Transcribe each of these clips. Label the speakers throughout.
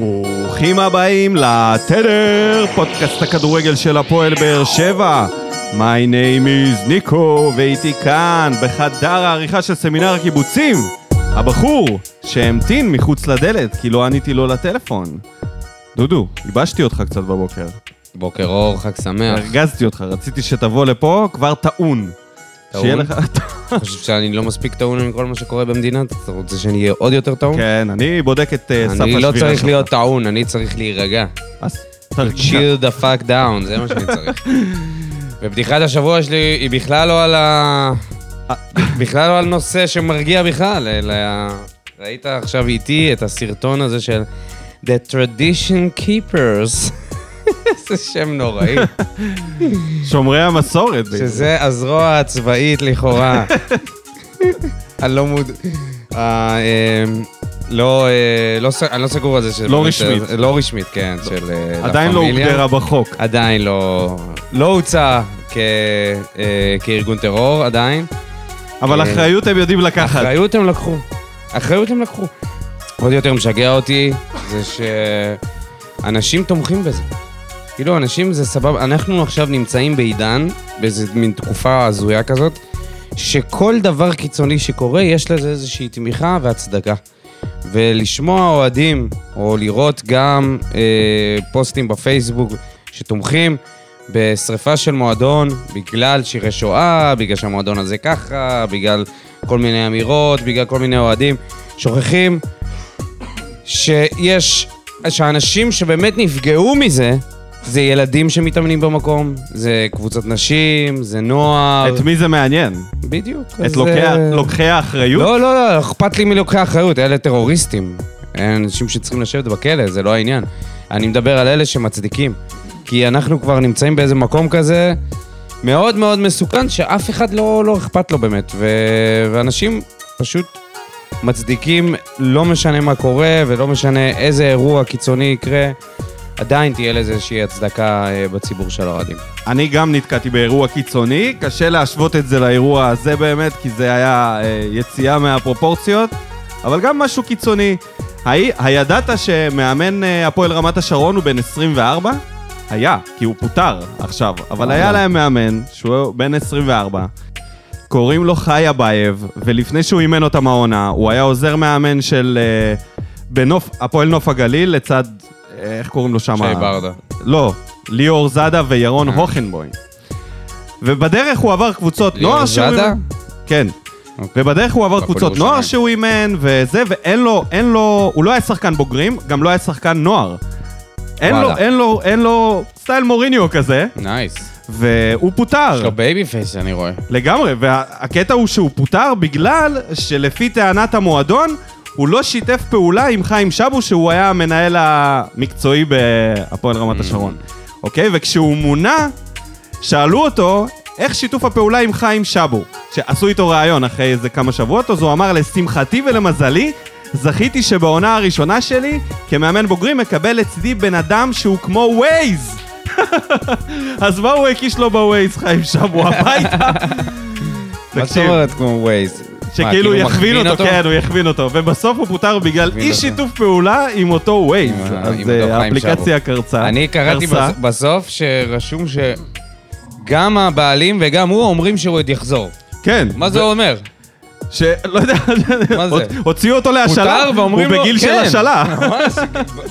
Speaker 1: ברוכים הבאים לתדר, פודקאסט הכדורגל של הפועל באר שבע. My name is ניקו, ואיתי כאן, בחדר העריכה של סמינר הקיבוצים, הבחור שהמתין מחוץ לדלת, כי לא עניתי לו לטלפון. דודו, ייבשתי אותך קצת בבוקר.
Speaker 2: בוקר אור, חג שמח.
Speaker 1: הרגזתי אותך, רציתי שתבוא לפה כבר טעון.
Speaker 2: טעון?
Speaker 1: שיהיה לך...
Speaker 2: אתה חושב שאני לא מספיק טעון עם כל מה שקורה במדינה? אתה רוצה שאני אהיה עוד יותר טעון?
Speaker 1: כן, אני בודק את אה, סף השבירה
Speaker 2: אני לא צריך
Speaker 1: שלך.
Speaker 2: להיות טעון, אני צריך להירגע.
Speaker 1: אז תרגיע.
Speaker 2: chill the fuck down, זה מה שאני צריך. ובדיחת השבוע שלי היא בכלל לא על ה... בכלל לא על נושא שמרגיע בכלל, אלא... ראית עכשיו איתי את הסרטון הזה של The Tradition Keepers. איזה שם נוראי.
Speaker 1: שומרי המסורת. בעצם.
Speaker 2: שזה הזרוע הצבאית לכאורה. הלא מוד... ה- אמ, לא, אה, לא ס- אני לא סגור על זה. שזה
Speaker 1: לא
Speaker 2: באמת,
Speaker 1: רשמית.
Speaker 2: אה, לא רשמית, כן, של אה, לה
Speaker 1: עדיין לא
Speaker 2: פמיליה.
Speaker 1: הוגדרה בחוק.
Speaker 2: עדיין לא... לא הוצא כ- אה, כארגון טרור, עדיין.
Speaker 1: אבל
Speaker 2: אה,
Speaker 1: אחריות הם יודעים לקחת.
Speaker 2: אחריות הם לקחו. אחריות הם לקחו. עוד יותר משגע אותי, זה שאנשים תומכים בזה. כאילו, אנשים זה סבבה. אנחנו עכשיו נמצאים בעידן, באיזה מין תקופה הזויה כזאת, שכל דבר קיצוני שקורה, יש לזה איזושהי תמיכה והצדקה. ולשמוע אוהדים, או לראות גם אה, פוסטים בפייסבוק שתומכים בשריפה של מועדון בגלל שירי שואה, בגלל שהמועדון הזה ככה, בגלל כל מיני אמירות, בגלל כל מיני אוהדים, שוכחים שיש, שהאנשים שבאמת נפגעו מזה, זה ילדים שמתאמנים במקום, זה קבוצת נשים, זה נוער.
Speaker 1: את מי זה מעניין?
Speaker 2: בדיוק.
Speaker 1: את
Speaker 2: אז,
Speaker 1: לוקחי ה-
Speaker 2: אה,
Speaker 1: לוקחי האחריות?
Speaker 2: לא, לא, לא, אכפת לי מלוקחי אחריות, אלה טרוריסטים. אלה אנשים שצריכים לשבת בכלא, זה לא העניין. אני מדבר על אלה שמצדיקים. כי אנחנו כבר נמצאים באיזה מקום כזה מאוד מאוד מסוכן, שאף אחד לא, לא אכפת לו באמת. ו... ואנשים פשוט מצדיקים, לא משנה מה קורה ולא משנה איזה אירוע קיצוני יקרה, עדיין תהיה לזה איזושהי הצדקה אה, בציבור של האוהדים.
Speaker 1: אני גם נתקעתי באירוע קיצוני, קשה להשוות את זה לאירוע הזה באמת, כי זה היה אה, יציאה מהפרופורציות, אבל גם משהו קיצוני. היי- הידעת שמאמן אה, הפועל רמת השרון הוא בן 24? היה, כי הוא פוטר עכשיו, אבל היה
Speaker 2: וואלה.
Speaker 1: להם מאמן שהוא בן 24. קוראים לו חי אבייב, ולפני שהוא אימן אותם העונה, הוא היה עוזר מאמן של... אה, בנוף, הפועל נוף הגליל, לצד... אה, איך קוראים לו שם?
Speaker 2: שי ברדה.
Speaker 1: לא, ליאור זאדה וירון
Speaker 2: אה.
Speaker 1: הוכנבוים. ובדרך הוא עבר קבוצות
Speaker 2: ליאור
Speaker 1: נוער שהוא...
Speaker 2: זאדה?
Speaker 1: אימן- כן.
Speaker 2: אוקיי.
Speaker 1: ובדרך הוא עבר
Speaker 2: והפועל
Speaker 1: קבוצות נוער
Speaker 2: ירושלים.
Speaker 1: שהוא אימן וזה, ואין לו, אין לו, הוא לא היה שחקן בוגרים, גם לא היה שחקן נוער. אין לו,
Speaker 2: וואלה.
Speaker 1: אין לו, אין לו סטייל מוריניו כזה,
Speaker 2: נייס.
Speaker 1: והוא
Speaker 2: יש
Speaker 1: פוטר.
Speaker 2: לו בייבי פייס, אני רואה.
Speaker 1: לגמרי, והקטע הוא שהוא פוטר בגלל שלפי טענת המועדון, הוא לא שיתף פעולה עם חיים שבו, שהוא היה המנהל המקצועי בהפועל רמת השרון. אוקיי? וכשהוא מונה, שאלו אותו איך שיתוף הפעולה עם חיים שבו. שעשו איתו ראיון אחרי איזה כמה שבועות, אז הוא אמר, לשמחתי ולמזלי, זכיתי שבעונה הראשונה שלי, כמאמן בוגרים, מקבל לצידי בן אדם שהוא כמו וייז. אז מה הוא הקיש לו בווייז, חיים שבו הביתה?
Speaker 2: מה זאת אומרת כמו ווייז? מה, כאילו
Speaker 1: שכאילו
Speaker 2: הוא
Speaker 1: יכווין
Speaker 2: מכווין
Speaker 1: אותו, כן, הוא יכווין אותו. ובסוף הוא פוטר בגלל
Speaker 2: מכווין
Speaker 1: אי
Speaker 2: אותו.
Speaker 1: שיתוף פעולה עם אותו ווייז.
Speaker 2: עם ה-
Speaker 1: אז
Speaker 2: עם
Speaker 1: אה,
Speaker 2: אותו חיים
Speaker 1: האפליקציה קרצה.
Speaker 2: אני קראתי
Speaker 1: קרסה.
Speaker 2: בס- בסוף שרשום שגם הבעלים וגם הוא אומרים שהוא עוד יחזור.
Speaker 1: כן.
Speaker 2: מה זה
Speaker 1: ו-
Speaker 2: אומר?
Speaker 1: שלא לא יודע,
Speaker 2: מה זה?
Speaker 1: הוצ- הוציאו אותו להשאלה,
Speaker 2: פוטר ואומרים לו,
Speaker 1: הוא בגיל של
Speaker 2: כן,
Speaker 1: השאלה.
Speaker 2: ממש,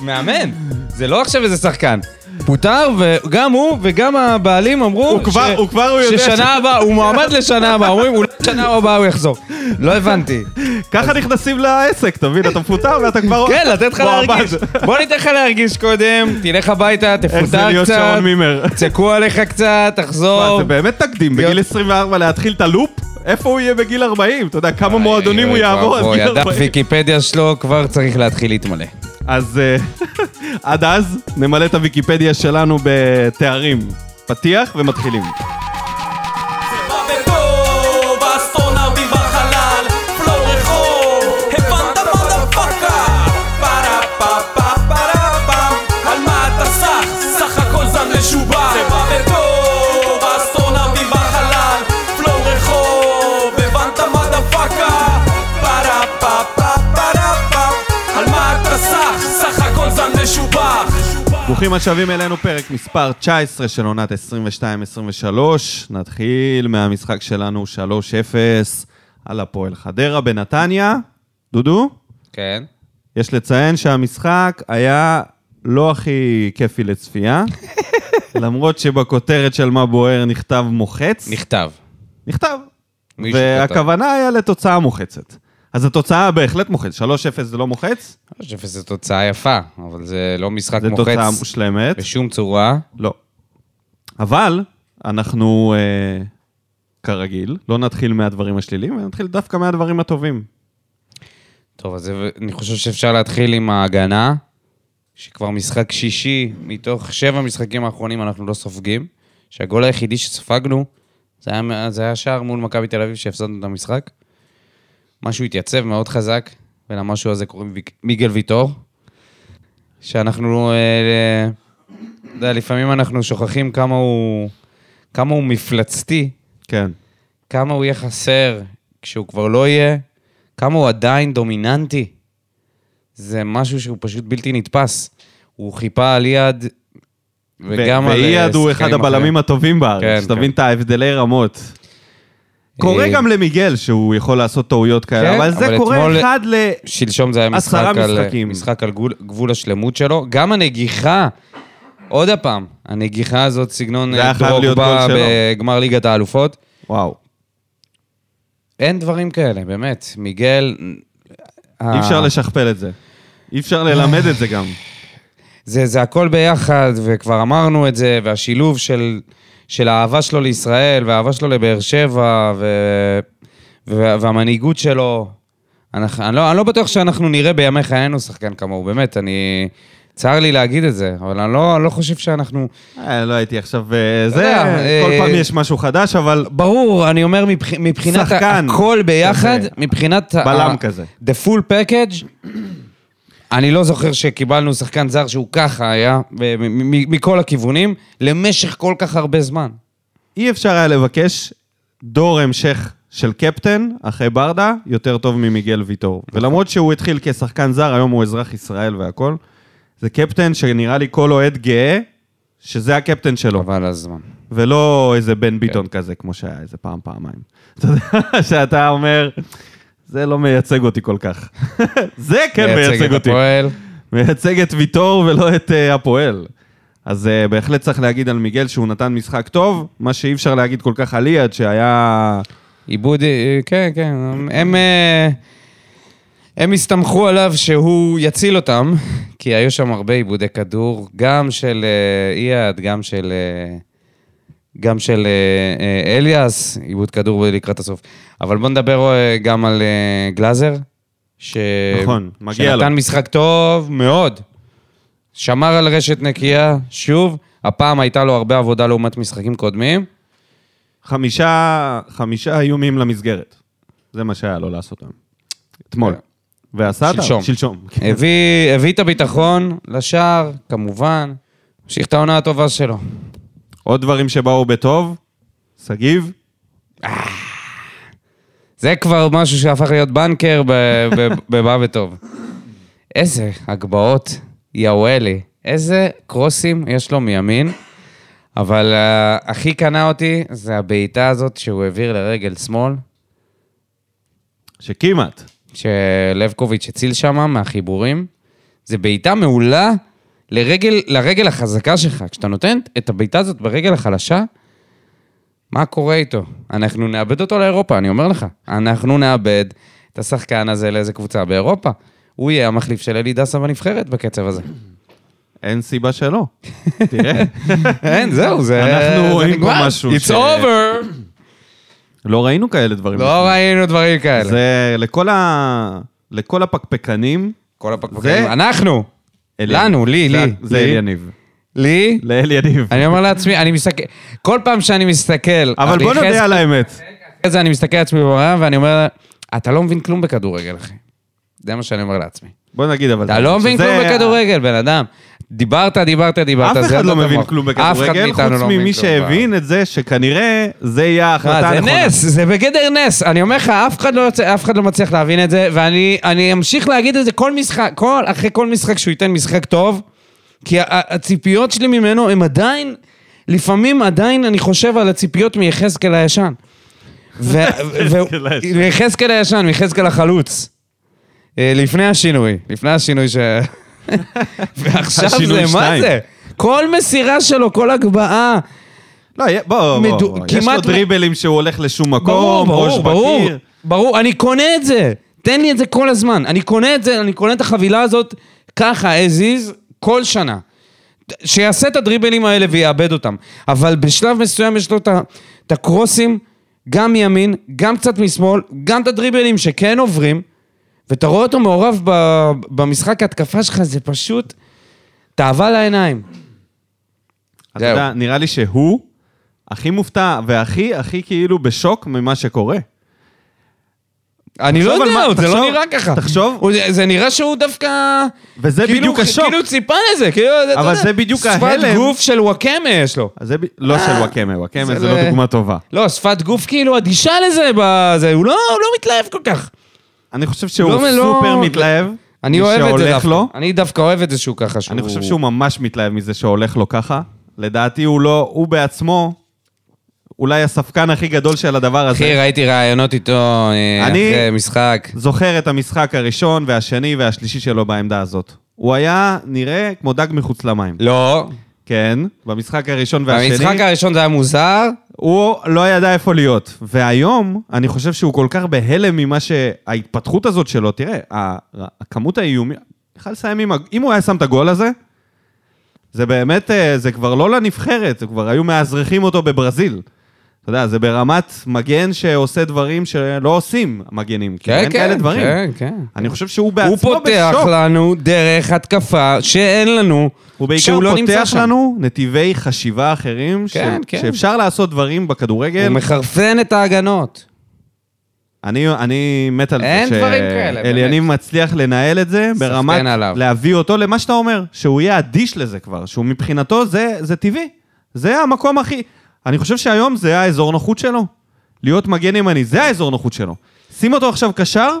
Speaker 2: מאמן. זה לא עכשיו איזה שחקן. פוטר, וגם הוא וגם הבעלים אמרו
Speaker 1: הוא כבר-
Speaker 2: ש-
Speaker 1: הוא כבר הוא יודע ש-
Speaker 2: ששנה הבאה, הוא מועמד לשנה הבאה, אומרים, אולי שנה הבאה הוא יחזור. לא הבנתי.
Speaker 1: ככה נכנסים לעסק, אתה מבין? אתה מפוטר ואתה כבר...
Speaker 2: כן, לתת לך
Speaker 1: מועמד.
Speaker 2: להרגיש. בוא ניתן לך להרגיש קודם, תלך הביתה,
Speaker 1: איך זה
Speaker 2: תפוטר
Speaker 1: להיות
Speaker 2: קצת,
Speaker 1: שרון מימר?
Speaker 2: צעקו עליך קצת,
Speaker 1: מה,
Speaker 2: תחזור.
Speaker 1: זה באמת תקדים,
Speaker 2: להיות-
Speaker 1: בגיל 24 להתחיל את הלופ? איפה הוא יהיה בגיל 40? אתה יודע, כמה
Speaker 2: אוי,
Speaker 1: מועדונים הוא
Speaker 2: אוי,
Speaker 1: יעבור עד
Speaker 2: ואבוי,
Speaker 1: גיל
Speaker 2: הדף
Speaker 1: 40?
Speaker 2: ויקיפדיה שלו כבר צריך להתחיל להתמלא.
Speaker 1: אז אה, עד אז נמלא את הוויקיפדיה שלנו בתארים. פתיח ומתחילים.
Speaker 3: בא בטוב, האסטרונאוטים בחלל, פלור רחוב, הבנת מודה פאקה. פרה פה פה פרה פם, על מה אתה סח? סך הכל זן משובח. זה בא בטוב, האסטרונאוטים בחלל, פלור רחוב, הבנת מודה פאקה. פרה פה פה פרה פם, על מה אתה סח? סך הכל זן משובח.
Speaker 1: ברוכים השבים אלינו, פרק מספר 19 של עונת 22-23. נתחיל מהמשחק שלנו 3-0 על הפועל חדרה בנתניה. דודו,
Speaker 2: כן.
Speaker 1: יש לציין שהמשחק היה לא הכי כיפי לצפייה, למרות שבכותרת של מה בוער נכתב מוחץ.
Speaker 2: נכתב.
Speaker 1: נכתב.
Speaker 2: מישהו כתב.
Speaker 1: והכוונה היה לתוצאה מוחצת. אז התוצאה בהחלט מוחצת, 3-0 זה לא מוחץ,
Speaker 2: 3-0 זו תוצאה יפה, אבל זה לא משחק
Speaker 1: זה תוצאה
Speaker 2: מוחץ
Speaker 1: מושלמת.
Speaker 2: בשום צורה.
Speaker 1: לא. אבל אנחנו, אה, כרגיל, לא נתחיל מהדברים השליליים, אלא נתחיל דווקא מהדברים הטובים.
Speaker 2: טוב, אז זה- אני חושב שאפשר להתחיל עם ההגנה, שכבר משחק שישי, מתוך שבע משחקים האחרונים אנחנו לא סופגים, שהגול היחידי שספגנו, זה היה, זה היה שער מול מכבי תל אביב שהפסדנו את המשחק. משהו התייצב מאוד חזק, ולמשהו הזה קוראים ויק- מיגל ויטור, שאנחנו, אה, אה, אתה יודע, לפעמים אנחנו שוכחים כמה הוא, כמה הוא מפלצתי,
Speaker 1: כן.
Speaker 2: כמה הוא יהיה חסר כשהוא כבר לא יהיה, כמה הוא עדיין דומיננטי. זה משהו שהוא פשוט בלתי נתפס. הוא חיפה על יד, וגם על... אה,
Speaker 1: ואייד הוא אחד
Speaker 2: שחקנים
Speaker 1: הבלמים הטובים
Speaker 2: כן,
Speaker 1: בארץ, שתבין
Speaker 2: כן.
Speaker 1: את ההבדלי רמות. קורה
Speaker 2: אה,
Speaker 1: גם למיגל שהוא יכול לעשות טעויות כאלה,
Speaker 2: כן,
Speaker 1: אבל זה
Speaker 2: אבל
Speaker 1: קורה
Speaker 2: אתמול-
Speaker 1: אחד ל...
Speaker 2: שלשום זה היה משחק
Speaker 1: עשרה
Speaker 2: על, אה,
Speaker 1: משחקים.
Speaker 2: משחק על גבול, גבול השלמות שלו. גם הנגיחה, עוד הפעם, הנגיחה הזאת, סגנון אה,
Speaker 1: זה היה חייב להיות
Speaker 2: דרוגבה
Speaker 1: גול שלו.
Speaker 2: בגמר ליגת האלופות.
Speaker 1: וואו.
Speaker 2: אין דברים כאלה, באמת. מיגל... אה,
Speaker 1: אי אפשר לשכפל את זה. אי אפשר ללמד את זה גם.
Speaker 2: זה, זה הכל ביחד, וכבר אמרנו את זה, והשילוב של, של האהבה שלו לישראל, והאהבה שלו לבאר שבע, ו, וה, והמנהיגות שלו. אנחנו, אני, לא, אני לא בטוח שאנחנו נראה בימי חיינו שחקן כמוהו, באמת, אני... צר לי להגיד את זה, אבל אני לא, אני לא חושב שאנחנו...
Speaker 1: אה, לא הייתי עכשיו... אה, זה,
Speaker 2: יודע,
Speaker 1: כל
Speaker 2: אה,
Speaker 1: פעם יש משהו חדש, אבל
Speaker 2: ברור, אני אומר מבח, מבחינת
Speaker 1: שחקן.
Speaker 2: הכל ביחד, מבחינת... ה-
Speaker 1: בלם כזה.
Speaker 2: The full package, אני לא זוכר שקיבלנו שחקן זר שהוא ככה היה, ו- מ- מ- מכל הכיוונים, למשך כל כך הרבה זמן.
Speaker 1: אי אפשר היה לבקש דור המשך של קפטן, אחרי ברדה, יותר טוב ממיגל ויטור.
Speaker 2: נכון.
Speaker 1: ולמרות שהוא התחיל כשחקן זר, היום הוא אזרח ישראל והכול, זה קפטן שנראה לי כל אוהד גאה, שזה הקפטן שלו,
Speaker 2: חבל על הזמן.
Speaker 1: ולא איזה
Speaker 2: כן.
Speaker 1: בן ביטון כזה, כמו שהיה איזה פעם, פעמיים. אתה יודע, שאתה אומר, זה לא מייצג אותי כל כך. זה כן מייצג
Speaker 2: את
Speaker 1: אותי.
Speaker 2: הפועל.
Speaker 1: מייצג את ויטור ולא את אה, הפועל. אז אה, בהחלט צריך להגיד על מיגל שהוא נתן משחק טוב, מה שאי אפשר להגיד כל כך על ליעד, שהיה...
Speaker 2: עיבוד, אה, כן, כן. הם, אה, הם הסתמכו עליו שהוא יציל אותם, כי היו שם הרבה עיבודי כדור, גם של אה, אייד, גם של... אה, גם של אה, אה, אליאס, עיבוד כדור לקראת הסוף. אבל בוא נדבר אה, גם על אה, גלאזר, ש...
Speaker 1: נכון, מגיע
Speaker 2: שנתן
Speaker 1: לו.
Speaker 2: משחק טוב מאוד. שמר על רשת נקייה, שוב, הפעם הייתה לו הרבה עבודה לעומת משחקים קודמים.
Speaker 1: חמישה, חמישה איומים למסגרת. זה מה שהיה לו לעשות היום. אתמול.
Speaker 2: כן.
Speaker 1: ועשה אותם?
Speaker 2: שלשום.
Speaker 1: שלשום. כן.
Speaker 2: הביא, הביא את הביטחון לשער, כמובן. המשיך את העונה הטובה שלו.
Speaker 1: עוד דברים שבאו בטוב, שגיב,
Speaker 2: זה כבר משהו שהפך להיות בנקר ב- ב- בבא וטוב. איזה הגבהות, יאוואלי. איזה קרוסים יש לו מימין. אבל uh, הכי קנה אותי זה הבעיטה הזאת שהוא העביר לרגל שמאל,
Speaker 1: שכמעט.
Speaker 2: שלבקוביץ' הציל שם מהחיבורים. זה בעיטה מעולה לרגל, לרגל החזקה שלך. כשאתה נותן את הבעיטה הזאת ברגל החלשה, מה קורה איתו? אנחנו נאבד אותו לאירופה, אני אומר לך. אנחנו נאבד את השחקן הזה לאיזה קבוצה באירופה. הוא יהיה המחליף של אלי דסה בנבחרת בקצב הזה.
Speaker 1: אין סיבה שלא. תראה,
Speaker 2: אין, זהו, זה...
Speaker 1: אנחנו
Speaker 2: זה
Speaker 1: רואים
Speaker 2: נגמר.
Speaker 1: פה משהו
Speaker 2: It's
Speaker 1: ש-
Speaker 2: over!
Speaker 1: לא ראינו כאלה דברים.
Speaker 2: לא ראינו דברים כאלה.
Speaker 1: זה לכל ה- לכל הפקפקנים,
Speaker 2: כל הפקפקים. אנחנו!
Speaker 1: אל
Speaker 2: לנו, לי,
Speaker 1: זה-
Speaker 2: לי.
Speaker 1: זה
Speaker 2: לי.
Speaker 1: אל יניב.
Speaker 2: לי?
Speaker 1: לאל יניב.
Speaker 2: אני אומר לעצמי, אני מסתכל, כל פעם שאני מסתכל,
Speaker 1: אבל בוא
Speaker 2: אחרי
Speaker 1: נודה
Speaker 2: זה-
Speaker 1: על האמת.
Speaker 2: אחרי זה אני מסתכל על עצמי במראה ואני אומר, אתה לא מבין כלום בכדורגל, אחי. זה מה שאני אומר לעצמי.
Speaker 1: בוא נגיד אבל...
Speaker 2: אתה לא מבין
Speaker 1: שזה-
Speaker 2: כלום בכדורגל, בן אדם. דיברת, דיברת, דיברת.
Speaker 1: אף
Speaker 2: זה
Speaker 1: אחד לא
Speaker 2: אתה
Speaker 1: מבין
Speaker 2: מוח.
Speaker 1: כלום
Speaker 2: אף אחד
Speaker 1: בכדורגל,
Speaker 2: מאיתנו
Speaker 1: חוץ
Speaker 2: לא מבין
Speaker 1: ממי
Speaker 2: כלום
Speaker 1: שהבין את זה שכנראה זה יהיה
Speaker 2: אה,
Speaker 1: ההחלטה
Speaker 2: זה
Speaker 1: הנכונה.
Speaker 2: נס, זה בגדר נס. אני אומר לך, אף אחד לא, יוצא, אף אחד לא מצליח להבין את זה, ואני אני אמשיך להגיד את זה כל משחק, כל, אחרי כל משחק שהוא ייתן משחק טוב, כי ה- ה- הציפיות שלי ממנו הם עדיין, לפעמים עדיין אני חושב על הציפיות מיחזקאל הישן. ו- ו-
Speaker 1: הישן.
Speaker 2: מיחזקאל הישן, מיחזקאל החלוץ. אה, לפני השינוי, לפני השינוי ש... ועכשיו
Speaker 1: השינוי
Speaker 2: זה, מה
Speaker 1: שתיים.
Speaker 2: זה? כל מסירה שלו, כל הגבהה.
Speaker 1: לא, יה- בוא, בוא,
Speaker 2: מדו-
Speaker 1: בוא. יש לו
Speaker 2: כמעט-
Speaker 1: דריבלים שהוא הולך לשום
Speaker 2: ברור,
Speaker 1: מקום, ראש
Speaker 2: ברור, ברור.
Speaker 1: בקיר.
Speaker 2: ברור, אני קונה את זה. תן לי את זה כל הזמן. אני קונה את זה, אני קונה את החבילה הזאת ככה, as is, כל שנה. שיעשה את הדריבלים האלה ויאבד אותם. אבל בשלב מסוים יש לו את ה- את הקרוסים, גם מימין, גם קצת משמאל, גם את הדריבלים שכן עוברים, ואתה רואה אותו מעורב ב- במשחק ההתקפה שלך, זה פשוט תאווה לעיניים.
Speaker 1: אתה יודע,
Speaker 2: זהו.
Speaker 1: נראה לי שהוא הכי מופתע והכי הכי כאילו בשוק ממה שקורה.
Speaker 2: אני לא
Speaker 1: תחשוב על
Speaker 2: יודע,
Speaker 1: מה-
Speaker 2: זה
Speaker 1: תחשוב-
Speaker 2: לא נראה ככה.
Speaker 1: תחשוב.
Speaker 2: הוא- זה- זה נראה שהוא דווקא...
Speaker 1: וזה
Speaker 2: כאילו-
Speaker 1: בדיוק השוק.
Speaker 2: כאילו ציפה לזה, כאילו... אתה
Speaker 1: אבל
Speaker 2: יודע,
Speaker 1: זה בדיוק
Speaker 2: שפת
Speaker 1: ההלם.
Speaker 2: גוף של וואקמה יש לו.
Speaker 1: אז זה ב- לא של וואקמה, וואקמה
Speaker 2: זה
Speaker 1: זה לא
Speaker 2: לא-
Speaker 1: דוגמה טובה.
Speaker 2: לא, שפת גוף כאילו אדישה לזה, בזה, הוא לא הוא לא מתלהב כל כך.
Speaker 1: אני חושב שהוא
Speaker 2: לא, לא-
Speaker 1: סופר מתלהב.
Speaker 2: אני אוהב את זה
Speaker 1: משהולך
Speaker 2: דווקא.
Speaker 1: לו.
Speaker 2: אני דווקא אוהב את זה שהוא ככה, שהוא...
Speaker 1: אני חושב שהוא ממש מתלהב מזה שהולך לו ככה. לדעתי הוא לא, הוא בעצמו אולי הספקן הכי גדול של הדבר
Speaker 2: אחי,
Speaker 1: הזה.
Speaker 2: ראיתי ראיונות איתו אה,
Speaker 1: אני-
Speaker 2: אחרי משחק.
Speaker 1: זוכר את המשחק הראשון והשני והשלישי שלו בעמדה הזאת. הוא היה נראה כמו דג מחוץ למים.
Speaker 2: לא.
Speaker 1: כן, במשחק הראשון והשני,
Speaker 2: המשחק הראשון זה היה מוזר.
Speaker 1: הוא לא ידע איפה להיות. והיום, אני חושב שהוא כל כך בהלם ממה שההתפתחות הזאת שלו, תראה, ה- הכמות האיומים, בכלל לסיים עם, ה- אם הוא היה שם את הגול הזה, זה באמת, אה, זה כבר לא לנבחרת, זה כבר היו מאזרחים אותו בברזיל. אתה יודע, זה ברמת מגן שעושה דברים שלא עושים מגנים. כי אין כאלה דברים.
Speaker 2: כן, כן.
Speaker 1: אני חושב שהוא בעצמו
Speaker 2: הוא
Speaker 1: בשוק.
Speaker 2: פותח לנו דרך התקפה שאין לנו,
Speaker 1: הוא בעיקר
Speaker 2: שהוא לא נמצא
Speaker 1: פותח
Speaker 2: שם.
Speaker 1: לנו נתיבי חשיבה אחרים, ש-
Speaker 2: כן, כן.
Speaker 1: שאפשר לעשות דברים בכדורגל.
Speaker 2: הוא מחרפן את ההגנות.
Speaker 1: אני, אני מת על
Speaker 2: אין
Speaker 1: זה
Speaker 2: דברים כאלה,
Speaker 1: שאליניב מצליח לנהל את זה ברמת
Speaker 2: עליו.
Speaker 1: להביא אותו למה שאתה אומר, שהוא יהיה אדיש לזה כבר, שהוא מבחינתו זה, זה טבעי, זה המקום הכי... אני חושב שהיום זה האזור נוחות שלו. להיות מגן ימני, זה האזור נוחות שלו. שים אותו עכשיו קשר,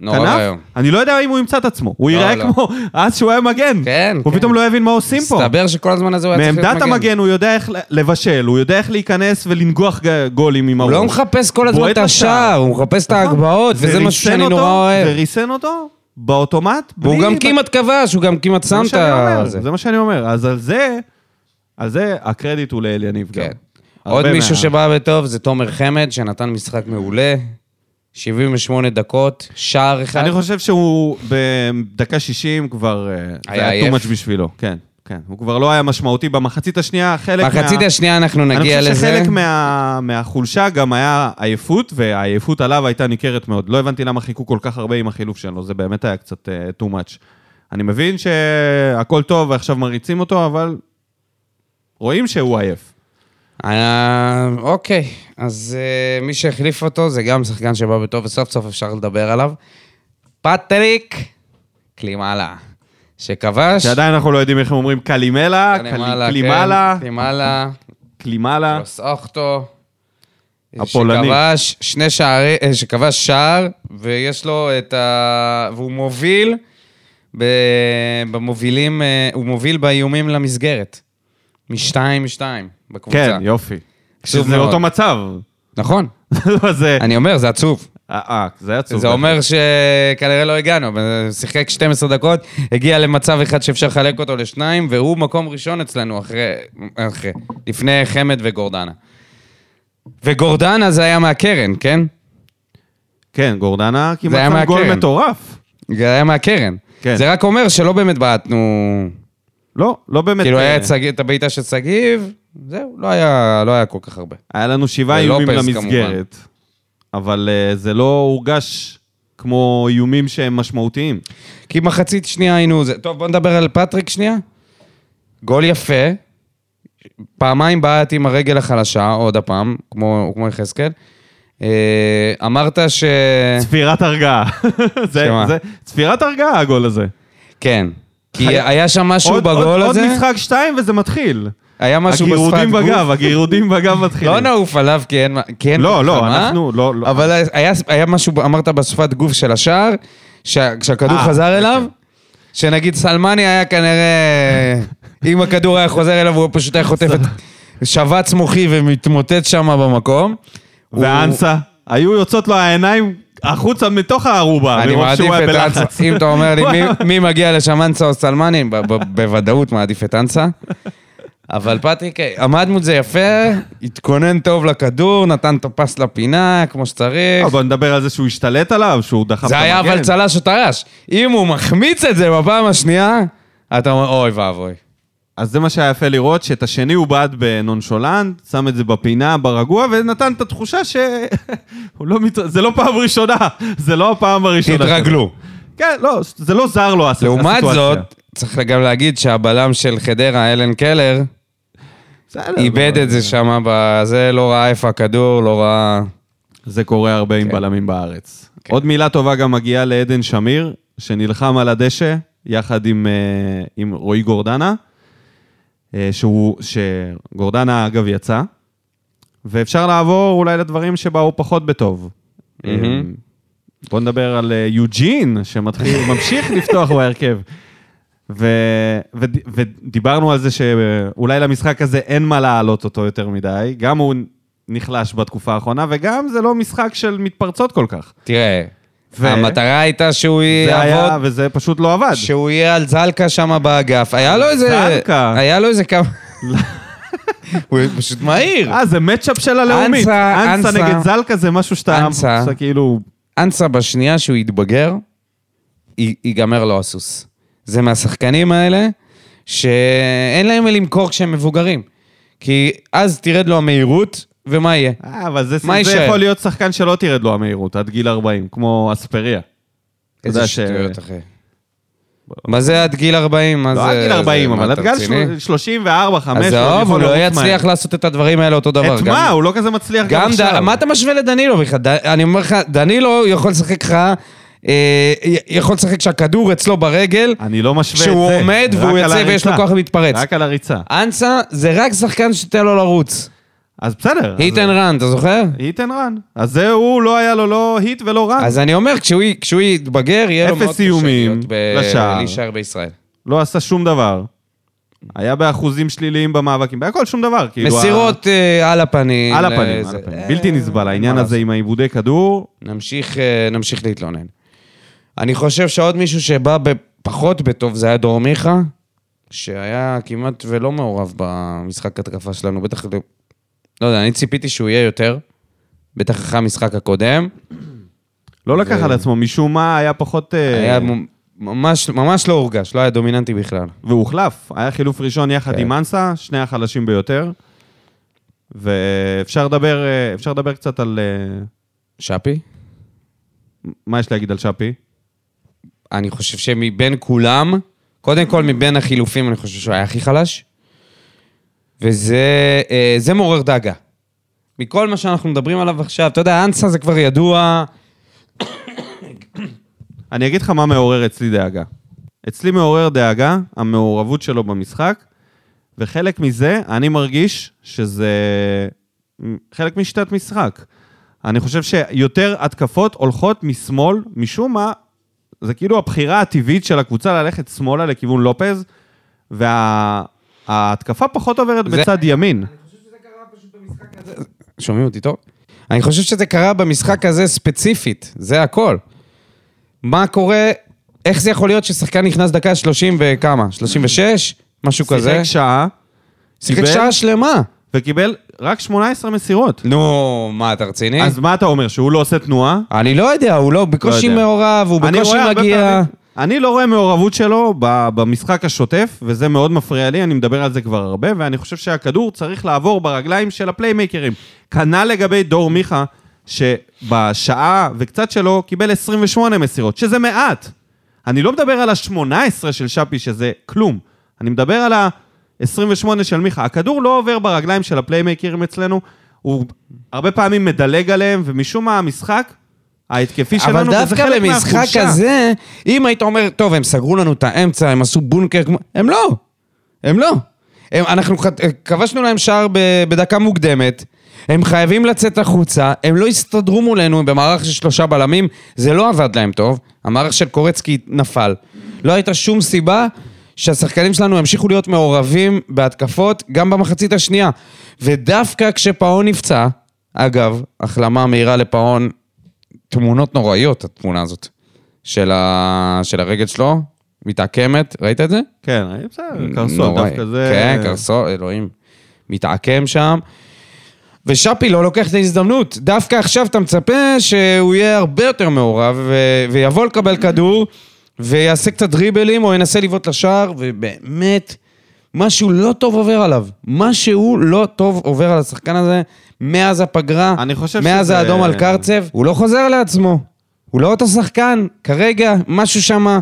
Speaker 2: נורא
Speaker 1: כנף,
Speaker 2: ואיום.
Speaker 1: אני לא יודע אם הוא ימצא את עצמו. הוא
Speaker 2: לא,
Speaker 1: ייראה
Speaker 2: לא.
Speaker 1: כמו אז שהוא היה מגן.
Speaker 2: כן,
Speaker 1: הוא
Speaker 2: כן.
Speaker 1: פתאום לא הבין מה עושים פה.
Speaker 2: מסתבר שכל הזמן הזה הוא היה צריך להיות מגן.
Speaker 1: מעמדת המגן הוא יודע איך לבשל, הוא יודע איך להיכנס ולנגוח ג- גולים עם
Speaker 2: הוא
Speaker 1: הראש.
Speaker 2: לא מחפש כל הזמן
Speaker 1: בועט
Speaker 2: את השער,
Speaker 1: לשער.
Speaker 2: הוא מחפש את
Speaker 1: נכון.
Speaker 2: ההגבהות, וזה משהו
Speaker 1: וריסן
Speaker 2: שאני
Speaker 1: אותו-
Speaker 2: נורא אוהב.
Speaker 1: וריסן אותו באוטומט.
Speaker 2: והוא
Speaker 1: בלי-
Speaker 2: גם
Speaker 1: ב-
Speaker 2: כמעט כבש, הוא גם כמעט
Speaker 1: זה
Speaker 2: שם
Speaker 1: מה
Speaker 2: את
Speaker 1: שאני אומר,
Speaker 2: ה... זה.
Speaker 1: זה מה שאני אומר. אז על זה, על זה הקרדיט הוא לאל יניב גם.
Speaker 2: כן. עוד
Speaker 1: הרבה
Speaker 2: מישהו
Speaker 1: מה-
Speaker 2: שבא בטוב זה תומר חמד, שנתן משחק מעולה. 78 דקות, שער אחד.
Speaker 1: אני חושב שהוא בדקה 60 כבר... אה,
Speaker 2: היה
Speaker 1: זה היה too
Speaker 2: עייף.
Speaker 1: much בשבילו, כן. כן, הוא כבר לא היה משמעותי במחצית השנייה, חלק מה...
Speaker 2: מחצית השנייה אנחנו נגיע
Speaker 1: אני חושב
Speaker 2: לזה.
Speaker 1: שחלק מה... מהחולשה גם היה עייפות, והעייפות עליו הייתה ניכרת מאוד. לא הבנתי למה חיכו כל כך הרבה עם החילוף שלו, זה באמת היה קצת uh, too much. אני מבין שהכל טוב ועכשיו מריצים אותו, אבל רואים שהוא עייף.
Speaker 2: אה, אוקיי, אז אה, מי שהחליף אותו זה גם שחקן שבא בטוב, וסוף סוף אפשר לדבר עליו. פטריק קלימאלה, שכבש.
Speaker 1: שעדיין אנחנו לא יודעים איך הם אומרים קלימלה,
Speaker 2: קלימאלה,
Speaker 1: קלימלה,
Speaker 2: כן, לא קלימאלה,
Speaker 1: קלימלה.
Speaker 2: לוס אוכטו.
Speaker 1: הפולני.
Speaker 2: שכבש שני שערי, אה, שכבש שער, ויש לו את ה... והוא מוביל ב... במובילים, אה, הוא מוביל באיומים למסגרת. משתיים, משתיים, בקבוצה.
Speaker 1: כן, יופי.
Speaker 2: עצוב
Speaker 1: שזה
Speaker 2: מאוד.
Speaker 1: אותו מצב.
Speaker 2: נכון.
Speaker 1: לא, זה...
Speaker 2: אני אומר, זה עצוב.
Speaker 1: אה, אה, זה עצוב.
Speaker 2: זה אומר שכנראה לא הגענו, אבל שיחק 12 דקות, הגיע למצב אחד שאפשר לחלק אותו לשניים, והוא מקום ראשון אצלנו אחרי, אחרי, לפני חמד וגורדנה. וגורדנה זה היה מהקרן, כן?
Speaker 1: כן, גורדנה
Speaker 2: זה היה
Speaker 1: כמעט שם גול
Speaker 2: מהקרן.
Speaker 1: מטורף.
Speaker 2: זה היה מהקרן.
Speaker 1: כן.
Speaker 2: זה רק אומר שלא באמת בעטנו...
Speaker 1: לא, לא באמת...
Speaker 2: כאילו, היה
Speaker 1: אה,
Speaker 2: את שגיב- את הבעיטה של שגיב, זהו, לא היה, לא היה כל כך הרבה.
Speaker 1: היה לנו שבעה
Speaker 2: ולופז,
Speaker 1: איומים למסגרת, אבל אה, זה לא הורגש כמו איומים שהם משמעותיים.
Speaker 2: כי מחצית שנייה היינו זה. טוב, בוא נדבר על פטריק שנייה. גול יפה. פעמיים בעט עם הרגל החלשה, עוד הפעם, כמו כמו יחזקאל. אה, אמרת ש...
Speaker 1: צפירת הרגעה. זה,
Speaker 2: כן. שמה?
Speaker 1: זה צפירת הרגעה, הגול הזה.
Speaker 2: כן. כי היה שם משהו
Speaker 1: עוד, עוד,
Speaker 2: בגול הזה,
Speaker 1: עוד משחק שתיים וזה מתחיל.
Speaker 2: היה משהו בשפת גוף.
Speaker 1: הגירודים בגב, הגירודים בגב מתחילים.
Speaker 2: לא נעוף עליו, כי אין... מה- כי אין
Speaker 1: לא, לא,
Speaker 2: מלחמה,
Speaker 1: אנחנו, לא, לא.
Speaker 2: אבל היה- היה משהו, אמרת, בשפת גוף של השער, שה- כשהכדור
Speaker 1: אה,
Speaker 2: חזר אליו, שנגיד סלמני היה כנראה... אם הכדור היה חוזר אליו, הוא פשוט היה חוטף את שבץ מוחי ומתמוטט שם במקום. הוא-
Speaker 1: ואנסה, היו יוצאות לו העיניים החוצה מתוך הארובה.
Speaker 2: אני
Speaker 1: מרוב שהוא
Speaker 2: מעדיף
Speaker 1: היה
Speaker 2: את
Speaker 1: בלחץ.
Speaker 2: אנסה. אם אתה אומר לי מי- מי מגיע לשם, אנסה או סלמני, ב- ב- בוודאות מעדיף את אנסה. אבל פטריק אה, עמד מול זה יפה, התכונן טוב לכדור, נתן את הפס לפינה כמו שצריך.
Speaker 1: לא, בוא נדבר על זה שהוא השתלט עליו, שהוא דחף את
Speaker 2: זה
Speaker 1: המגן.
Speaker 2: היה אבל צלש או טרש. אם הוא מחמיץ את זה בפעם השנייה, אתה אומר, אוי ואבוי.
Speaker 1: אז זה מה שהיה יפה לראות, שאת השני הוא בעט בנונשולנט, שם את זה בפינה, ברגוע, ונתן את התחושה ש... הוא לא מת... זה לא פעם ראשונה, זה לא הפעם הראשונה.
Speaker 2: תתרגלו.
Speaker 1: כן, לא, זה לא זר לו הס- הסיטואציה.
Speaker 2: לעומת זאת, צריך גם להגיד שהבלם של חדרה, אלן קלר,
Speaker 1: בסדר, לא,
Speaker 2: איבד
Speaker 1: אבל-
Speaker 2: את זה שם, זה לא ראה איפה הכדור, לא ראה...
Speaker 1: זה קורה הרבה עם בלמים בארץ. עוד מילה טובה גם מגיעה לעדן שמיר, שנלחם על הדשא יחד עם, אה, עם רועי גורדנה, אה, שהוא, שגורדנה אגב יצא, ואפשר לעבור אולי לדברים שבאו פחות בטוב. אה,
Speaker 2: מהמם.
Speaker 1: בואו נדבר על אה, יוג'ין, שמתחיל, ממשיך לפתוח בהרכב. ו, ו, ודיברנו על זה שאולי למשחק הזה אין מה להעלות אותו יותר מדי, גם הוא נחלש בתקופה האחרונה, וגם זה לא משחק של מתפרצות כל כך.
Speaker 2: תראה,
Speaker 1: ו-
Speaker 2: המטרה הייתה שהוא
Speaker 1: זה היה,
Speaker 2: יעבוד,
Speaker 1: וזה פשוט לא עבד.
Speaker 2: שהוא יהיה על זלקה שם באגף. היה לו איזה...
Speaker 1: זלקה. לא.
Speaker 2: היה לו איזה כמה... הוא פשוט מהיר.
Speaker 1: אה, זה מצ'אפ של הלאומית.
Speaker 2: אנסה-
Speaker 1: אנסה
Speaker 2: אנסה-
Speaker 1: נגד זלקה זה משהו שאתה...
Speaker 2: אנסה-
Speaker 1: שאתה כאילו...
Speaker 2: אנסה בשנייה שהוא יתבגר, י- ייגמר לו הסוס. זה מהשחקנים האלה, שאין להם מה למכור כשהם מבוגרים. כי אז תרד לו המהירות, ומה יהיה?
Speaker 1: אה, אבל זה,
Speaker 2: מה
Speaker 1: זה
Speaker 2: יישאר?
Speaker 1: יכול להיות שחקן שלא תרד לו המהירות, עד גיל 40, כמו אספריה. אתה יודע
Speaker 2: איזה
Speaker 1: ש-
Speaker 2: שטויות, אחי. מה זה עד גיל 40? מה
Speaker 1: לא
Speaker 2: זה-
Speaker 1: עד גיל
Speaker 2: זה-
Speaker 1: 40,
Speaker 2: מה,
Speaker 1: אבל עד
Speaker 2: אתה
Speaker 1: גיל
Speaker 2: רציני?
Speaker 1: 34, 5,
Speaker 2: עזוב, הוא לא יצליח לעשות את הדברים האלה אותו דבר.
Speaker 1: את
Speaker 2: גם-
Speaker 1: מה? הוא לא כזה מצליח גם
Speaker 2: גם, ד-
Speaker 1: עכשיו.
Speaker 2: מה אתה משווה לדנילו בכלל? ד- אני אומר לך, דנילו יכול לשחק לך, אה, י- יכול לשחק כשהכדור אצלו ברגל,
Speaker 1: אני לא משווה את זה.
Speaker 2: כשהוא עומד
Speaker 1: רק על
Speaker 2: והוא יוצא ויש לו
Speaker 1: הריצה.
Speaker 2: כוח להתפרץ.
Speaker 1: רק על הריצה.
Speaker 2: אנסה זה רק שחקן שתיתן לו
Speaker 1: אה,
Speaker 2: לרוץ.
Speaker 1: אז בסדר. אז-
Speaker 2: היט אנד רן, אתה זוכר?
Speaker 1: היט אנד רן. אז זה הוא, לא היה לו לא היט ולא רן.
Speaker 2: אז אני אומר, כשהוא י- כשהוא יתבגר, יהיה לו
Speaker 1: אפס
Speaker 2: מאוד קשה
Speaker 1: איומים
Speaker 2: להיות ב-
Speaker 1: לשער.
Speaker 2: להישאר בישראל.
Speaker 1: לא עשה שום דבר. היה באחוזים שליליים במאבקים, בהכל שום דבר. כאילו,
Speaker 2: מסירות אה, על הפנים.
Speaker 1: ה- על
Speaker 2: אה,
Speaker 1: הפנים, על
Speaker 2: זה-
Speaker 1: הפנים.
Speaker 2: אה,
Speaker 1: בלתי נסבל, העניין
Speaker 2: מה
Speaker 1: הזה עם העיבודי כדור.
Speaker 2: נמשיך, אה, נמשיך להתלונן. אני חושב שעוד מישהו שבא פחות בטוב זה היה דור מיכה, שהיה כמעט ולא מעורב במשחק התקפה שלנו, בטח... לא- לא יודע, אני ציפיתי שהוא יהיה יותר, בטח אחרי המשחק הקודם.
Speaker 1: לא לקח על עצמו, משום מה היה פחות... אה,
Speaker 2: היה מ- ממש, ממש לא הורגש, לא היה דומיננטי בכלל.
Speaker 1: והוא הוחלף. היה חילוף ראשון יחד
Speaker 2: כן.
Speaker 1: עם אנסה, שני החלשים ביותר. ואפשר לדבר, אה, אפשר לדבר קצת על... אה,
Speaker 2: שפי?
Speaker 1: מה יש להגיד על שפי?
Speaker 2: אני חושב שמבין כולם, קודם כל מבין החילופים, אני חושב שהוא היה הכי חלש. וזה אה, זה מעורר דאגה. מכל מה שאנחנו מדברים עליו עכשיו, אתה יודע, אנסה זה כבר ידוע,
Speaker 1: אני אגיד לך מה מעורר אצלי דאגה. אצלי מעורר דאגה המעורבות שלו במשחק, וחלק מזה, אני מרגיש שזה חלק משיטת משחק. אני חושב שיותר התקפות הולכות משמאל, משום מה, זה כאילו הבחירה הטבעית של הקבוצה ללכת שמאלה לכיוון לופז, וההתקפה פחות עוברת
Speaker 2: זה-
Speaker 1: בצד ימין.
Speaker 2: שומעים אותי טוב? אני חושב שזה קרה במשחק הזה ספציפית, זה הכל. מה קורה, איך זה יכול להיות ששחקן נכנס דקה 30 וכמה? 36? משהו כזה?
Speaker 1: שיחק שעה
Speaker 2: שיחק
Speaker 1: קיבל?
Speaker 2: שעה שלמה.
Speaker 1: וקיבל רק 18 מסירות.
Speaker 2: נו, אה. מה, אתה רציני?
Speaker 1: אז מה אתה אומר, שהוא לא עושה תנועה?
Speaker 2: אני לא יודע, הוא לא, בקושי
Speaker 1: לא יודע.
Speaker 2: מעורב, הוא
Speaker 1: אני
Speaker 2: בקושי
Speaker 1: רואה הרבה
Speaker 2: מגיע.
Speaker 1: פעמים- אני לא רואה מעורבות שלו ב- במשחק השוטף, וזה מאוד מפריע לי, אני מדבר על זה כבר הרבה, ואני חושב שהכדור צריך לעבור ברגליים של הפליימייקרים. כנ"ל לגבי דור מיכה, שבשעה וקצת שלו קיבל 28 מסירות, שזה מעט. אני לא מדבר על ה-18 של שפי, שזה כלום. אני מדבר על ה-28 של מיכה. הכדור לא עובר ברגליים של הפליימייקרים אצלנו, הוא הרבה פעמים מדלג עליהם, ומשום מה המשחק ההתקפי שלנו,
Speaker 2: אבל
Speaker 1: וזה
Speaker 2: דווקא
Speaker 1: חלק
Speaker 2: במשחק
Speaker 1: מהחולשה.
Speaker 2: הזה, אם היית אומר, טוב, הם סגרו לנו את האמצע, הם עשו בונקר, כמו-" הם לא. הם לא. הם, אנחנו ח- כבשנו להם שער ב, בדקה מוקדמת, הם חייבים לצאת החוצה, הם לא הסתדרו מולנו במערך של שלושה בלמים, זה לא עבד להם טוב, המערך של קורצקי נפל. לא הייתה שום סיבה שהשחקנים שלנו ימשיכו להיות מעורבים בהתקפות גם במחצית השנייה. ודווקא כשפאון נפצע, אגב, החלמה מהירה לפאון, תמונות נוראיות, התמונה הזאת, של, ה... של הרגל שלו, מתעקמת, ראית את זה?
Speaker 1: כן, בסדר, קרסול
Speaker 2: נוראי.
Speaker 1: דווקא זה...
Speaker 2: כן, קרסול, אלוהים. מתעקם שם. ושאפי לא לוקח את ההזדמנות. דווקא עכשיו אתה מצפה שהוא יהיה הרבה יותר מעורב, ו- ויבוא לקבל כדור, ויעשה קצת דריבלים, או ינסה לבעוט לשער, ובאמת, משהו לא טוב עובר עליו. משהו לא טוב עובר על השחקן הזה מאז הפגרה,
Speaker 1: אני חושב
Speaker 2: מאז
Speaker 1: שזה-
Speaker 2: האדום על קרצב. הוא לא חוזר לעצמו. הוא לא אותו שחקן. כרגע, משהו שמה...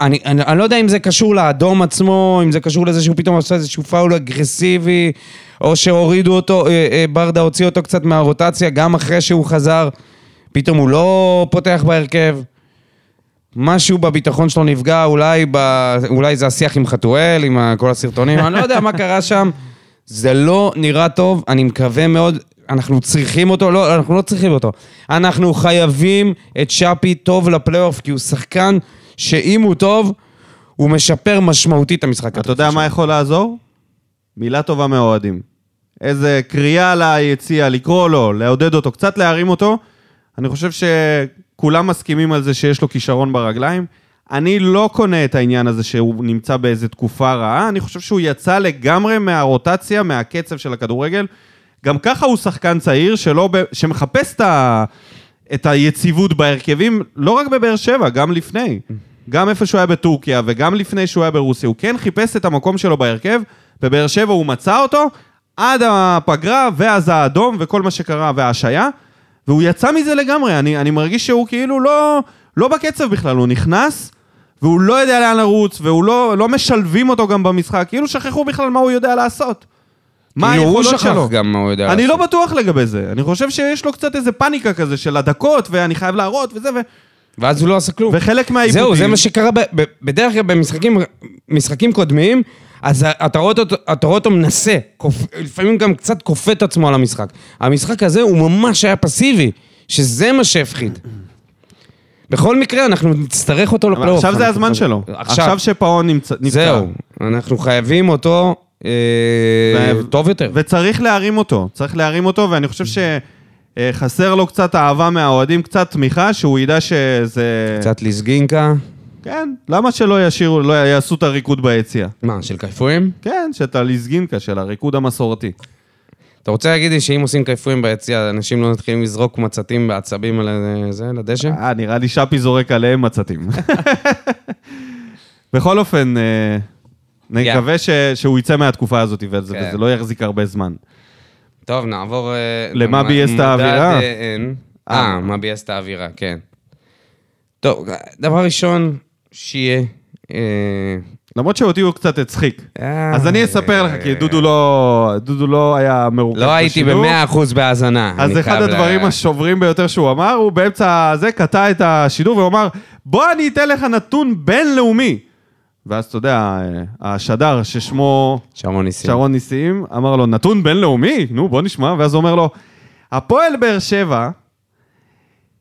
Speaker 2: אני, אני, אני לא יודע אם זה קשור לאדום עצמו, אם זה קשור לזה שהוא פתאום עשה איזשהו פאול אגרסיבי, או שהורידו אותו, אה, אה, ברדה הוציא אותו קצת מהרוטציה, גם אחרי שהוא חזר, פתאום הוא לא פותח בהרכב. משהו בביטחון שלו נפגע, אולי, ב, אולי זה השיח עם חתואל, עם ה- כל הסרטונים, אני לא יודע מה קרה שם. זה לא נראה טוב, אני מקווה מאוד, אנחנו צריכים אותו, לא, אנחנו לא צריכים אותו. אנחנו חייבים את שפי טוב לפלייאוף, כי הוא שחקן שאם הוא טוב, הוא משפר משמעותית את המשחק.
Speaker 1: אתה יודע מה יכול לעזור? מילה טובה מהאוהדים. איזה קריאה ליציע, לקרוא לו, לעודד אותו, קצת להרים אותו. אני חושב שכולם מסכימים על זה שיש לו כישרון ברגליים. אני לא קונה את העניין הזה שהוא נמצא באיזו תקופה רעה, אני חושב שהוא יצא לגמרי מהרוטציה, מהקצב של הכדורגל. גם ככה הוא שחקן צעיר שלא ב... שמחפש את, ה... את היציבות בהרכבים, לא רק בבאר שבע, גם לפני. גם איפה שהוא היה בטורקיה וגם לפני שהוא היה ברוסיה. הוא כן חיפש את המקום שלו בהרכב, בבאר שבע הוא מצא אותו עד הפגרה, ואז האדום וכל מה שקרה וההשעיה, והוא יצא מזה לגמרי. אני, אני מרגיש שהוא כאילו לא, לא בקצב בכלל, הוא נכנס. והוא לא יודע לאן לרוץ, והוא לא, לא משלבים אותו גם במשחק, כאילו שכחו בכלל מה הוא יודע לעשות. מה
Speaker 2: כאילו,
Speaker 1: היכולות שלו.
Speaker 2: הוא שכח גם מה הוא יודע.
Speaker 1: אני
Speaker 2: לעשות.
Speaker 1: לא בטוח לגבי זה. אני חושב שיש לו קצת איזה פאניקה כזה של הדקות, ואני חייב להראות וזה, ו...
Speaker 2: ואז הוא לא עשה כלום.
Speaker 1: וחלק מהעיבודים...
Speaker 2: זהו, זה מה שקרה, ב- ב- בדרך כלל במשחקים משחקים קודמים, אז ה- אתה רואה אותו- אתה רואה אותו מנסה, כופ- לפעמים גם קצת כופה את עצמו על המשחק. המשחק הזה הוא ממש היה פסיבי, שזה מה שהפחיד. בכל מקרה, אנחנו נצטרך אותו
Speaker 1: אבל
Speaker 2: לפלייאוף.
Speaker 1: עכשיו זה
Speaker 2: אנחנו-
Speaker 1: הזמן שלו.
Speaker 2: לא, עכשיו,
Speaker 1: עכשיו שפאון נמצא... נפצע.
Speaker 2: זהו, אנחנו חייבים אותו אה,
Speaker 1: ו-
Speaker 2: טוב יותר.
Speaker 1: וצריך להרים אותו, צריך להרים אותו, ואני
Speaker 2: Mm.
Speaker 1: חושב שחסר לו קצת אהבה מהאוהדים, קצת תמיכה, שהוא ידע שזה...
Speaker 2: קצת לסגינקה.
Speaker 1: כן, למה שלא ישירו, לא יעשו את הריקוד ביציאה?
Speaker 2: מה, של קייפויים?
Speaker 1: כן, שאתה ליזגינקה של הריקוד המסורתי.
Speaker 2: אתה רוצה להגיד לי שאם עושים קייפויים ביציע, אנשים לא מתחילים לזרוק מצתים ועצבים על ה- זה, לדשא?
Speaker 1: אה, נראה לי שפי זורק עליהם מצתים. בכל אופן, אה, נקווה ש- שהוא יצא מהתקופה הזאת וזה
Speaker 2: כן.
Speaker 1: וזה לא יחזיק הרבה זמן.
Speaker 2: טוב, נעבור... אה,
Speaker 1: למה
Speaker 2: למ-
Speaker 1: ביאס את
Speaker 2: מודד,
Speaker 1: האווירה?
Speaker 2: אה, אין. אה, מה ביאס את האווירה, כן. טוב, דבר ראשון, שיהיה... אה,
Speaker 1: למרות שאותי הוא קצת הצחיק.
Speaker 2: אה,
Speaker 1: אז אני אספר לך, כי דודו לא, דודו לא היה מרוכז
Speaker 2: לא הייתי
Speaker 1: בשידור.
Speaker 2: במאה אחוז בהאזנה.
Speaker 1: אז
Speaker 2: אני
Speaker 1: אחד
Speaker 2: חייב
Speaker 1: הדברים
Speaker 2: לה-
Speaker 1: השוברים ביותר שהוא אמר, הוא באמצע זה קטע את השידור והוא אמר, בוא אני אתן לך נתון בינלאומי. ואז אתה יודע, אה, השדר ששמו
Speaker 2: שרון ניסים.
Speaker 1: שרון ניסים אמר לו, נתון בינלאומי? נו, בוא נשמע. ואז הוא אומר לו, הפועל באר שבע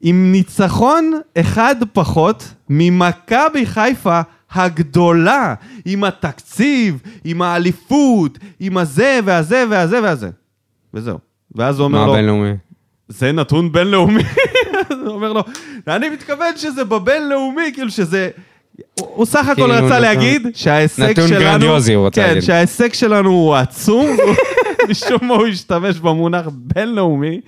Speaker 1: עם ניצחון אחד פחות ממכבי חיפה הגדולה, עם התקציב, עם האליפות, עם הזה והזה והזה והזה. וזהו. ואז הוא אומר
Speaker 2: מה
Speaker 1: לו,
Speaker 2: בינלאומי?
Speaker 1: זה נתון בינלאומי. אז הוא אומר לו, אני מתכוון שזה בבינלאומי, כאילו שזה... הוא הוא סך הכל
Speaker 2: כאילו
Speaker 1: רצה
Speaker 2: נתון-
Speaker 1: להגיד שההישג
Speaker 2: נתון
Speaker 1: שלנו...
Speaker 2: גרנדיוזי, הוא רצה
Speaker 1: כן,
Speaker 2: להגיד.
Speaker 1: שההישג שלנו הוא עצום, משום מה הוא השתמש במונח בינלאומי.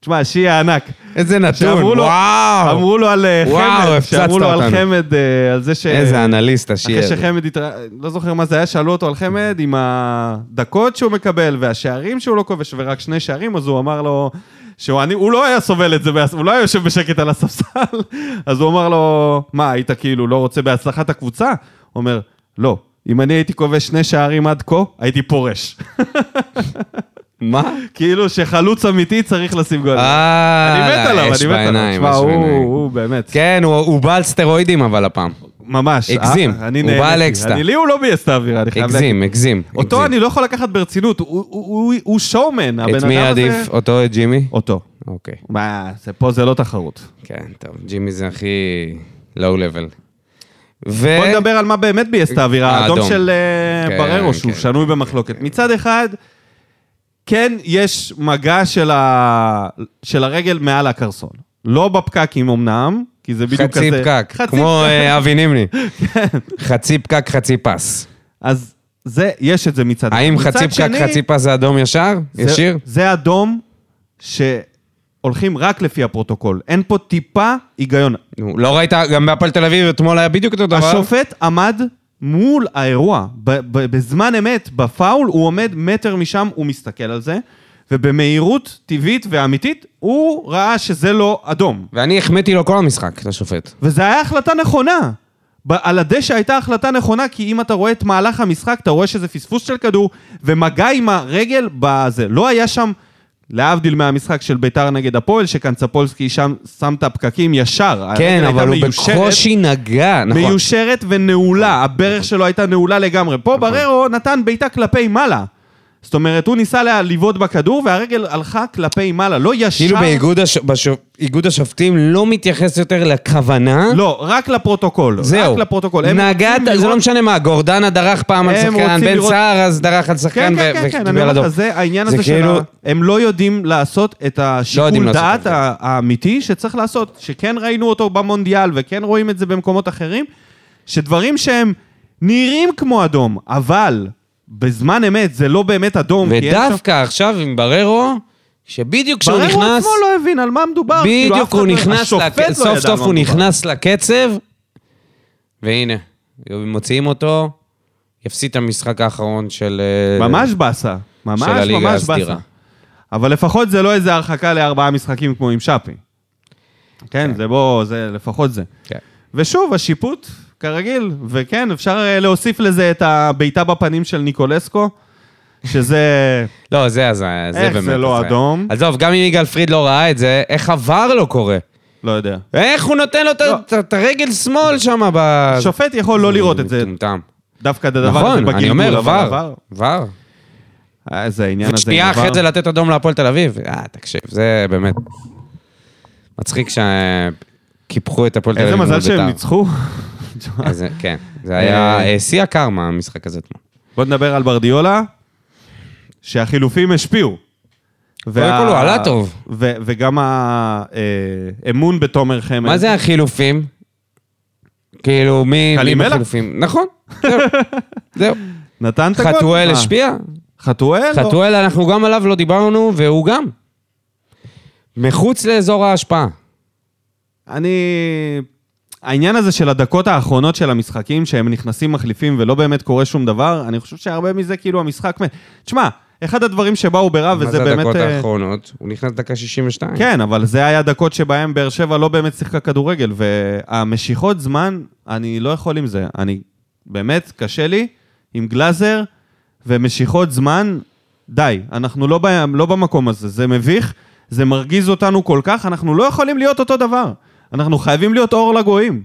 Speaker 1: תשמע, שיהיה ענק.
Speaker 2: איזה
Speaker 1: שאמרו
Speaker 2: נתון,
Speaker 1: לו-
Speaker 2: וואו!
Speaker 1: אמרו לו על אה,
Speaker 2: וואו,
Speaker 1: חמד,
Speaker 2: הפצצת
Speaker 1: שאמרו לו על
Speaker 2: אותנו.
Speaker 1: חמד, אה, על זה ש...
Speaker 2: איזה אנליסט השיר.
Speaker 1: אחרי שחמד, התרא- לא זוכר מה זה היה, שאלו אותו על חמד עם הדקות שהוא מקבל והשערים שהוא לא כובש ורק שני שערים, אז הוא אמר לו שהוא אני, הוא לא היה סובל את זה, בהס- הוא לא היה יושב בשקט על הספסל, אז הוא אמר לו, מה, היית כאילו לא רוצה בהצלחת הקבוצה? הוא אומר, לא, אם אני הייתי כובש שני שערים עד כה, הייתי פורש.
Speaker 2: מה?
Speaker 1: כאילו שחלוץ אמיתי צריך לשים גול.
Speaker 2: אה,
Speaker 1: אני מת עליו, אני מת
Speaker 2: אש
Speaker 1: עליו.
Speaker 2: בעיניים,
Speaker 1: תשמע,
Speaker 2: כן. אש
Speaker 1: הוא-
Speaker 2: בעיניים.
Speaker 1: הוא באמת.
Speaker 2: כן, הוא- הוא בעל סטרואידים אבל הפעם.
Speaker 1: ממש.
Speaker 2: הגזים.
Speaker 1: אה, אני
Speaker 2: הוא
Speaker 1: נהניתי.
Speaker 2: בא לאקסטה.
Speaker 1: אני- לי הוא לא ביאס את האווירה, אני חייב להגיד.
Speaker 2: הגזים, הגזים.
Speaker 1: אותו
Speaker 2: הגזים.
Speaker 1: אני לא יכול לקחת ברצינות, הוא- הוא- הוא- הוא שואומן, הבן אדם
Speaker 2: את
Speaker 1: הזה.
Speaker 2: מי עדיף? אותו את ג'ימי?
Speaker 1: אותו.
Speaker 2: אוקיי.
Speaker 1: מה, זה- פה זה לא תחרות.
Speaker 2: כן, טוב, ג'ימי זה הכי לואו לבל. ו...
Speaker 1: בוא נדבר על מה באמת ביאס את האווירה, האדום
Speaker 2: האדום.
Speaker 1: של אה,
Speaker 2: אה? כן,
Speaker 1: בררו, שהוא
Speaker 2: כן.
Speaker 1: שנוי במחלוקת. מצד אחד, כן יש מגע של ה- של הרגל מעל הקרסון. לא בפקקים אמנם, כי זה כן. בדיוק כזה...
Speaker 2: חצי פקק, כמו אה, אבי נימני. חצי פקק, חצי פס.
Speaker 1: אז זה, יש את זה מצד אחד.
Speaker 2: האם
Speaker 1: מצד
Speaker 2: חצי פקק,
Speaker 1: שני,
Speaker 2: חצי פס זה אדום ישר?
Speaker 1: זה-
Speaker 2: ישיר?
Speaker 1: זה אדום שהולכים רק לפי הפרוטוקול. אין פה טיפה היגיון.
Speaker 2: נו, לא ראית, גם בהפועל תל אביב אתמול היה בדיוק אותו דבר.
Speaker 1: השופט עמד מול האירוע, ב- ב- בזמן אמת, בפאול, הוא עומד מטר משם, הוא מסתכל על זה, ובמהירות טבעית ואמיתית, הוא ראה שזה לא אדום.
Speaker 2: ואני החמאתי לו כל המשחק, לשופט.
Speaker 1: וזו הייתה החלטה נכונה. ב- על הדשא הייתה החלטה נכונה, כי אם אתה רואה את מהלך המשחק, אתה רואה שזה פספוס של כדור, ומגע עם הרגל בזה. לא היה שם, להבדיל מהמשחק של ביתר נגד הפועל, שקנצפולסקי שם שם את הפקקים ישר.
Speaker 2: כן,
Speaker 1: הרגל
Speaker 2: אבל הוא
Speaker 1: הייתה מיושרת.
Speaker 2: בקושי נגע, נכון.
Speaker 1: מיושרת ונעולה, הברך שלו הייתה נעולה לגמרי. פה
Speaker 2: נכון.
Speaker 1: בררו נתן בעיטה כלפי מעלה. זאת אומרת, הוא ניסה לה- לבעוט בכדור, והרגל הלכה כלפי מעלה, לא ישר.
Speaker 2: כאילו באיגוד הש- בשופ- איגוד השופטים לא מתייחס יותר לכוונה.
Speaker 1: לא, רק לפרוטוקול.
Speaker 2: זהו.
Speaker 1: רק לפרוטוקול. הם
Speaker 2: נגעת,
Speaker 1: רוצים
Speaker 2: זה
Speaker 1: לראות-
Speaker 2: לא משנה מה, גורדנה דרך פעם על
Speaker 1: הם
Speaker 2: שחקן,
Speaker 1: רוצים
Speaker 2: בן
Speaker 1: לראות-
Speaker 2: סער אז דרך על שחקן
Speaker 1: כן,
Speaker 2: ו-
Speaker 1: כן, כן, כן, אני
Speaker 2: וקיבל
Speaker 1: אומר
Speaker 2: אדום.
Speaker 1: לך, זה העניין
Speaker 2: זה
Speaker 1: הזה של ה...
Speaker 2: כאילו-
Speaker 1: הם לא יודעים לעשות את
Speaker 2: יודעים
Speaker 1: השיקול
Speaker 2: לעשות את
Speaker 1: דעת
Speaker 2: זה.
Speaker 1: ה- האמיתי שצריך לעשות, שכן ראינו אותו במונדיאל וכן רואים את זה במקומות אחרים, שדברים שהם נראים כמו אדום, אבל בזמן אמת זה לא באמת אדום. כי אין שם-
Speaker 2: ודווקא עכשיו עם בררו, שבדיוק כשהוא
Speaker 1: בררו
Speaker 2: נכנס,
Speaker 1: עצמו לא הבין על מה מדובר. כאילו, אף
Speaker 2: בדיוק
Speaker 1: אחד
Speaker 2: הוא
Speaker 1: לא-
Speaker 2: נכנס,
Speaker 1: השופט
Speaker 2: לק-
Speaker 1: לא
Speaker 2: סוף
Speaker 1: ידע
Speaker 2: סוף
Speaker 1: על
Speaker 2: הוא
Speaker 1: מה מדובר.
Speaker 2: נכנס לקצב, והנה, מוציאים אותו, יפסיד את המשחק האחרון של... אה,
Speaker 1: ממש באסה. ממש
Speaker 2: של הליגה
Speaker 1: ממש
Speaker 2: הסדירה.
Speaker 1: באסה. אבל לפחות זה לא איזה הרחקה לארבעה משחקים כמו עם שפי. כן, זה בוא, זה לפחות זה.
Speaker 2: כן.
Speaker 1: ושוב, השיפוט, כרגיל, וכן, אפשר אה, להוסיף לזה את הבעיטה בפנים של ניקולסקו, שזה...
Speaker 2: לא, זה הזיה, זה
Speaker 1: איך
Speaker 2: באמת.
Speaker 1: זה לא
Speaker 2: הזיה.
Speaker 1: אדום?
Speaker 2: עזוב, גם אם יגאל פריד לא ראה את זה, איך עבר לא קורה?
Speaker 1: לא יודע.
Speaker 2: איך הוא נותן לו את-
Speaker 1: לא.
Speaker 2: את- את הרגל שמאל שם ב...
Speaker 1: שופט יכול לא לראות את זה,
Speaker 2: מטומטם.
Speaker 1: דווקא את הדבר הזה
Speaker 2: נכון,
Speaker 1: בגלגול.
Speaker 2: אני אומר,
Speaker 1: אבל
Speaker 2: עבר.
Speaker 1: עבר.
Speaker 2: עבר.
Speaker 1: אה, זה העניין הזה. עם
Speaker 2: שנייה
Speaker 1: עבר.
Speaker 2: אחרי זה לתת אדום להפועל תל אביב. אה, תקשיב, זה באמת... מצחיק שקיפחו את הפועל תל אביב.
Speaker 1: איזה
Speaker 2: מול
Speaker 1: מזל שהם
Speaker 2: בית"ר.
Speaker 1: ניצחו.
Speaker 2: איזה- כן, זה היה אה, שיא הקרמה, המשחק הזה אתמול.
Speaker 1: בוא נדבר על ברדיולה, שהחילופים השפיעו.
Speaker 2: קודם כל הוא עלה טוב.
Speaker 1: ו- וגם האמון בתומר חמד.
Speaker 2: מה זה החילופים? כאילו, מי... מי
Speaker 1: קלימלה?
Speaker 2: בחילופים? נכון, זהו. זהו.
Speaker 1: נתן את הגול.
Speaker 2: חתואל
Speaker 1: מה?
Speaker 2: השפיע?
Speaker 1: חתואל? לא.
Speaker 2: חתואל, אנחנו גם עליו לא דיברנו, והוא גם. מחוץ לאזור ההשפעה.
Speaker 1: אני... העניין הזה של הדקות האחרונות של המשחקים, שהם נכנסים מחליפים ולא באמת קורה שום דבר, אני חושב שהרבה מזה כאילו המשחק... מת. תשמע, אחד הדברים שבאו ברע,
Speaker 2: מה
Speaker 1: וזה
Speaker 2: זה
Speaker 1: באמת...
Speaker 2: הדקות
Speaker 1: אה,
Speaker 2: האחרונות? הוא נכנס דקה 62.
Speaker 1: כן, אבל זה היה דקות שבהן באר שבע לא באמת שיחקה כדורגל, והמשיכות זמן, אני לא יכול עם זה. אני באמת, קשה לי עם גלאזר ומשיכות זמן, די, אנחנו לא, ב, לא במקום הזה, זה מביך, זה מרגיז אותנו כל כך, אנחנו לא יכולים להיות אותו דבר. אנחנו חייבים להיות אור לגויים.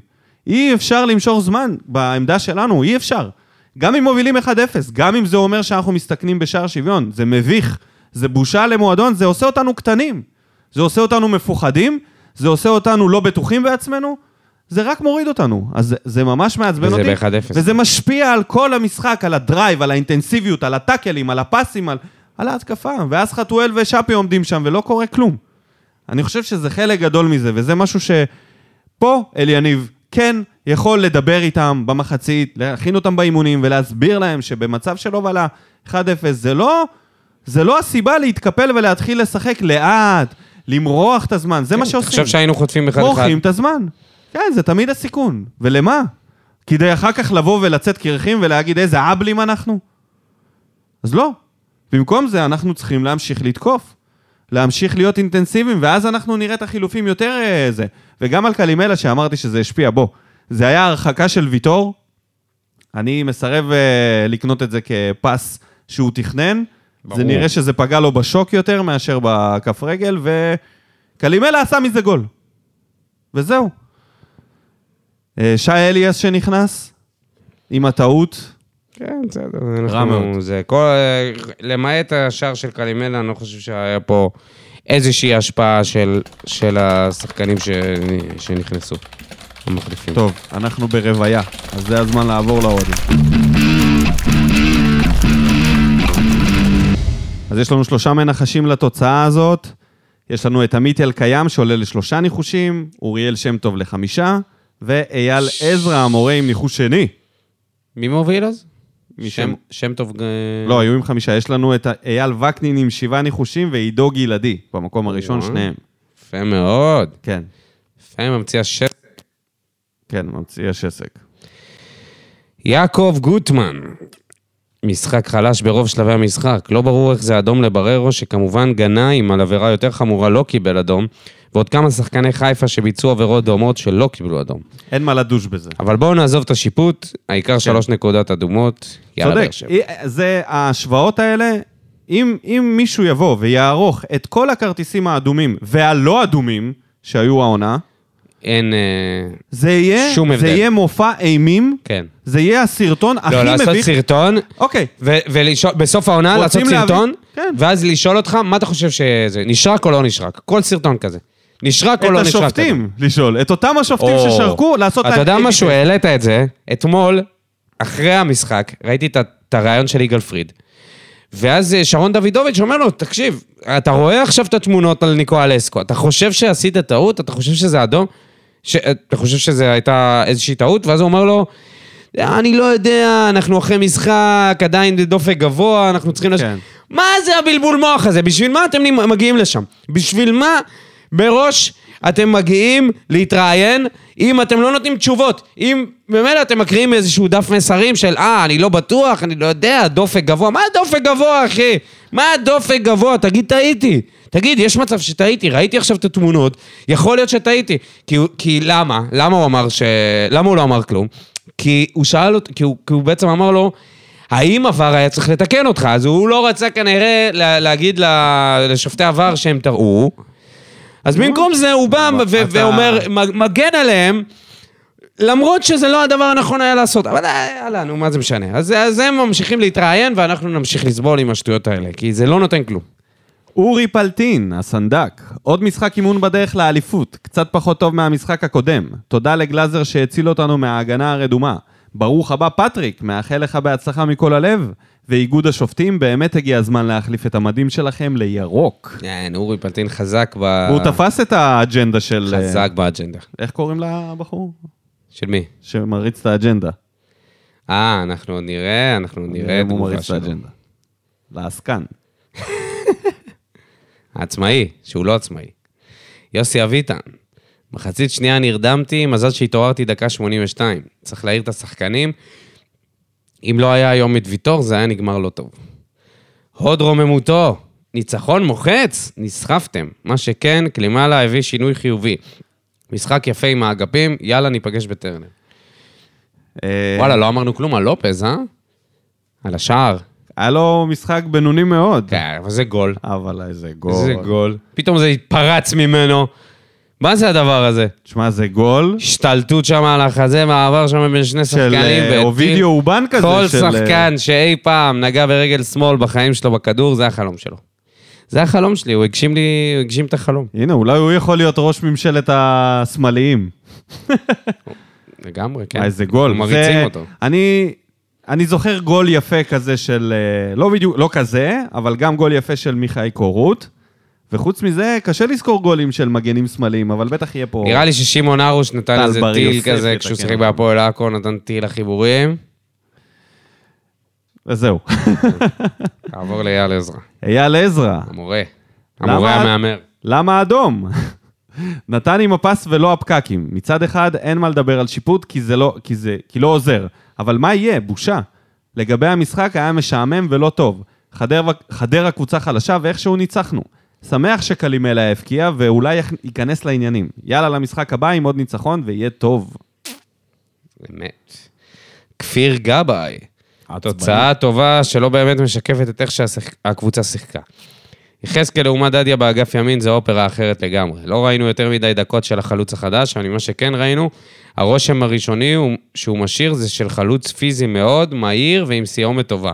Speaker 1: אי אפשר למשוך זמן בעמדה שלנו, אי אפשר. גם אם מובילים 1-0, גם אם זה אומר שאנחנו מסתכנים בשער שוויון, זה מביך, זה בושה למועדון, זה עושה אותנו קטנים. זה עושה אותנו מפוחדים, זה עושה אותנו לא בטוחים בעצמנו, זה רק מוריד אותנו. אז זה, זה ממש מעצבן
Speaker 2: וזה
Speaker 1: אותי.
Speaker 2: ב-1-0.
Speaker 1: וזה משפיע על כל המשחק, על הדרייב, על האינטנסיביות, על הטאקלים, על הפסים, על, על ההתקפה. ואז חתואל ושאפי עומדים שם ולא קורה כלום. אני חושב שזה חלק גדול מזה, וזה משהו שפה אליניב כן יכול לדבר איתם במחצית, להכין אותם באימונים ולהסביר להם שבמצב של הובלה 1-0 זה לא, זה לא הסיבה להתקפל ולהתחיל לשחק לאט, למרוח את הזמן, זה מה
Speaker 2: אתה
Speaker 1: שעושים.
Speaker 2: כן, חושב שהיינו חוטפים אחד אחד?
Speaker 1: מורחים את הזמן. כן, זה תמיד הסיכון. ולמה? כדי אחר כך לבוא ולצאת קרחים ולהגיד איזה אבלים אנחנו? אז לא. במקום זה אנחנו צריכים להמשיך לתקוף. להמשיך להיות אינטנסיביים, ואז אנחנו נראה את החילופים יותר אה, זה. וגם על קלימלה שאמרתי שזה השפיע, בוא. זה היה הרחקה של ויטור, אני מסרב אה, לקנות את זה כפס שהוא תכנן. ברור.
Speaker 2: ברור.
Speaker 1: זה נראה שזה פגע לו בשוק יותר מאשר בכף רגל, וקלימלה עשה מזה גול. וזהו. אה, אה, שי אליאס שנכנס, עם הטעות.
Speaker 2: כן, בסדר.
Speaker 1: רע
Speaker 2: אנחנו-
Speaker 1: מאוד.
Speaker 2: זה כל... למעט השער של קלימלה, אני לא חושב שהיה פה איזושהי השפעה של, של השחקנים ש... שנכנסו, המחליפים.
Speaker 1: טוב, אנחנו ברוויה, אז זה הזמן לעבור להודים. אז יש לנו שלושה מנחשים לתוצאה הזאת. יש לנו את עמית אלקיים שעולה לשלושה ניחושים, אוריאל שם טוב לחמישה, ואייל עזרא המורה עם ניחוש שני.
Speaker 2: מי מוביל אז?
Speaker 1: משם-
Speaker 2: שם, שם טוב... ג-
Speaker 1: לא, היו עם חמישה. יש לנו את אייל וקנין עם שבעה ניחושים ועידו גלעדי, במקום הראשון,
Speaker 2: וואו.
Speaker 1: שניהם.
Speaker 2: יפה מאוד.
Speaker 1: כן,
Speaker 2: יפה, ממציא השם.
Speaker 1: כן, ממציא השסק.
Speaker 2: יעקב גוטמן. משחק חלש ברוב שלבי המשחק. לא ברור איך זה אדום לבררו, שכמובן גנאים על עבירה יותר חמורה לא קיבל אדום, ועוד כמה שחקני חיפה שביצעו עבירות דומות שלא קיבלו אדום.
Speaker 1: אין מה לדוש בזה.
Speaker 2: אבל בואו נעזוב את השיפוט, העיקר שלוש נקודות אדומות. יאללה,
Speaker 1: כן. צודק.
Speaker 2: באר שבע.
Speaker 1: אי- זה, ההשוואות האלה, אם, אם מישהו יבוא ויערוך את כל הכרטיסים האדומים והלא אדומים שהיו העונה,
Speaker 2: אין... אה,
Speaker 1: זה יהיה,
Speaker 2: שום
Speaker 1: זה
Speaker 2: הבדל.
Speaker 1: יהיה מופע אימים,
Speaker 2: כן.
Speaker 1: זה יהיה הסרטון הכי
Speaker 2: לא,
Speaker 1: מביך.
Speaker 2: לעשות סרטון,
Speaker 1: אוקיי,
Speaker 2: ובסוף העונה
Speaker 1: רוצים
Speaker 2: לעשות
Speaker 1: להביא-
Speaker 2: סרטון,
Speaker 1: כן.
Speaker 2: ואז לשאול אותך, מה אתה חושב שזה, נשרק או לא נשרק? כל סרטון כזה. נשרק או
Speaker 1: את
Speaker 2: לא נשרק?
Speaker 1: השופטים לשאול, את אותם השופטים
Speaker 2: או.
Speaker 1: ששרקו, לעשות
Speaker 2: אתה יודע
Speaker 1: אקטיביזם.
Speaker 2: משהו, העלית את זה, אתמול, אחרי המשחק, ראיתי את ה- את הריאיון של יגאל פריד, ואז אה, שרון דוידוביץ' אומר לו, תקשיב, אתה רואה עכשיו את התמונות על ניקו אלסקו, אתה חושב שעשית טעות? אתה חושב שזה אדום? ש... אה, אתה חושב שזה הייתה איזושהי טעות? ואז הוא אומר לו, אני לא יודע, אנחנו אחרי משחק, עדיין דופק גבוה, אנחנו צריכים... לש...
Speaker 1: כן.
Speaker 2: מה זה הבלבול מוח הזה? בשביל מה אתם נמ- מגיעים לשם? בשביל מה מראש אתם מגיעים להתראיין אם אתם לא נותנים תשובות? אם ממילא אתם מקריאים איזשהו דף מסרים של אה, אני לא בטוח, אני לא יודע, דופק גבוה. מה דופק גבוה, אחי? מה דופק גבוה? תגיד, טעיתי. תגיד, יש מצב שטעיתי, ראיתי עכשיו את התמונות, יכול להיות שטעיתי. כי, הוא- כי למה? למה הוא אמר ש... למה הוא לא אמר כלום? כי הוא שאל אותו, כי הוא, כי הוא בעצם אמר לו, האם עבר היה צריך לתקן אותך? אז הוא לא רצה כנראה לה, להגיד ל- לשופטי עבר שהם טעו. אז במקום זה הוא בא ו-
Speaker 1: אתה-
Speaker 2: ואומר, "מ- מגן עליהם, למרות שזה לא הדבר הנכון היה לעשות. אבל אה, יאללה, נו, מה זה משנה? אז, אז הם ממשיכים להתראיין ואנחנו נמשיך לסבול עם השטויות האלה, כי זה לא נותן כלום.
Speaker 1: אורי פלטין, הסנדק. עוד משחק אימון בדרך לאליפות, קצת פחות טוב מהמשחק הקודם. תודה לגלאזר שהציל אותנו מההגנה הרדומה. ברוך הבא, פטריק, מאחל לך בהצלחה מכל הלב. ואיגוד השופטים, באמת הגיע הזמן להחליף את המדים שלכם לירוק.
Speaker 2: כן, אורי פלטין חזק ב...
Speaker 1: הוא תפס את האג'נדה של...
Speaker 2: אה,
Speaker 1: אה,
Speaker 2: חזק באג'נדה.
Speaker 1: איך קוראים לבחור?
Speaker 2: של מי?
Speaker 1: שמריץ את האג'נדה.
Speaker 2: אה, אנחנו עוד נראה, אנחנו עוד נראה
Speaker 1: אם הוא
Speaker 2: תגובה
Speaker 1: מריץ את
Speaker 2: שלו.
Speaker 1: האג'נדה. לעסקן.
Speaker 2: העצמאי, שהוא לא עצמאי. יוסי אביטן, מחצית שנייה נרדמתי, מזל שהתעוררתי דקה 82. צריך להעיר את השחקנים. אם לא היה היום את ויטור, זה היה נגמר לא טוב. הוד רוממותו, ניצחון מוחץ, נסחפתם. מה שכן, קלימלה הביא שינוי חיובי. משחק יפה עם האגפים, יאללה, ניפגש בטרנר.
Speaker 1: אה,
Speaker 2: וואלה, לא אמרנו כלום על לופז, אה? על השער.
Speaker 1: היה לו משחק בינוני מאוד.
Speaker 2: כן, אבל זה גול.
Speaker 1: אבל איזה גול.
Speaker 2: זה גול. פתאום זה התפרץ ממנו. מה זה הדבר הזה?
Speaker 1: תשמע, זה גול.
Speaker 2: השתלטות שם על החזה, מעבר שם בין שני
Speaker 1: של
Speaker 2: שחקנים.
Speaker 1: אה,
Speaker 2: והטיל.
Speaker 1: אובידיו אובן כזה.
Speaker 2: כל
Speaker 1: של, אה,
Speaker 2: שחקן שאי פעם נגע ברגל שמאל בחיים שלו בכדור, זה החלום שלו. זה החלום שלי, הוא הגשים לי, הוא הגשים את החלום.
Speaker 1: הנה, אולי הוא יכול להיות ראש ממשלת השמאליים.
Speaker 2: לגמרי, כן.
Speaker 1: כן. איזה גול.
Speaker 2: אנחנו מריצים
Speaker 1: זה-
Speaker 2: אותו.
Speaker 1: אני, אני זוכר גול יפה כזה של... אה, לא בדיוק, לא כזה, אבל גם גול יפה של מיכאי קורות. וחוץ מזה, קשה לזכור גולים של מגנים שמאליים, אבל בטח יהיה פה...
Speaker 2: נראה לי ששמעון ארוש נתן
Speaker 1: טל
Speaker 2: איזה
Speaker 1: בר
Speaker 2: טיל
Speaker 1: יוסף כן.
Speaker 2: כזה,
Speaker 1: יתקן
Speaker 2: כשהוא שיחק
Speaker 1: אותו.
Speaker 2: בהפועל עכו, נתן טיל לחיבורים.
Speaker 1: וזהו.
Speaker 2: תעבור לאייל עזרא,
Speaker 1: אייל עזרא,
Speaker 2: המורה.
Speaker 1: למה-
Speaker 2: המורה המהמר.
Speaker 1: למה אדום? נתן עם הפס ולא הפקקים. מצד אחד, אין מה לדבר על שיפוט, כי זה לא, כי זה, כי לא עוזר. אבל מה יהיה? בושה. לגבי המשחק, היה משעמם ולא טוב. חדר, חדרה קבוצה חלשה, ואיכשהו ניצחנו. שמח שקלימלה הבקיע, ואולי יכ- ייכנס לעניינים. יאללה, למשחק הבא עם עוד ניצחון, ויהיה טוב.
Speaker 2: אמת. כפיר גבאי. תוצאה טובה שלא באמת משקפת את איך שהקבוצה שיחקה. יחזקאל לעומת דדיה באגף ימין זה אופרה אחרת לגמרי. לא ראינו יותר מדי דקות של החלוץ החדש, אבל מה שכן ראינו, הרושם הראשוני הוא- שהוא משאיר זה של חלוץ פיזי מאוד, מהיר ועם סיומת טובה.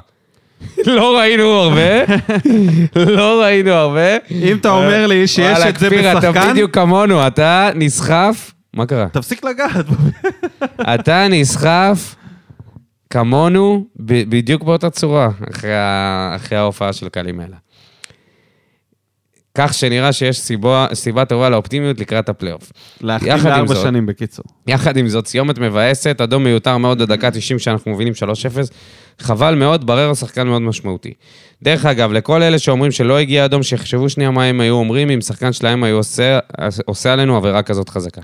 Speaker 2: לא ראינו הרבה, לא ראינו הרבה.
Speaker 1: אם אתה אומר לי שיש
Speaker 2: וואלה,
Speaker 1: את זה
Speaker 2: כפיר, אתה
Speaker 1: בשחקן,
Speaker 2: בדיוק כמונו, אתה נסחף... מה קרה?
Speaker 1: תפסיק לגעת. בו.
Speaker 2: אתה נסחף כמונו ב- בדיוק באותה צורה, אחרי, ה- אחרי ההופעה של קלימלה. כך שנראה שיש סיבה, סיבה טובה לאופטימיות לקראת הפלייאוף.
Speaker 1: להחליט
Speaker 2: יחד עם
Speaker 1: לארבע
Speaker 2: זאת.
Speaker 1: שנים, בקיצור.
Speaker 2: יחד עם זאת, סיומת מבאסת, אדום מיותר מאוד בדקה 90 שאנחנו מובילים 3-0. חבל מאוד, ברר שחקן מאוד משמעותי. דרך אגב, לכל אלה שאומרים שלא הגיע אדום, שיחשבו שנייה מה הם היו אומרים אם שחקן שלהם היו עושה, עושה עלינו עבירה כזאת חזקה.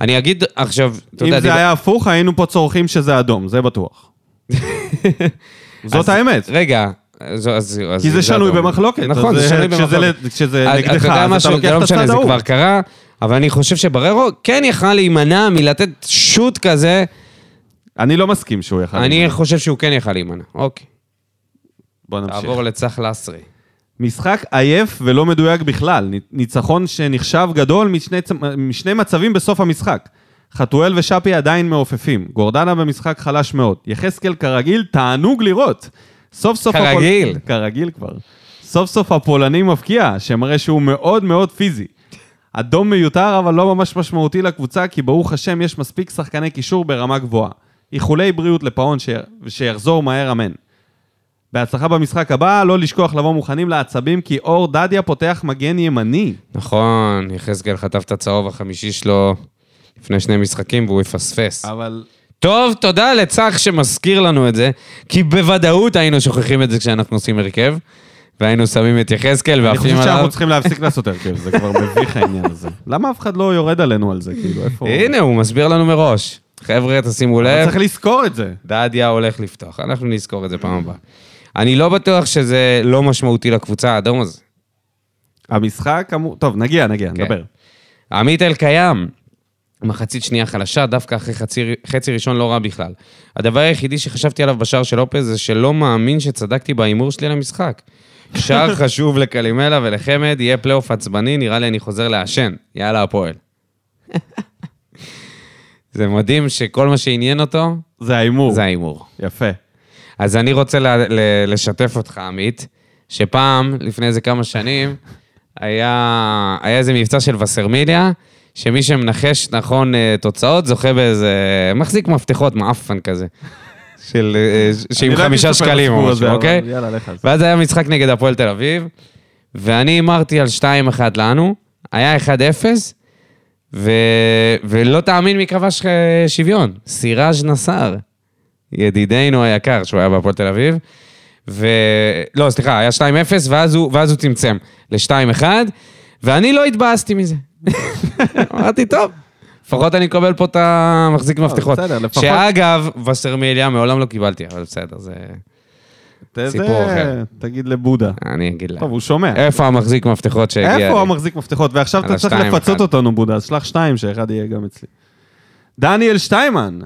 Speaker 2: אני אגיד עכשיו, אתה יודע,
Speaker 1: אם זה
Speaker 2: דיבר-
Speaker 1: היה הפוך, היינו פה צורכים שזה אדום, זה בטוח. זאת האמת.
Speaker 2: רגע, אז... אז- אז
Speaker 1: כי זה שנוי
Speaker 2: אדום.
Speaker 1: במחלוקת.
Speaker 2: נכון,
Speaker 1: אז
Speaker 2: זה שנוי במחלוקת.
Speaker 1: כשזה ל- כשזה
Speaker 2: את-
Speaker 1: נגדך,
Speaker 2: יודע
Speaker 1: אז אתה
Speaker 2: משהו?
Speaker 1: לוקח
Speaker 2: זה לא
Speaker 1: את
Speaker 2: משנה,
Speaker 1: הצד
Speaker 2: זה
Speaker 1: ההוא.
Speaker 2: כבר קרה, אבל אני חושב שבררו כן יכל להימנע מלתת שוט כזה,
Speaker 1: אני לא מסכים שהוא יחד.
Speaker 2: אני חושב שהוא כן יכל להימנע. אוקיי,
Speaker 1: בוא נמשיך.
Speaker 2: תעבור לצח לסרי.
Speaker 1: משחק עייף ולא מדויק בכלל. ניצחון שנחשב גדול משני, צ- משני מצבים בסוף המשחק. חתואל ושאפי עדיין מעופפים. גורדנה במשחק חלש מאוד. יחזקאל כרגיל, תענוג לראות. סוף סוף... הפול-
Speaker 2: כרגיל.
Speaker 1: כרגיל כבר. סוף סוף הפולני מבקיע, שמראה שהוא מאוד מאוד פיזי. אדום מיותר, אבל לא ממש משמעותי לקבוצה, כי ברוך השם יש מספיק שחקני קישור ברמה גבוהה. איחולי בריאות לפאון ש... שיחזור מהר, אמן. בהצלחה במשחק הבא, לא לשכוח לבוא מוכנים לעצבים, כי אור דדיה פותח מגן ימני.
Speaker 2: נכון, יחזקאל חטף את הצהוב החמישי שלו לפני שני משחקים והוא יפספס.
Speaker 1: אבל...
Speaker 2: טוב, תודה לצח שמזכיר לנו את זה, כי בוודאות היינו שוכחים את זה כשאנחנו עושים הרכב, והיינו שמים את יחזקאל
Speaker 1: אני
Speaker 2: ועפים
Speaker 1: חושב
Speaker 2: עליו.
Speaker 1: שאנחנו צריכים להפסיק לעשות הרכב, זה כבר מביך העניין הזה. למה אף אחד לא יורד עלינו על זה, כאילו, איפה... הוא?
Speaker 2: הנה, הוא מסביר לנו מראש. חבר'ה, תשימו
Speaker 1: אבל
Speaker 2: לב,
Speaker 1: צריך לזכור את זה.
Speaker 2: דדיה הולך לפתוח. אנחנו נזכור את זה פעם הבאה. אני לא בטוח שזה לא משמעותי לקבוצה, האדום הזה.
Speaker 1: המשחק אמור... טוב, נגיע, נגיע,
Speaker 2: כן.
Speaker 1: נדבר.
Speaker 2: עמית אלקיים, מחצית שנייה חלשה, דווקא אחרי חצי, חצי ראשון לא רע בכלל. הדבר היחידי שחשבתי עליו בשער של לופז זה שלא מאמין שצדקתי בהימור שלי למשחק. שער חשוב לקלימלה ולחמד, יהיה פלייאוף עצבני, נראה לי אני חוזר לעשן. יאללה, הפועל. זה מדהים שכל מה שעניין אותו
Speaker 1: זה ההימור.
Speaker 2: זה ההימור.
Speaker 1: יפה.
Speaker 2: אז אני רוצה ל- ל- לשתף אותך, עמית, שפעם, לפני איזה כמה שנים, היה, היה איזה מבצע של וסרמיליה, שמי שמנחש נכון אה, תוצאות זוכה באיזה מחזיק מפתחות, מעפן כזה. של, אה, ש- שעם
Speaker 1: אני לא
Speaker 2: חמישה
Speaker 1: הייתי מספר
Speaker 2: שקלים או
Speaker 1: לסיפור
Speaker 2: משהו,
Speaker 1: הזה,
Speaker 2: אוקיי?
Speaker 1: אבל יאללה, לך על זה.
Speaker 2: ואז היה משחק נגד הפועל תל אביב, ואני הימרתי על 2-1 לנו, היה 1-0, ו... ולא תאמין מי כבש אה, שוויון, סיראז' נסאר, ידידנו היקר שהוא היה בהפועל תל אביב, ו... לא, סליחה, היה 2-0, ואז הוא, ואז הוא צמצם ל-2-1, ואני לא התבאסתי מזה. אמרתי, טוב. לפחות אני מקבל פה את המחזיק מפתחות.
Speaker 1: לא, בסדר, לפחות-
Speaker 2: שאגב, וסרמיליה מעולם לא קיבלתי, אבל בסדר, זה...
Speaker 1: זה-
Speaker 2: סיפור אחר. אה,
Speaker 1: תגיד לבודה.
Speaker 2: אני אגיד לה.
Speaker 1: טוב, הוא שומע.
Speaker 2: איפה המחזיק מפתחות שהגיע?
Speaker 1: כן. איפה
Speaker 2: לי?
Speaker 1: המחזיק מפתחות? ועכשיו
Speaker 2: על
Speaker 1: אתה צריך
Speaker 2: השתיים,
Speaker 1: לפצות
Speaker 2: אחד.
Speaker 1: אותנו, בודה, אז שלח שתיים, שאחד יהיה גם אצלי. דניאל שטיימן,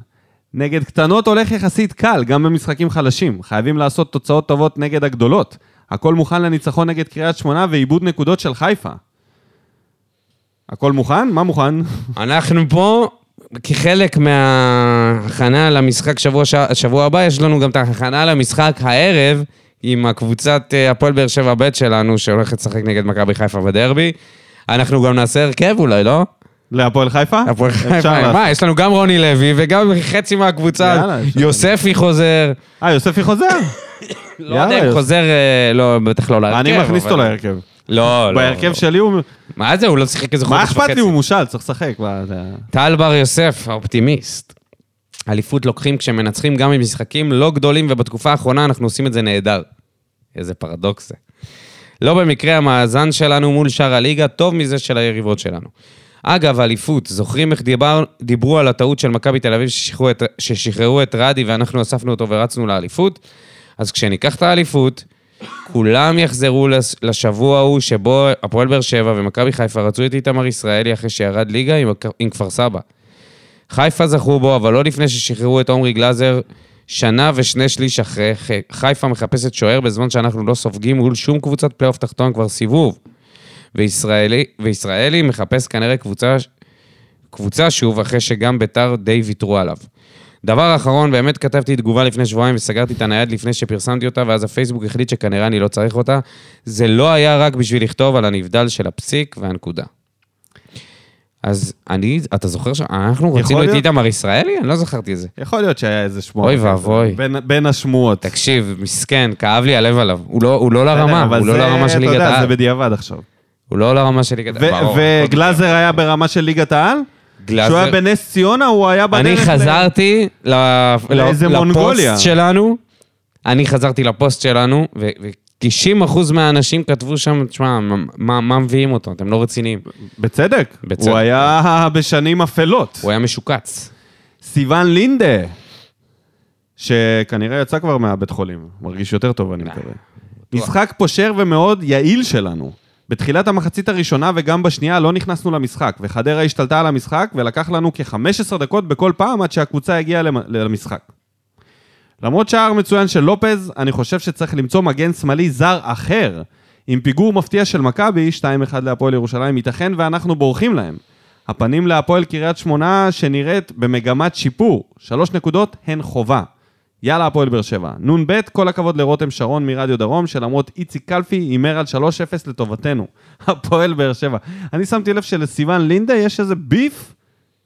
Speaker 1: נגד קטנות הולך יחסית קל, גם במשחקים חלשים. חייבים לעשות תוצאות טובות נגד הגדולות. הכל מוכן לניצחון נגד קריית שמונה ועיבוד נקודות של חיפה. הכל מוכן? מה מוכן?
Speaker 2: אנחנו פה, כחלק מההכנה למשחק שבוע, ש... שבוע הבא, יש לנו גם את ההכנה למשחק הערב עם הקבוצת אה, הפועל באר שבע ב' שלנו, שהולכת לשחק נגד מכבי חיפה בדרבי. אנחנו גם נעשה הרכב אולי, לא?
Speaker 1: להפועל חיפה?
Speaker 2: הפועל
Speaker 1: אפשר
Speaker 2: חיפה,
Speaker 1: לעשות.
Speaker 2: מה, יש לנו גם רוני לוי וגם חצי מהקבוצה,
Speaker 1: יאללה, אפשר.
Speaker 2: יוספי חוזר,
Speaker 1: אה, יוספי חוזר?
Speaker 2: לא יודע אם
Speaker 1: יוס-
Speaker 2: חוזר, אה, לא, בטח לא להרכב.
Speaker 1: אני מכניס אותו
Speaker 2: אבל-
Speaker 1: להרכב.
Speaker 2: לא, לא.
Speaker 1: בהרכב
Speaker 2: לא.
Speaker 1: שלי הוא...
Speaker 2: מה זה, הוא לא שיחק איזה חודש
Speaker 1: מה
Speaker 2: וחצי.
Speaker 1: אכפת לי? הוא מושל, צריך לשחק. מה, זה-
Speaker 2: טל בר יוסף, האופטימיסט. אליפות לוקחים כשמנצחים גם ממשחקים לא גדולים, ובתקופה האחרונה אנחנו עושים את זה נהדר. איזה פרדוקס זה. לא במקרה המאזן שלנו מול שאר הליגה טוב מזה של היריבות שלנו. אגב, אליפות, זוכרים איך דיבר, דיברו על הטעות של מכבי תל אביב ששחררו את, ששחררו את רדי ואנחנו אספנו אותו ורצנו לאליפות? אז כשניקח את האליפות, כולם יחזרו לס- לשבוע ההוא שבו הפועל באר שבע ומכבי חיפה רצו את איתמר ישראלי אחרי שירד ליגה עם, הכ- עם כפר סבא. חיפה זכו בו, אבל לא לפני ששחררו את עומרי גלאזר, שנה ושני שליש אחרי, ח- חיפה מחפשת שוער בזמן שאנחנו לא סופגים מול שום קבוצת פלייאוף תחתון כבר סיבוב. וישראלי, וישראלי מחפש כנראה קבוצה, קבוצה שוב, אחרי שגם ביתר די ויתרו עליו. דבר אחרון, באמת כתבתי תגובה לפני שבועיים וסגרתי את הנייד לפני שפרסמתי אותה, ואז הפייסבוק החליט שכנראה אני לא צריך אותה. זה לא היה רק בשביל לכתוב על הנבדל של הפסיק והנקודה. אז אני, אתה זוכר שאנחנו רצינו את
Speaker 1: להיות.
Speaker 2: איתמר ישראלי? אני לא זכרתי את זה.
Speaker 1: יכול להיות שהיה איזה שמועה.
Speaker 2: אוי ואבוי.
Speaker 1: בין- בין השמועות.
Speaker 2: תקשיב, מסכן, כאב לי הלב עליו. הוא לא, הוא לא
Speaker 1: בסדר,
Speaker 2: לרמה,
Speaker 1: אבל
Speaker 2: הוא לא
Speaker 1: זה,
Speaker 2: לרמה של
Speaker 1: אתה
Speaker 2: ליגת
Speaker 1: יודע,
Speaker 2: העל.
Speaker 1: זה בדיעבד עכשיו.
Speaker 2: הוא לא לרמה של ליגת
Speaker 1: ו-
Speaker 2: העל. ברור.
Speaker 1: וגלאזר היה ברמה של ליגת העל?
Speaker 2: גלאזר-
Speaker 1: כשהוא היה בנס ציונה, הוא היה בדרך...
Speaker 2: אני
Speaker 1: ל-
Speaker 2: חזרתי ל... ל-
Speaker 1: לאיזה
Speaker 2: לפוסט
Speaker 1: מונגוליה.
Speaker 2: שלנו, אני חזרתי לפוסט שלנו, ו-90% מהאנשים כתבו שם, תשמע, מה- מה מה מביאים אותו? אתם לא רציניים.
Speaker 1: בצדק.
Speaker 2: בצדק.
Speaker 1: הוא היה בשנים אפלות.
Speaker 2: הוא היה משוקץ.
Speaker 1: סיוון לינדה, שכנראה יצא כבר מהבית חולים, מרגיש יותר טוב,
Speaker 2: לא.
Speaker 1: אני מקווה. משחק פושר ומאוד יעיל שלנו. בתחילת המחצית הראשונה וגם בשנייה לא נכנסנו למשחק, וחדרה השתלטה על המשחק ולקח לנו כ-15 דקות בכל פעם עד שהקבוצה הגיעה למ- למשחק. למרות שער מצוין של לופז, אני חושב שצריך למצוא מגן שמאלי זר אחר. עם פיגור מפתיע של מכבי, 2-1 להפועל ירושלים, ייתכן ואנחנו בורחים להם. הפנים להפועל קריית שמונה, שנראית במגמת שיפור. שלוש נקודות הן חובה. יאללה, הפועל באר שבע. נ"ב, כל הכבוד לרותם שרון מרדיו דרום, שלמרות איציק קלפי, הימר על 3-0 לטובתנו. הפועל באר שבע. אני שמתי לב שלסיוון לינדה יש איזה ביף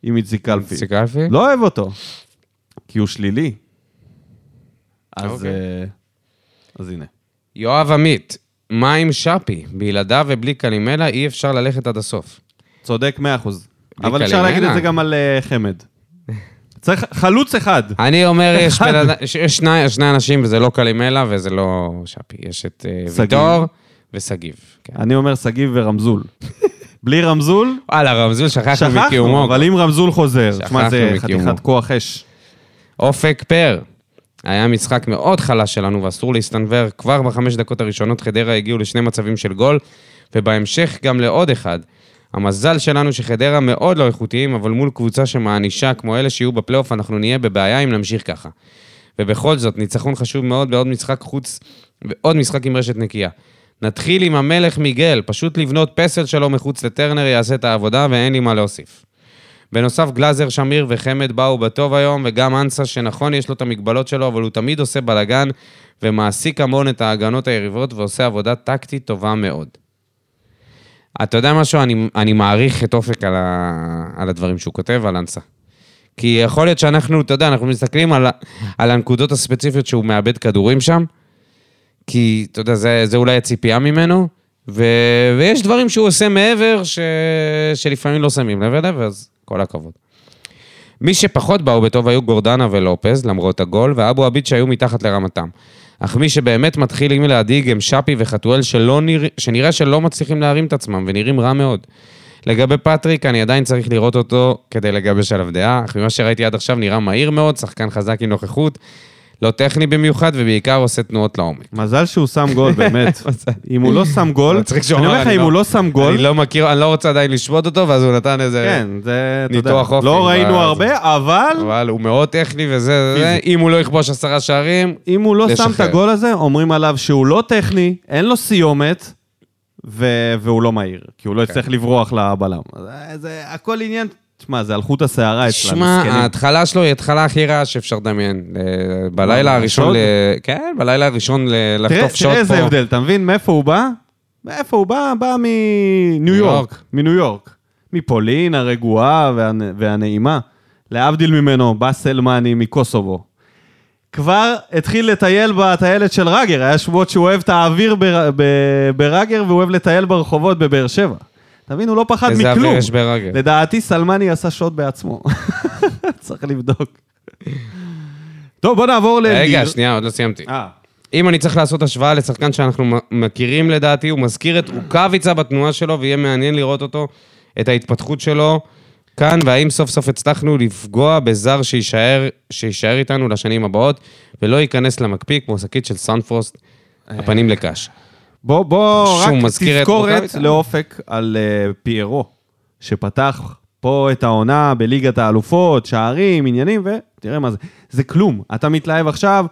Speaker 1: עם איציק קלפי.
Speaker 2: סיגלפי?
Speaker 1: לא אוהב אותו, כי הוא שלילי. אז,
Speaker 2: אוקיי.
Speaker 1: אה, אז הנה.
Speaker 2: יואב עמית, מה עם שפי? בלעדיו ובלי קלימלה אי אפשר ללכת עד הסוף.
Speaker 1: צודק 100%. אבל
Speaker 2: בלי
Speaker 1: אפשר להגיד את
Speaker 2: קלימנה.
Speaker 1: זה גם על אה, חמד. צריך חלוץ אחד.
Speaker 2: אני אומר, יש בן אדם- יש- יש שני- שני אנשים, וזה לא קלימלה וזה לא שפי. יש את אה,
Speaker 1: שגיב.
Speaker 2: ויטור ושגיב. כן.
Speaker 1: אני אומר שגיב ורמזול. בלי רמזול,
Speaker 2: וואלה, רמזול, שכחנו
Speaker 1: שכחנו,
Speaker 2: מקיומו.
Speaker 1: אבל אם רמזול חוזר, תשמע,
Speaker 2: שכחנו
Speaker 1: זה
Speaker 2: מקיומו.
Speaker 1: חתיכת כוח אש.
Speaker 2: אופק פר. היה משחק מאוד חלש שלנו ואסור להסתנוור. כבר בחמש דקות הראשונות חדרה הגיעו לשני מצבים של גול, ובהמשך גם לעוד אחד. המזל שלנו שחדרה מאוד לא איכותיים, אבל מול קבוצה שמענישה כמו אלה שיהיו בפלייאוף, אנחנו נהיה בבעיה אם נמשיך ככה. ובכל זאת, ניצחון חשוב מאוד בעוד משחק חוץ, ועוד משחק עם רשת נקייה. נתחיל עם המלך מיגל, פשוט לבנות פסל שלו מחוץ לטרנר יעשה את העבודה ואין לי מה להוסיף. בנוסף, גלאזר, שמיר וחמד באו בטוב היום, וגם אנסה, שנכון, יש לו את המגבלות שלו, אבל הוא תמיד עושה בלאגן, ומעסיק המון את ההגנות היריבות, ועושה עבודה טקטית טובה מאוד. אתה יודע משהו? אני, אני מעריך את אופק על, ה, על הדברים שהוא כותב, על אנסה. כי יכול להיות שאנחנו, אתה יודע, אנחנו מסתכלים על, ה- על הנקודות הספציפיות שהוא מאבד כדורים שם, כי, אתה יודע, זה, זה אולי הציפייה ממנו, ו, ויש דברים שהוא עושה מעבר, ש, שלפעמים לא שמים לב אליו, אז כל הכבוד. מי שפחות באו בטוב היו גורדנה ולופז, למרות הגול, ואבו עביד שהיו מתחת לרמתם. אך מי שבאמת מתחילים להדאיג הם שפי וחתואל, שלא נרא... שנראה שלא מצליחים להרים את עצמם ונראים רע מאוד. לגבי פטריק, אני עדיין צריך לראות אותו כדי לגבש עליו דעה, אך ממה שראיתי עד עכשיו נראה מהיר מאוד, שחקן חזק עם נוכחות, לא טכני במיוחד, ובעיקר עושה תנועות לעומק.
Speaker 1: מזל שהוא שם גול, באמת. אם הוא לא שם גול,
Speaker 2: אבל צריך שהוא
Speaker 1: אני אומר
Speaker 2: אמר,
Speaker 1: לך,
Speaker 2: אני
Speaker 1: אם
Speaker 2: לא-
Speaker 1: הוא לא שם גול,
Speaker 2: אני לא מכיר, אני לא רוצה עדיין לשפוט אותו, ואז הוא נתן איזה...
Speaker 1: כן, זה, אתה יודע,
Speaker 2: ניתוח אופי
Speaker 1: לא ראינו
Speaker 2: בזה.
Speaker 1: הרבה, אבל
Speaker 2: אבל הוא מאוד טכני וזה, זה, אם הוא לא יכבוש עשרה שערים,
Speaker 1: אם הוא לא שם את
Speaker 2: לשחרר.
Speaker 1: הגול הזה, אומרים עליו שהוא לא טכני, אין לו סיומת, ו- והוא לא מהיר, כי הוא לא יצטרך לברוח לבלם. זה- זה הכל עניין, תשמע, זה על חוט השערה אצלם,
Speaker 2: שמע,
Speaker 1: מסכנים.
Speaker 2: ההתחלה שלו היא ההתחלה הכי רעה שאפשר לדמיין. אה, בלילה
Speaker 1: מה,
Speaker 2: הראשון
Speaker 1: שוד?
Speaker 2: ל... כן, בלילה הראשון ל-
Speaker 1: תראה
Speaker 2: לחטוף שוט פה.
Speaker 1: תראה איזה הבדל, אתה מבין מאיפה הוא בא? מאיפה הוא בא? בא מניו יורק,
Speaker 2: יורק.
Speaker 1: מניו יורק. מפולין הרגועה והנ- והנעימה. להבדיל ממנו, בא סלמני מקוסובו. כבר התחיל לטייל בטיילת של ראגר, היה שבועות שהוא אוהב את האוויר בר- ב- בראגר והוא אוהב לטייל ברחובות בבאר שבע. אתה מבין, הוא לא פחד
Speaker 2: איזה אוויר
Speaker 1: מכלום.
Speaker 2: יש ברגל.
Speaker 1: לדעתי סלמני עשה שוד בעצמו. צריך לבדוק. טוב, בוא נעבור לאלגיר.
Speaker 2: רגע, שנייה, עוד לא סיימתי.
Speaker 1: כאילו- אה,
Speaker 2: אם אני צריך לעשות השוואה לשחקן שאנחנו מ- מכירים לדעתי, הוא מזכיר את רוקאביצה בתנועה שלו, ויהיה מעניין לראות אותו, את ההתפתחות שלו כאן, והאם סוף סוף הצלחנו לפגוע בזר שיישאר, שיישאר איתנו לשנים הבאות, ולא ייכנס למקפיא כמו שקית של סנפרוסט, הפנים לקש.
Speaker 1: בוא, בוא, רק
Speaker 2: שהוא מזכיר את
Speaker 1: תזכורת
Speaker 2: רוקאביצה.
Speaker 1: לאופק על אה, פיירו, שפתח פה את העונה בליגת האלופות, שערים, עניינים, תראה מה זה. זה כלום. אתה מתלהב עכשיו,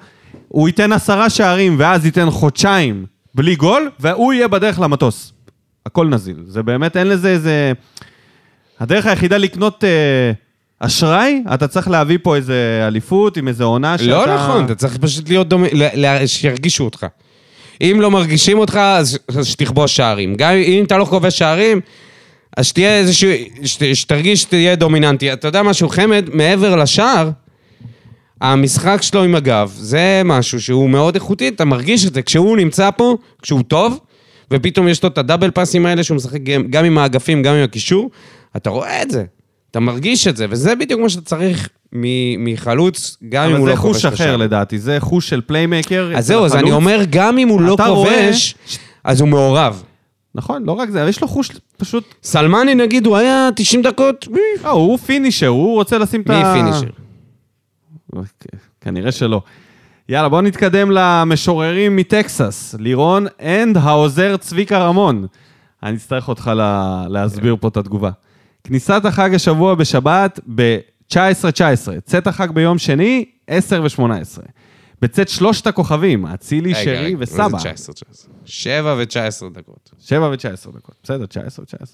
Speaker 1: הוא ייתן עשרה שערים ואז ייתן חודשיים בלי גול, והוא יהיה בדרך למטוס. הכל נזיל. זה באמת, אין לזה איזה... הדרך היחידה לקנות אה, אשראי, אתה צריך להביא פה איזה אליפות עם איזה עונה שאתה...
Speaker 2: לא נכון, אתה צריך פשוט להיות דומה, ל- ל- שירגישו אותך. אם לא מרגישים אותך, אז אז שתכבוש שערים. גם אם אתה לא כובש שערים, אז שתהיה איזשהו... שת, שתרגיש שתהיה דומיננטי. אתה יודע משהו, חמד, מעבר לשער, המשחק שלו עם הגב, זה משהו שהוא מאוד איכותי, אתה מרגיש את זה. כשהוא נמצא פה, כשהוא טוב, ופתאום יש לו את הדאבל פאסים האלה שהוא משחק גם, גם עם האגפים, גם עם הקישור, אתה רואה את זה. אתה מרגיש את זה, וזה בדיוק מה שאתה צריך מ- מחלוץ, גם אם
Speaker 1: אבל
Speaker 2: הוא לא
Speaker 1: זה
Speaker 2: כובש
Speaker 1: חוש
Speaker 2: את השער.
Speaker 1: אחר לדעתי, זה חוש של פליימקר.
Speaker 2: אז
Speaker 1: אצל
Speaker 2: זהו, אז אני
Speaker 1: החלוץ.
Speaker 2: אומר, גם אם הוא לא
Speaker 1: אתה רואה-
Speaker 2: כובש, אז הוא מעורב.
Speaker 1: נכון, לא רק זה, אבל יש לו חוש פשוט...
Speaker 2: סלמני, נגיד, הוא היה 90 דקות, מי
Speaker 1: אה, הוא פינישר, הוא רוצה לשים את ה...
Speaker 2: פינישר?
Speaker 1: אוקיי, כנראה שלא. יאללה, בואו נתקדם למשוררים מטקסס. לירון אנד העוזר צביקה רמון. אני אצטרך אותך לה, להסביר פה את התגובה. כניסת החג השבוע בשבת ב-19-19, צאת החג ביום שני, 10 ו-18. בצאת שלושת הכוכבים, אצילי,
Speaker 2: רגע, רגע,
Speaker 1: שרי
Speaker 2: מה זה
Speaker 1: וסבא.
Speaker 2: 19, 19? שבע ו-19 דקות.
Speaker 1: 7 ו-19 דקות, בסדר, 19 ו-19.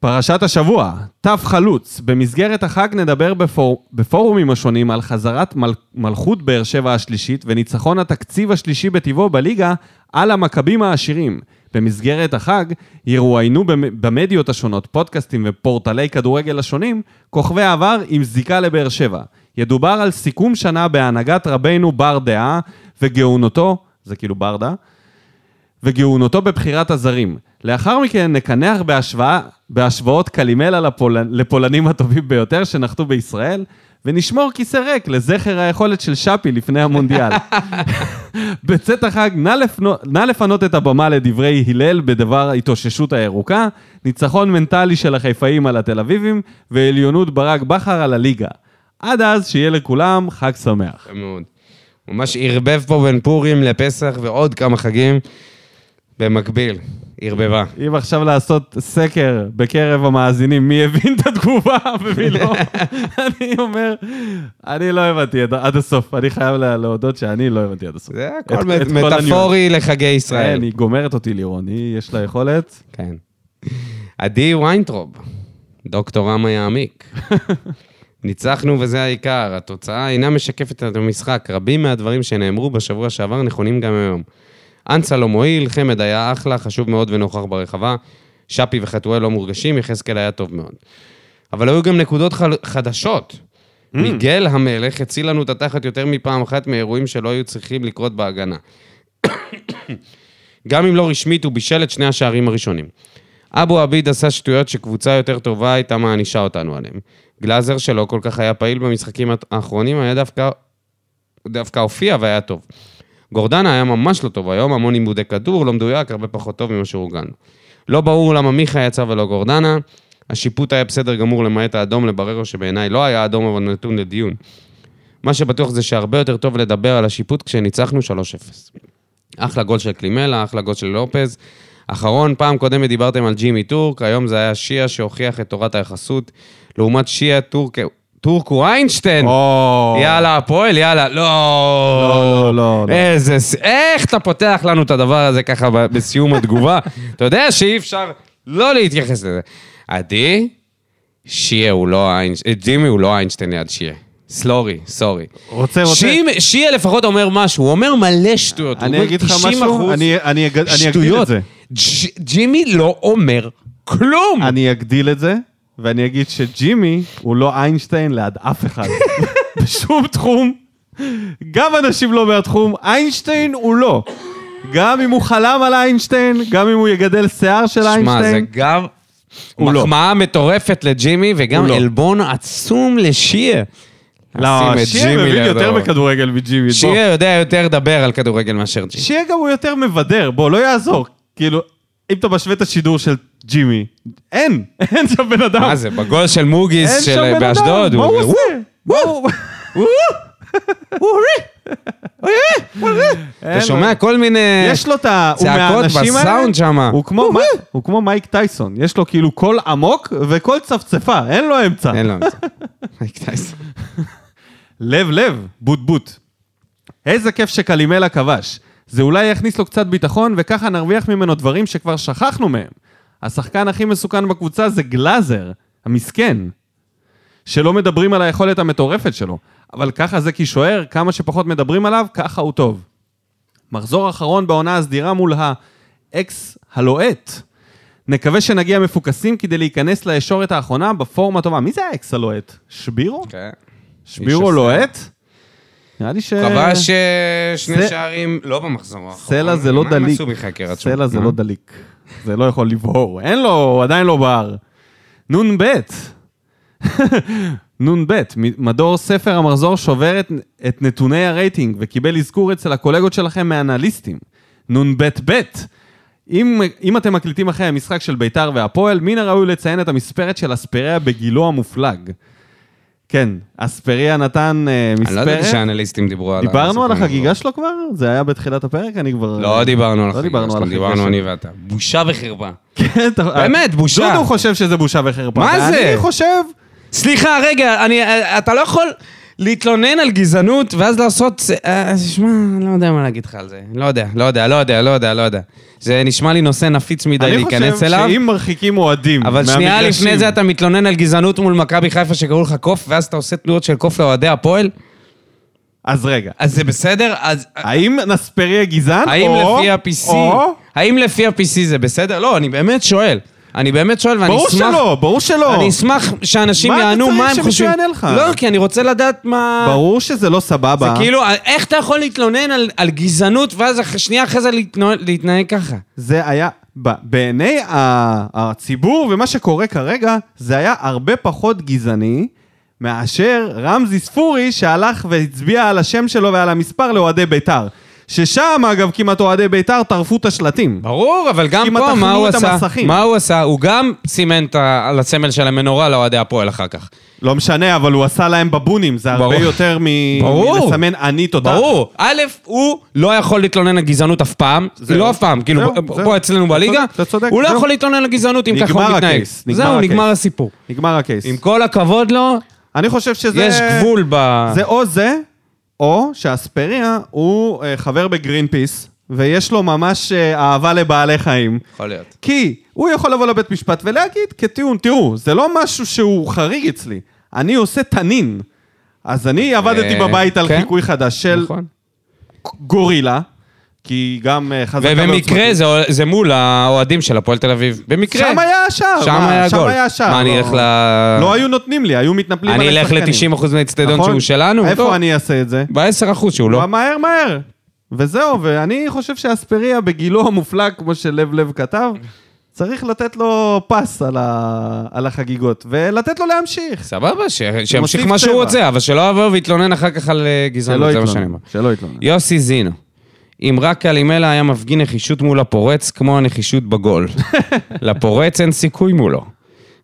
Speaker 1: פרשת השבוע, תו חלוץ. במסגרת החג נדבר בפור... בפורומים השונים על חזרת מל... מלכות באר שבע השלישית וניצחון התקציב השלישי בטבעו בליגה על המכבים העשירים. במסגרת החג ירואיינו במ... במדיות השונות, פודקאסטים ופורטלי כדורגל השונים, כוכבי העבר עם זיקה לבאר שבע. ידובר על סיכום שנה בהנהגת רבנו בר דעה וגאונותו, זה כאילו ברדה, וגאונותו בבחירת הזרים. לאחר מכן נקנח בהשוואה, בהשוואות קלימלה לפול, לפולנים הטובים ביותר שנחתו בישראל, ונשמור כיסא ריק לזכר היכולת של שפי לפני המונדיאל. בצאת החג, נא, לפנו, נא לפנות את הבמה לדברי הלל בדבר ההתאוששות הירוקה, ניצחון מנטלי של החיפאים על התל אביבים, ועליונות ברק בכר על הליגה. עד אז, שיהיה לכולם חג שמח.
Speaker 2: יפה מאוד. ממש ערבב פה בין פורים לפסח ועוד כמה חגים במקביל. ערבבה.
Speaker 1: אם עכשיו לעשות סקר בקרב המאזינים, מי הבין את התגובה ומי לא, אני אומר, אני לא הבנתי עד- עד הסוף. אני חייב לה- להודות שאני לא הבנתי עד הסוף.
Speaker 2: זה
Speaker 1: את-
Speaker 2: הכל
Speaker 1: את
Speaker 2: מט-
Speaker 1: כל הניואנס.
Speaker 2: מטאפורי לחגי
Speaker 1: כן,
Speaker 2: ישראל.
Speaker 1: היא גומרת אותי לירון, היא, יש לה יכולת.
Speaker 2: כן. עדי ויינטרוב, דוקטור רמה יעמיק. ניצחנו וזה העיקר, התוצאה אינה משקפת את המשחק. רבים מהדברים שנאמרו בשבוע שעבר נכונים גם היום. אנסה לא מועיל, חמד היה אחלה, חשוב מאוד ונוכח ברחבה. שפי וחתואל לא מורגשים, יחזקאל היה טוב מאוד. אבל היו גם נקודות חל... חדשות. מיגל המלך הציל לנו את התחת יותר מפעם אחת מאירועים שלא היו צריכים לקרות בהגנה. גם אם לא רשמית, הוא בישל את שני השערים הראשונים. אבו עביד עשה שטויות שקבוצה יותר טובה הייתה מענישה אותנו עליהם. גלאזר, שלא כל כך היה פעיל במשחקים האחרונים, היה דווקא, דווקא הופיע והיה טוב. גורדנה היה ממש לא טוב היום, המון עיבודי כדור, לא מדויק, הרבה פחות טוב ממה שהורגלנו. לא ברור למה מיכה יצא ולא גורדנה. השיפוט היה בסדר גמור למעט האדום לבררו שבעיניי לא היה אדום אבל נתון לדיון. מה שבטוח זה שהרבה יותר טוב לדבר על השיפוט כשניצחנו 3-0. אחלה גול של קלימלה, אחלה גול של לופז. אחרון, פעם קודמת דיברתם על ג'ימי טורק, היום זה היה שיה שהוכיח את תורת היחסות. לעומת שיה, טורק, טורק הוא איינשטיין.
Speaker 1: או,
Speaker 2: יאללה, הפועל, יאללה. לא.
Speaker 1: לא, לא, לא.
Speaker 2: איזה... ס- איך אתה פותח לנו את הדבר הזה ככה ב- בסיום התגובה? אתה יודע שאי אפשר לא להתייחס לזה. עדי, שיה הוא לא איינשטיין, ג'ימי הוא לא איינשטיין ליד שיה. סלורי, סורי.
Speaker 1: רוצה, רוצה.
Speaker 2: שיה- שיה לפחות אומר משהו, הוא אומר מלא שטויות. הוא
Speaker 1: אני
Speaker 2: אומר
Speaker 1: אגיד לך
Speaker 2: 90%
Speaker 1: משהו, אני אני אג- אני אגדיל את
Speaker 2: שטויות.
Speaker 1: זה.
Speaker 2: ג'- ג'ימי לא אומר כלום.
Speaker 1: אני אגדיל את זה, ואני אגיד שג'ימי הוא לא איינשטיין ליד אף אחד. בשום תחום. גם אנשים לא מהתחום, איינשטיין הוא לא. גם אם הוא חלם על איינשטיין, גם אם הוא יגדל שיער של
Speaker 2: שמע, זה
Speaker 1: איינשטיין.
Speaker 2: גם
Speaker 1: הוא לא.
Speaker 2: מחמאה מטורפת לג'ימי, וגם
Speaker 1: הוא לא.
Speaker 2: עלבון עצום לשיה. לשים
Speaker 1: לא,
Speaker 2: את
Speaker 1: שיה
Speaker 2: ג'ימי
Speaker 1: מבין
Speaker 2: לידו.
Speaker 1: יותר בכדורגל מג'ימי. בוא.
Speaker 2: שיה יודע יותר לדבר על כדורגל מאשר ג'ימי.
Speaker 1: שיה גם הוא יותר מבדר, בוא, לא יעזור. כאילו, אם אתה משווה את השידור של ג'ימי, אין, אין שם בן אדם.
Speaker 2: מה זה, בגול של
Speaker 1: אה. אין
Speaker 2: מוגיס
Speaker 1: שם בן
Speaker 2: של
Speaker 1: אדם,
Speaker 2: באשדוד?
Speaker 1: מה הוא
Speaker 2: הוא-
Speaker 1: עושה? מה הוא- אין
Speaker 2: אתה שומע כל מיני...
Speaker 1: יש לו את ה... הוא
Speaker 2: צעקות
Speaker 1: מהאנשים האלה,
Speaker 2: בסאונד שמה.
Speaker 1: הוא כמו, מי, הוא כמו מייק טייסון, יש לו כאילו קול עמוק וקול צפצפה, אין לו אמצע.
Speaker 2: אין לו אמצע. מייק טייסון.
Speaker 1: לב לב, בוט בוט. איזה כיף שקלימלה כבש. זה אולי יכניס לו קצת ביטחון, וככה נרוויח ממנו דברים שכבר שכחנו מהם. השחקן הכי מסוכן בקבוצה זה גלאזר, המסכן. שלא מדברים על היכולת המטורפת שלו, אבל ככה זה כשוער, כמה שפחות מדברים עליו, ככה הוא טוב. מחזור אחרון בעונה הסדירה מול האקס הלוהט. נקווה שנגיע מפוקסים כדי להיכנס לישורת האחרונה בפורמה טובה. מי זה האקס הלוהט? שבירו?
Speaker 2: כן.
Speaker 1: שבירו
Speaker 2: הסלע.
Speaker 1: לוהט? נראה לי ש...
Speaker 2: כבש אה, שני
Speaker 1: זה-
Speaker 2: שערים, לא במחזור האחרון.
Speaker 1: סלע זה לא
Speaker 2: מה הם
Speaker 1: דליק.
Speaker 2: עשו מחקר אה? עד
Speaker 1: סלע
Speaker 2: שם?
Speaker 1: זה
Speaker 2: מה?
Speaker 1: לא דליק. זה לא יכול לבהור. אין לו, הוא עדיין לא בער. נ"ב. נ"ב, מ- מדור ספר המחזור שובר את, את נתוני הרייטינג וקיבל אזכור אצל הקולגות שלכם מהאנליסטים. נ"ב ב' אם, אם אתם מקליטים אחרי המשחק של ביתר והפועל, מן הראוי לציין את המספרת של אספריה בגילו המופלג. כן, אספריה נתן אה,
Speaker 2: אני לא ידעתי
Speaker 1: מספרת.
Speaker 2: שהאנליסטים דיברו על...
Speaker 1: דיברנו על
Speaker 2: השחקן
Speaker 1: החגיגה
Speaker 2: הזה.
Speaker 1: שלו כבר? זה היה בתחילת הפרק? אני כבר...
Speaker 2: לא דיברנו על
Speaker 1: לא
Speaker 2: החגיגה
Speaker 1: דיברנו על
Speaker 2: שלו,
Speaker 1: החגיגה
Speaker 2: דיברנו
Speaker 1: שלו.
Speaker 2: אני ואתה. בושה וחרפה.
Speaker 1: כן, אתה...
Speaker 2: באמת, בושה.
Speaker 1: דודו חושב שזה בושה וחרפה.
Speaker 2: מה זה?
Speaker 1: אני חושב...
Speaker 2: סליחה, רגע, אני, אתה לא יכול להתלונן על גזענות ואז לעשות... אה, שמע, אני לא יודע מה להגיד לך על זה. לא יודע, לא יודע, לא יודע, לא יודע, לא יודע. זה נשמע לי נושא נפיץ מדי
Speaker 1: אני
Speaker 2: להיכנס
Speaker 1: חושב
Speaker 2: אליו.
Speaker 1: שאם מרחיקים אוהדים
Speaker 2: אבל שנייה
Speaker 1: מהמגרשים-
Speaker 2: לפני זה אתה מתלונן על גזענות מול מכבי חיפה שקראו לך קוף, ואז אתה עושה תנועות של קוף לאוהדי הפועל,
Speaker 1: אז רגע,
Speaker 2: אז זה בסדר? אז
Speaker 1: האם נספריה גזען?
Speaker 2: האם
Speaker 1: או-
Speaker 2: לפי ה-PC,
Speaker 1: או...
Speaker 2: האם לפי ה-PC זה בסדר? לא, אני באמת שואל. אני באמת שואל, ואני
Speaker 1: ברור
Speaker 2: אשמח...
Speaker 1: שלא, ברור שלא.
Speaker 2: אני אשמח שאנשים
Speaker 1: מה אתה
Speaker 2: יענו
Speaker 1: צריך
Speaker 2: מה הם
Speaker 1: שמישהו
Speaker 2: חושבים.
Speaker 1: יענה לך?
Speaker 2: לא, כי אני רוצה לדעת מה...
Speaker 1: ברור שזה לא
Speaker 2: זה
Speaker 1: סבבה.
Speaker 2: כאילו, איך אתה יכול להתלונן על, על גזענות, ואז אח- שנייה אחרי זה להתנהג, להתנהג ככה?
Speaker 1: זה היה, ב- בעיני ה- הציבור ומה שקורה כרגע, זה היה הרבה פחות גזעני מאשר רמזי ספורי שהלך והצביע על השם שלו ועל המספר לאוהדי בית"ר. ששם, אגב, כמעט אוהדי בית"ר טרפו את השלטים.
Speaker 2: ברור, אבל גם
Speaker 1: כמעט
Speaker 2: פה, מה
Speaker 1: אכלו
Speaker 2: הוא
Speaker 1: את
Speaker 2: עשה?
Speaker 1: המסכים.
Speaker 2: מה הוא עשה? הוא גם סימן את ה- על הסמל של המנורה לאוהדי הפועל אחר כך.
Speaker 1: לא משנה, אבל הוא עשה להם בבונים, זה הרבה
Speaker 2: ברור.
Speaker 1: יותר מ...
Speaker 2: ברור.
Speaker 1: מלסמן אני תודה.
Speaker 2: ברור. א', הוא לא יכול להתלונן על גזענות אף פעם.
Speaker 1: זהו.
Speaker 2: לא אף פעם, כאילו,
Speaker 1: זהו,
Speaker 2: ב-
Speaker 1: זהו.
Speaker 2: פה אצלנו
Speaker 1: אתה
Speaker 2: בליגה.
Speaker 1: צודק, אתה צודק,
Speaker 2: הוא לא
Speaker 1: זהו.
Speaker 2: יכול להתלונן על גזענות אם ככה הוא
Speaker 1: נגמר
Speaker 2: מתנהג.
Speaker 1: הקייס, נגמר
Speaker 2: זהו,
Speaker 1: הקייס.
Speaker 2: נגמר הסיפור.
Speaker 1: נגמר הקייס.
Speaker 2: עם כל הכבוד לו,
Speaker 1: אני חושב שזה...
Speaker 2: יש גבול ב...
Speaker 1: זה או זה, או שאספריה הוא אה, חבר בגרין פיס, ויש לו ממש אה, אהבה לבעלי חיים.
Speaker 2: יכול להיות.
Speaker 1: כי הוא יכול לבוא לבית משפט ולהגיד כטיעון, תראו, זה לא משהו שהוא חריג אצלי, אני עושה תנין. אז אני עבדתי
Speaker 2: אה,
Speaker 1: בבית על
Speaker 2: כן.
Speaker 1: חיקוי חדש של
Speaker 2: נכון.
Speaker 1: גורילה, כי גם אה, חזקה
Speaker 2: ובמקרה
Speaker 1: ועוצמתית.
Speaker 2: זה, זה מול האוהדים של הפועל תל אביב. במקרה.
Speaker 1: שם היה השער.
Speaker 2: שם
Speaker 1: אה, מה,
Speaker 2: היה
Speaker 1: שם
Speaker 2: גול.
Speaker 1: היה השער.
Speaker 2: מה, אני
Speaker 1: לא-
Speaker 2: אלך ל...
Speaker 1: לא היו נותנים לי, היו מתנפלים
Speaker 2: אני
Speaker 1: עלי
Speaker 2: אלך
Speaker 1: שחקנים.
Speaker 2: ל-90% מהאצטדיון
Speaker 1: נכון?
Speaker 2: שהוא שלנו? לא,
Speaker 1: איפה אני אעשה את זה?
Speaker 2: ב-10% שהוא לא.
Speaker 1: לא. מהר מהר. וזהו, ואני חושב שאספריה בגילו המופלג, כמו שלב לב כתב, צריך לתת לו פס על, ה... על החגיגות, ולתת לו להמשיך.
Speaker 2: סבבה, ש- שימשיך
Speaker 1: מוסיף
Speaker 2: מה שהוא
Speaker 1: צבע.
Speaker 2: רוצה, אבל שלא יבוא ויתלונן אחר כך על אה, גזענות, זה מה שאני אומר.
Speaker 1: שלא יתלונן.
Speaker 2: יוסי זינו, אם רק קלימלה היה מפגין נחישות מול הפורץ, כמו הנחישות בגול. לפורץ אין סיכוי מולו.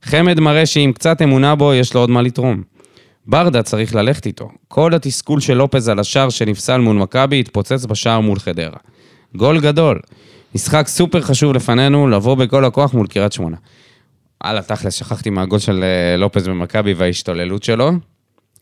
Speaker 2: חמד מראה שעם קצת אמונה בו, יש לו עוד מה לתרום. ברדה צריך ללכת איתו. כל התסכול של לופז על השער שנפסל מול מכבי התפוצץ בשער מול חדרה. גול גדול. משחק סופר חשוב לפנינו, לבוא בכל הכוח מול קריית שמונה. הלאה, תכל'ס, שכחתי מהגול של אה, לופז במכבי וההשתוללות שלו.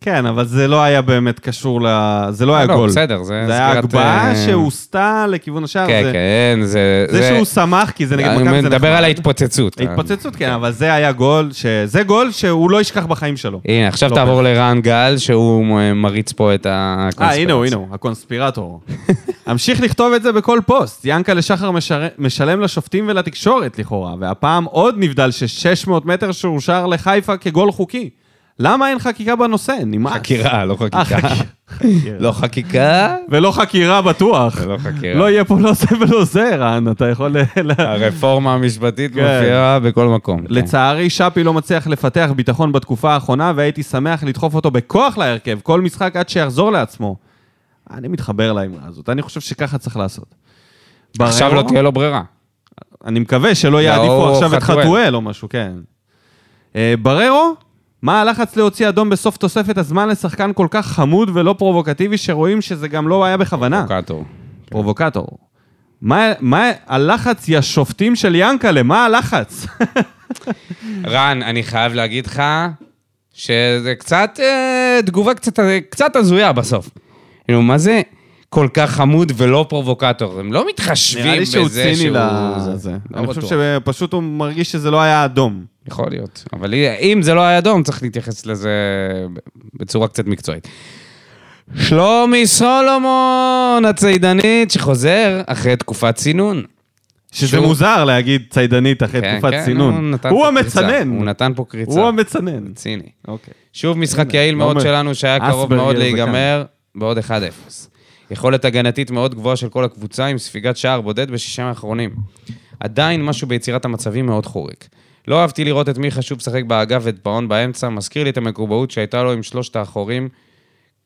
Speaker 1: כן, אבל זה לא היה באמת קשור ל... זה לא היה
Speaker 2: לא,
Speaker 1: גול.
Speaker 2: בסדר, זה
Speaker 1: זה היה
Speaker 2: סגירת,
Speaker 1: הגבהה
Speaker 2: אה,
Speaker 1: שהוסטה לכיוון השער.
Speaker 2: כן,
Speaker 1: אה, זה...
Speaker 2: כן, זה...
Speaker 1: זה שהוא שמח, כי זה נגד מכבי, זה
Speaker 2: אני
Speaker 1: נחמד.
Speaker 2: מדבר על ההתפוצצות.
Speaker 1: ההתפוצצות, כן, אבל זה היה גול, ש... זה גול שהוא לא ישכח בחיים שלו.
Speaker 2: הנה, עכשיו
Speaker 1: לא
Speaker 2: תעבור לרן גל, שהוא אה, מריץ פה את ה...
Speaker 1: אה, הנה הוא, הנה הוא, הקונספירטור. אמשיך לכתוב את זה בכל פוסט. ינקלה שחר משר- משלם לשופטים ולתקשורת, לכאורה, והפעם עוד נבדל של 600 מטר שאושר לחיפה כגול חוקי. למה אין חקיקה בנושא? נמאס.
Speaker 2: חקירה, לא
Speaker 1: אה,
Speaker 2: חקיקה.
Speaker 1: חקירה.
Speaker 2: לא חקיקה?
Speaker 1: ולא חקירה בטוח.
Speaker 2: ולא חקירה. אוקיי.
Speaker 1: לא יהיה פה לא זה ולא זה, רן, אתה יכול... ל- ל-
Speaker 2: הרפורמה המשפטית
Speaker 1: כן.
Speaker 2: מופיעה בכל מקום.
Speaker 1: לצערי, שפי לא מצליח לפתח ביטחון בתקופה האחרונה, והייתי שמח לדחוף אותו בכוח להרכב, כל משחק עד שיחזור לעצמו. אני מתחבר לאמרה הזאת, אני חושב שככה צריך לעשות.
Speaker 2: עכשיו
Speaker 1: בררו?
Speaker 2: לא תהיה לו ברירה.
Speaker 1: אני מקווה שלא
Speaker 2: או
Speaker 1: יעדיפו עכשיו את
Speaker 2: חתואל.
Speaker 1: חתואל או משהו, כן. אה, בררו, מה הלחץ להוציא אדום בסוף תוספת הזמן לשחקן כל כך חמוד ולא פרובוקטיבי, שרואים שזה גם לא היה בכוונה?
Speaker 2: פרובוקטור.
Speaker 1: פרובוקטור. מה, מה הלחץ, יא שופטים של ינקלה, מה הלחץ?
Speaker 2: רן, אני חייב להגיד לך שזה קצת, אה, תגובה קצת, קצת הזויה בסוף. כאילו, מה זה כל כך חמוד ולא פרובוקטור? הם לא מתחשבים בזה
Speaker 1: נראה לי שהוא ציני
Speaker 2: זה-
Speaker 1: לזה.
Speaker 2: לא
Speaker 1: אני חושב
Speaker 2: בטוח.
Speaker 1: שפשוט הוא מרגיש שזה לא היה אדום.
Speaker 2: יכול להיות. אבל אם זה לא היה אדום, צריך להתייחס לזה בצורה קצת מקצועית. שלומי סולומון, הצידנית, שחוזר אחרי תקופת צינון.
Speaker 1: שזה
Speaker 2: שהוא-
Speaker 1: מוזר להגיד צידנית אחרי
Speaker 2: כן,
Speaker 1: תקופת
Speaker 2: כן,
Speaker 1: צינון.
Speaker 2: נתן
Speaker 1: הוא
Speaker 2: פה קריצה.
Speaker 1: המצנן.
Speaker 2: הוא נתן פה קריצה.
Speaker 1: הוא המצנן.
Speaker 2: ציני.
Speaker 1: אוקיי.
Speaker 2: שוב משחק
Speaker 1: הנה,
Speaker 2: יעיל מאוד
Speaker 1: עומר.
Speaker 2: שלנו, שהיה קרוב
Speaker 1: אספרגר
Speaker 2: מאוד
Speaker 1: זה
Speaker 2: להיגמר בעוד 1-0. יכולת הגנתית מאוד גבוהה של כל הקבוצה, עם ספיגת שער בודד בשישה האחרונים. עדיין משהו ביצירת המצבים מאוד חורק. לא אהבתי לראות את מיכה שוב משחק באגף ואת פאון באמצע, מזכיר לי את המקובעות שהייתה לו עם שלושת האחורים,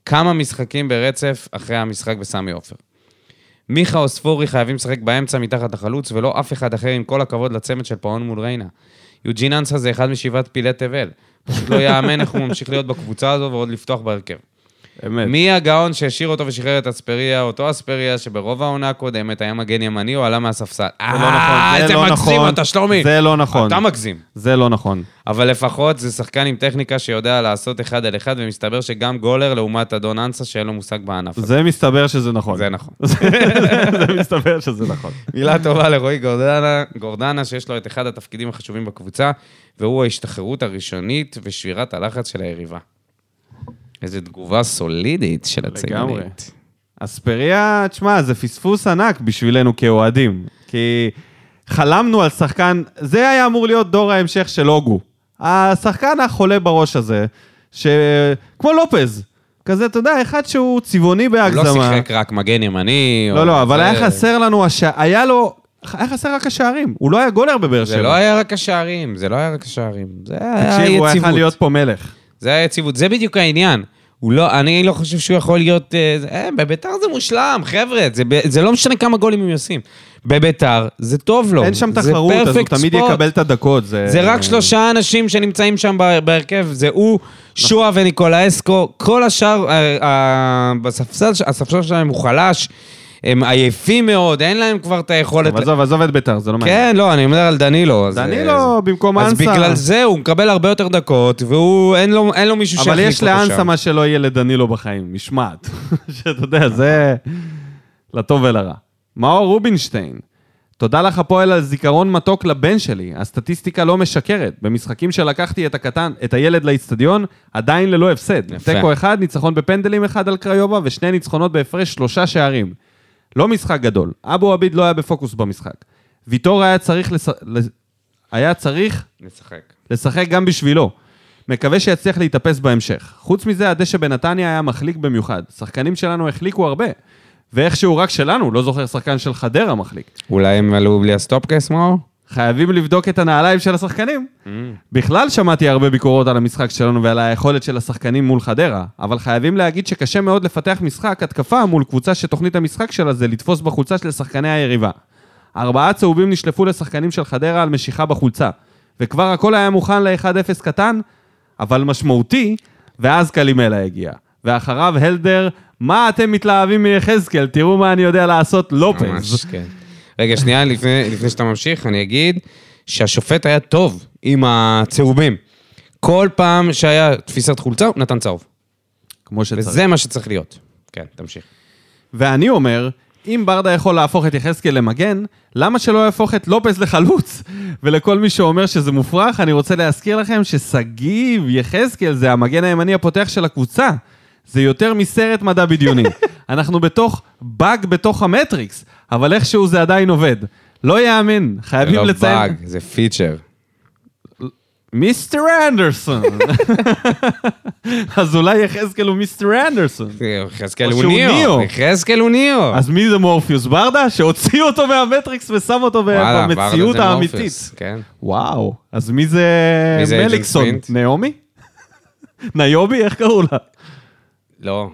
Speaker 2: כמה משחקים ברצף אחרי המשחק בסמי עופר. מיכה או ספורי חייבים לשחק באמצע מתחת לחלוץ, ולא אף אחד אחר, עם כל הכבוד לצמד של פאון מול ריינה. יוג'ין אנסה זה אחד משבעת פילי תבל. פשוט לא יאמן איך הוא ממשיך להיות בקבוצה הזו ועוד לפתוח בהרכב.
Speaker 1: אמת.
Speaker 2: מי הגאון שהשאיר אותו ושחרר את אספריה, אותו אספריה שברוב העונה הקודמת היה מגן ימני או עלה מהספסל.
Speaker 1: זה לא נכון,
Speaker 2: אה,
Speaker 1: זה
Speaker 2: איזה
Speaker 1: לא
Speaker 2: מגזים
Speaker 1: נכון.
Speaker 2: אתה, שלומי.
Speaker 1: זה לא נכון.
Speaker 2: אתה מגזים.
Speaker 1: זה לא נכון.
Speaker 2: אבל לפחות זה שחקן עם טכניקה שיודע לעשות אחד על אחד, ומסתבר שגם גולר לעומת אדון אנסה שאין לו מושג בענף הזה.
Speaker 1: זה מסתבר שזה נכון.
Speaker 2: זה נכון.
Speaker 1: זה מסתבר שזה נכון.
Speaker 2: מילה טובה לרועי גורדנה, גורדנה, שיש לו את אחד התפקידים החשובים בקבוצה, והוא ההשתחררות הראשונית ושבירת הלחץ של היריבה. איזו תגובה סולידית של
Speaker 1: לגמרי.
Speaker 2: הציונית.
Speaker 1: אספריה, תשמע, זה פספוס ענק בשבילנו כאוהדים. כי חלמנו על שחקן, זה היה אמור להיות דור ההמשך של הוגו. השחקן החולה בראש הזה, שכמו לופז, כזה, אתה יודע, אחד שהוא צבעוני
Speaker 2: הוא
Speaker 1: בהגזמה.
Speaker 2: לא שיחק רק מגן ימני. או-
Speaker 1: לא, לא, אבל
Speaker 2: זה-
Speaker 1: היה חסר לנו, הש... היה לו, היה חסר רק השערים. הוא לא היה גולר בבאר שבע.
Speaker 2: זה לא היה רק השערים, זה לא היה רק השערים. זה היה
Speaker 1: תקשיב, הוא היה יכול
Speaker 2: היציבות.
Speaker 1: להיות פה מלך.
Speaker 2: זה היה יציבות, זה בדיוק העניין. הוא לא, אני לא חושב שהוא יכול להיות... אה, זה- אה, בביתר זה מושלם, חבר'ה, זה, ב- זה לא משנה כמה גולים הם עושים. בביתר, זה טוב לו.
Speaker 1: אין שם
Speaker 2: זה
Speaker 1: תחרות, אז הוא
Speaker 2: perfect
Speaker 1: תמיד
Speaker 2: spot.
Speaker 1: יקבל את הדקות.
Speaker 2: זה רק שלושה אנשים שנמצאים שם בה- בהרכב, זה הוא, שועה
Speaker 1: נכון.
Speaker 2: וניקולאסקו, כל השאר, אה, אה, בספסל, ש- הספסל שלהם הוא חלש, הם עייפים מאוד, אין להם כבר את היכולת...
Speaker 1: אבל עזוב, עזוב את ביתר, זה לא מעניין.
Speaker 2: כן, לא, אני אומר על דנילו. אז-
Speaker 1: דנילו
Speaker 2: אז-
Speaker 1: במקום
Speaker 2: אז
Speaker 1: אנסה.
Speaker 2: בגלל זה הוא מקבל הרבה יותר דקות, והוא, אין לו- אין לו מישהו שיחליף
Speaker 1: אבל
Speaker 2: אותו
Speaker 1: יש
Speaker 2: שם.
Speaker 1: לאנסה מה שלא יהיה לדנילו בחיים, משמעת. שאתה יודע, זה לטוב ולרע. מאור רובינשטיין, תודה לך הפועל על זיכרון מתוק לבן שלי. הסטטיסטיקה לא משקרת. במשחקים שלקחתי את הקטן, את הילד לאיצטדיון, עדיין ללא הפסד.
Speaker 2: יפה.
Speaker 1: תיקו אחד, ניצחון בפנדלים אחד על קריובה, ושני ניצחונות בהפרש שלושה שערים. לא משחק גדול. אבו עביד לא היה בפוקוס במשחק. ויטור היה צריך לס... לס- היה צריך
Speaker 2: לשחק.
Speaker 1: לשחק גם בשבילו. מקווה שיצליח להתאפס בהמשך. חוץ מזה, הדשא בנתניה היה מחליק במיוחד. שחקנים שלנו החליקו הרבה. ואיכשהו רק שלנו, לא זוכר שחקן של חדרה מחליק.
Speaker 2: אולי הם עלו בלי הסטופקס, מאור?
Speaker 1: חייבים לבדוק את הנעליים של השחקנים. בכלל שמעתי הרבה ביקורות על המשחק שלנו ועל היכולת של השחקנים מול חדרה, אבל חייבים להגיד שקשה מאוד לפתח משחק התקפה מול קבוצה שתוכנית המשחק שלה זה לתפוס בחולצה של שחקני היריבה. ארבעה צהובים נשלפו לשחקנים של חדרה על משיכה בחולצה, וכבר הכל היה מוכן ל-1-0 קטן, אבל משמעותי, ואז קלימלה הגיע. ואחריו הלדר, מה אתם מתלהבים מיחזקאל? תראו מה אני יודע לעשות, לופז.
Speaker 2: ממש, כן. רגע, שנייה, לפני, לפני שאתה ממשיך, אני אגיד שהשופט היה טוב עם הצהובים. כל פעם שהיה תפיסת חולצה, הוא נתן צהוב.
Speaker 1: כמו שצריך.
Speaker 2: וזה מה שצריך להיות. כן, תמשיך.
Speaker 1: ואני אומר, אם ברדה יכול להפוך את יחזקאל למגן, למה שלא יהפוך את לופס לחלוץ? ולכל מי שאומר שזה מופרך, אני רוצה להזכיר לכם ששגיב יחזקאל זה המגן הימני הפותח של הקבוצה. זה יותר מסרט מדע בדיוני. אנחנו בתוך באג בתוך המטריקס, אבל איכשהו זה עדיין עובד. לא יאמן,
Speaker 2: זה
Speaker 1: חייבים
Speaker 2: לא
Speaker 1: לציין...
Speaker 2: באג, זה פיצ'ר.
Speaker 1: מיסטר אנדרסון. אז אולי יחזקאל הוא מיסטר אנדרסון.
Speaker 2: יחזקאל
Speaker 1: או
Speaker 2: הוא
Speaker 1: שהוא
Speaker 2: ניאו.
Speaker 1: ניאו.
Speaker 2: יחזקאל הוא ניאו.
Speaker 1: אז מי זה מורפיוס ברדה? שהוציא אותו מהמטריקס ושם אותו
Speaker 2: וואלה,
Speaker 1: במציאות
Speaker 2: ברדה זה
Speaker 1: האמיתית.
Speaker 2: מורפיוס, כן.
Speaker 1: וואו, אז מי זה
Speaker 2: מי זה אג'נט
Speaker 1: מליקסון?
Speaker 2: סמית?
Speaker 1: נעמי? נעיובי? איך קראו לה?
Speaker 2: לא.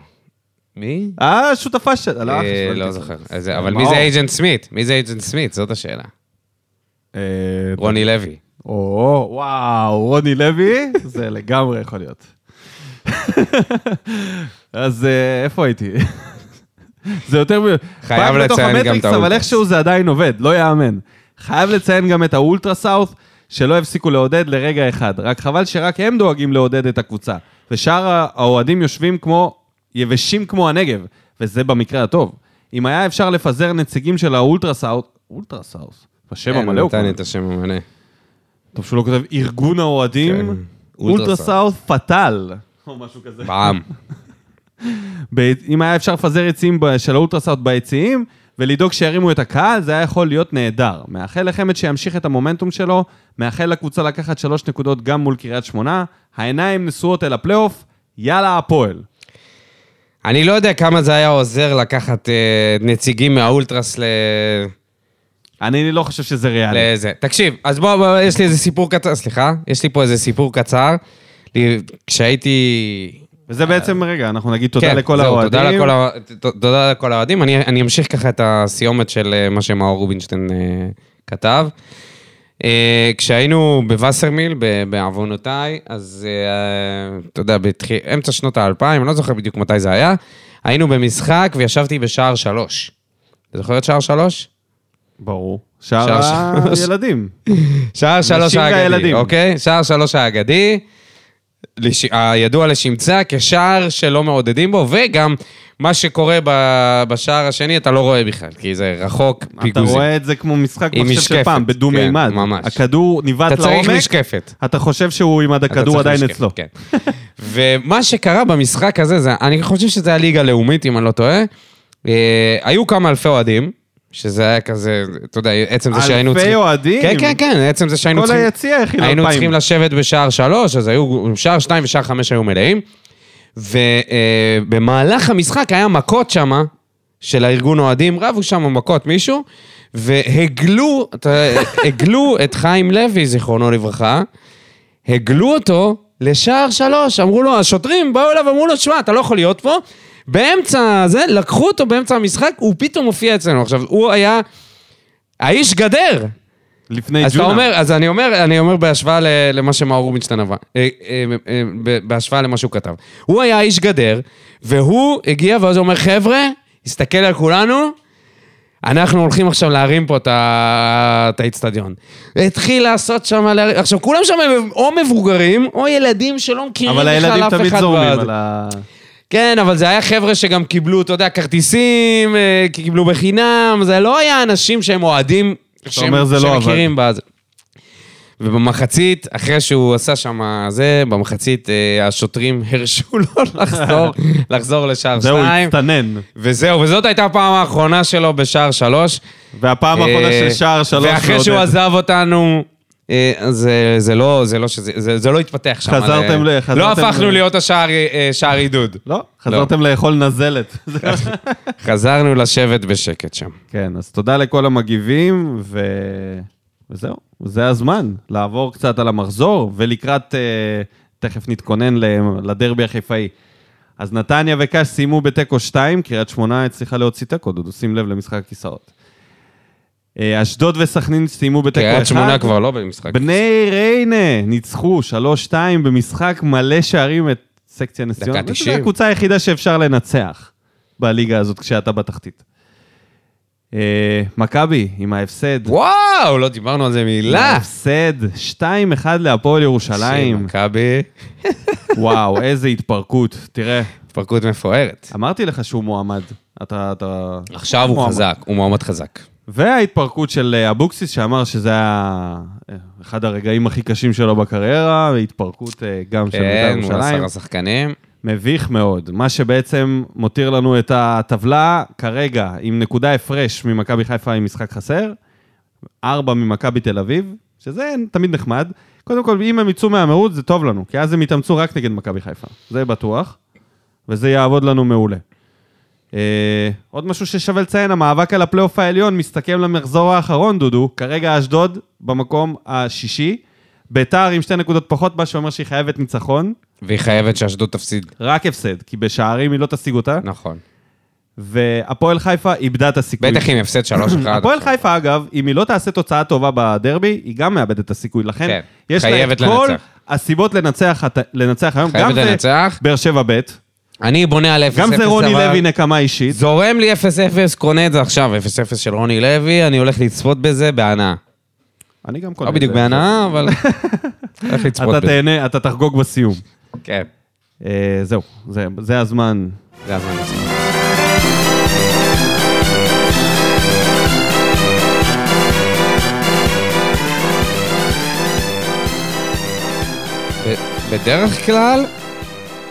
Speaker 2: מי?
Speaker 1: אה, השותפה שלה. לא, אח
Speaker 2: אה,
Speaker 1: שלה.
Speaker 2: לא זוכר. אז- אבל מי
Speaker 1: מאור.
Speaker 2: זה אייג'נט סמית? מי זה אייג'נט סמית? זאת השאלה.
Speaker 1: אה,
Speaker 2: רוני לוי.
Speaker 1: או, וואו, רוני לוי? זה לגמרי יכול להיות. אז אה, איפה הייתי? זה יותר... מ-
Speaker 2: חייב
Speaker 1: פעם בתוך
Speaker 2: לציין גם את
Speaker 1: המטריקס, אבל
Speaker 2: האולטרס.
Speaker 1: איכשהו זה עדיין עובד, לא יאמן. חייב לציין גם את האולטרה סאוף, שלא הפסיקו לעודד לרגע אחד. רק חבל שרק הם דואגים לעודד את הקבוצה. ושאר ה- האוהדים יושבים כמו, יבשים כמו הנגב, וזה במקרה הטוב. אם היה אפשר לפזר נציגים של האולטרסאוט, אולטרסאוס, בשם
Speaker 2: כן,
Speaker 1: המלא הוא
Speaker 2: נתן
Speaker 1: קורא.
Speaker 2: את השם המלא.
Speaker 1: טוב שהוא לא כותב ארגון האוהדים,
Speaker 2: כן.
Speaker 1: אולטרסאוט פטל. או משהו כזה.
Speaker 2: בעם.
Speaker 1: ב- אם היה אפשר לפזר עצים ב- של האולטרסאוט ביציעים, ולדאוג שירימו את הקהל, זה היה יכול להיות נהדר. מאחל לחמד שימשיך את המומנטום שלו, מאחל לקבוצה לקחת שלוש נקודות גם מול קריית שמונה, העיניים נשואות אל הפלייאוף, יאללה הפועל.
Speaker 2: אני לא יודע כמה זה היה עוזר לקחת אה, נציגים מהאולטרס ל...
Speaker 1: אני לא חושב שזה ריאלי.
Speaker 2: לזה. תקשיב, אז בוא, בוא, יש לי איזה סיפור קצר, סליחה, יש לי פה איזה סיפור קצר. לי- כשהייתי
Speaker 1: וזה בעצם, רגע, אנחנו נגיד תודה
Speaker 2: כן,
Speaker 1: לכל
Speaker 2: זהו, תודה
Speaker 1: האוהדים.
Speaker 2: לכל ה- ת- תודה לכל האוהדים. אני, אני אמשיך ככה את הסיומת של אה, מה שמאור רובינשטיין אה, כתב. אה, כשהיינו בווסרמיל, ב- בעוונותיי, אז אה, אתה יודע, בתחי... אמצע שנות האלפיים, אני לא זוכר בדיוק מתי זה היה, היינו במשחק וישבתי בשער שלוש. אתה זוכר את שער שלוש?
Speaker 1: ברור. שאר
Speaker 2: שער שלוש.
Speaker 1: הילדים.
Speaker 2: שער שלוש האגדי,
Speaker 1: והילדים.
Speaker 2: אוקיי? שער שלוש האגדי, לש... הידוע לשמצה כשער שלא מעודדים בו, וגם מה שקורה ב... בשער השני אתה לא רואה בכלל, כי זה רחוק
Speaker 1: אתה
Speaker 2: פיגוזים.
Speaker 1: רואה את זה כמו משחק
Speaker 2: עם
Speaker 1: מחשב של
Speaker 2: משקפת,
Speaker 1: פעם, בדו-מימד.
Speaker 2: כן, ממש.
Speaker 1: הכדור ניווט
Speaker 2: אתה צריך
Speaker 1: לעומק,
Speaker 2: משקפת.
Speaker 1: אתה חושב שהוא עם עד
Speaker 2: אתה
Speaker 1: הכדור
Speaker 2: צריך
Speaker 1: עדיין
Speaker 2: משקפת,
Speaker 1: אצלו.
Speaker 2: כן. ומה שקרה במשחק הזה, זה, אני חושב שזה היה ליגה לאומית, אם אני לא טועה. אה, היו כמה אלפי אוהדים, שזה היה כזה, אתה יודע, עצם זה שהיינו
Speaker 1: אלפי
Speaker 2: צריכים...
Speaker 1: אוהדים?
Speaker 2: כן, כן, כן, עצם זה שהיינו
Speaker 1: כל
Speaker 2: צריכים...
Speaker 1: היציע הכיל
Speaker 2: היינו
Speaker 1: אלפיים.
Speaker 2: צריכים לשבת בשער שלוש, אז היו, שער שתיים ושער חמש היו מלאים. ובמהלך המשחק היה מכות שמה, של הארגון אוהדים, רבו שם מכות מישהו, והגלו, אתה- הגלו את חיים לוי, זיכרונו לברכה, הגלו אותו לשער שלוש. אמרו לו, השוטרים באו אליו, אמרו לו, שמע, אתה לא יכול להיות פה. באמצע זה, לקחו אותו באמצע המשחק, הוא פתאום הופיע אצלנו. עכשיו, הוא היה האיש גדר.
Speaker 1: לפני
Speaker 2: אז אתה
Speaker 1: ג'ונה.
Speaker 2: אומר, אז אני אומר, אני אומר בהשוואה ל- למה שמאור רובינשטיין עבר, אה, אה, אה, ב- בהשוואה למה שהוא כתב. הוא היה איש גדר, והוא הגיע ואז הוא אומר, חבר'ה, הסתכל על כולנו, אנחנו הולכים עכשיו להרים פה את ה- את האיצטדיון. התחיל לעשות שם, להרים- עכשיו כולם שם הם או מבוגרים, או ילדים שלא מכירים
Speaker 1: אבל
Speaker 2: בכלל אף אחד.
Speaker 1: הילדים תמיד זורמים
Speaker 2: בעד.
Speaker 1: על ה...
Speaker 2: כן, אבל זה היה חבר'ה שגם קיבלו, אתה יודע, כרטיסים, אה, קיבלו בחינם, זה לא היה אנשים שהם אוהדים, שהם,
Speaker 1: אומר, זה לא עבד.
Speaker 2: שמכירים בזה. ובמחצית, אחרי שהוא עשה שם זה, במחצית אה, השוטרים הרשו לו לחזור, לחזור לשער
Speaker 1: זהו,
Speaker 2: שתיים.
Speaker 1: הצטנן.
Speaker 2: וזהו, וזאת הייתה הפעם האחרונה שלו בשער שלוש.
Speaker 1: והפעם האחרונה
Speaker 2: אה,
Speaker 1: של שער שלוש
Speaker 2: ואחרי שהוא עזב אותנו, אה, זה, זה לא, זה לא שזה, זה, זה לא התפתח שם.
Speaker 1: חזרתם
Speaker 2: זה-
Speaker 1: ל- חזרתם
Speaker 2: לא הפכנו
Speaker 1: ל-
Speaker 2: להיות השער אה, שער עידוד.
Speaker 1: לא, חזרתם לאכול נזלת.
Speaker 2: חזרנו לשבת בשקט שם.
Speaker 1: כן, אז תודה לכל המגיבים, ו- וזהו. זה הזמן לעבור קצת על המחזור, ולקראת, אה, תכף נתכונן ל- לדרבי החיפאי. אז נתניה וקאש סיימו בתיקו 2, קריית שמונה הצליחה להוציא תיקו, דודו, שים לב למשחק הכיסאות. אה, אשדוד וסכנין סיימו בתיקו 1.
Speaker 2: קריית שמונה כבר לא במשחק.
Speaker 1: בני ריינה ניצחו 3-2 במשחק מלא שערים את סקציה נס
Speaker 2: דקה
Speaker 1: ציונה.
Speaker 2: 90.
Speaker 1: זו הקבוצה היחידה שאפשר לנצח בליגה הזאת כשאתה בתחתית. אה, מכבי עם ההפסד.
Speaker 2: וואו, לא דיברנו על זה מילה.
Speaker 1: ההפסד 2-1 להפועל ירושלים.
Speaker 2: מכבי,
Speaker 1: וואו, איזה התפרקות. תראה,
Speaker 2: התפרקות מפוארת.
Speaker 1: אמרתי לך שהוא מועמד. אתה... אתה...
Speaker 2: עכשיו הוא
Speaker 1: מועמד.
Speaker 2: חזק, הוא מועמד חזק.
Speaker 1: וההתפרקות של אה, אבוקסיס, שאמר שזה היה אה, אחד הרגעים הכי קשים שלו בקריירה, התפרקות אה, גם של בית"ר
Speaker 2: כן, הוא
Speaker 1: ירושלים.
Speaker 2: עשרה שחקנים.
Speaker 1: מביך מאוד. מה שבעצם מותיר לנו את הטבלה כרגע, עם נקודה הפרש ממכבי חיפה עם משחק חסר, ארבע ממכבי תל אביב, שזה תמיד נחמד. קודם כל, אם הם יצאו מהמיעוט, זה טוב לנו, כי אז הם יתאמצו רק נגד מכבי חיפה. זה בטוח, וזה יעבוד לנו מעולה. אה, עוד משהו ששווה לציין, המאבק על הפלייאוף העליון מסתכם למחזור האחרון, דודו. כרגע אשדוד במקום השישי. ביתר עם שתי נקודות פחות, מה שאומר שהיא חייבת ניצחון.
Speaker 2: והיא חייבת שאשדוד תפסיד.
Speaker 1: רק הפסד, כי בשערים היא לא תשיג אותה,
Speaker 2: נכון.
Speaker 1: והפועל חיפה איבדה את הסיכוי.
Speaker 2: בטח עם הפסד 3-1.
Speaker 1: הפועל חיפה, אגב, אם היא לא תעשה תוצאה טובה בדרבי, היא גם מאבדת את הסיכוי. לכן,
Speaker 2: כן,
Speaker 1: יש לה את
Speaker 2: חייבת
Speaker 1: כל
Speaker 2: לנצח.
Speaker 1: הסיבות לנצח הת- לנצח היום.
Speaker 2: חייבת
Speaker 1: גם זה
Speaker 2: לנצח.
Speaker 1: באר שבע ב',
Speaker 2: אני בונה על 0-0.
Speaker 1: גם זה רוני
Speaker 2: אבל-
Speaker 1: לוי נקמה אישית.
Speaker 2: זורם לי 0-0, קונה את זה עכשיו, 0-0 של רוני לוי, אני הולך לצפות בזה בהנאה.
Speaker 1: אני גם קונה
Speaker 2: לא
Speaker 1: את
Speaker 2: בדיוק
Speaker 1: זה.
Speaker 2: בהנאה, אבל... איך לצפות
Speaker 1: אתה
Speaker 2: בזה.
Speaker 1: תהנה, אתה תחגוג בסיום.
Speaker 2: כן.
Speaker 1: אה, זהו, זה- זה הזמן.
Speaker 2: זה הזמן לצפות. ב- בדרך כלל,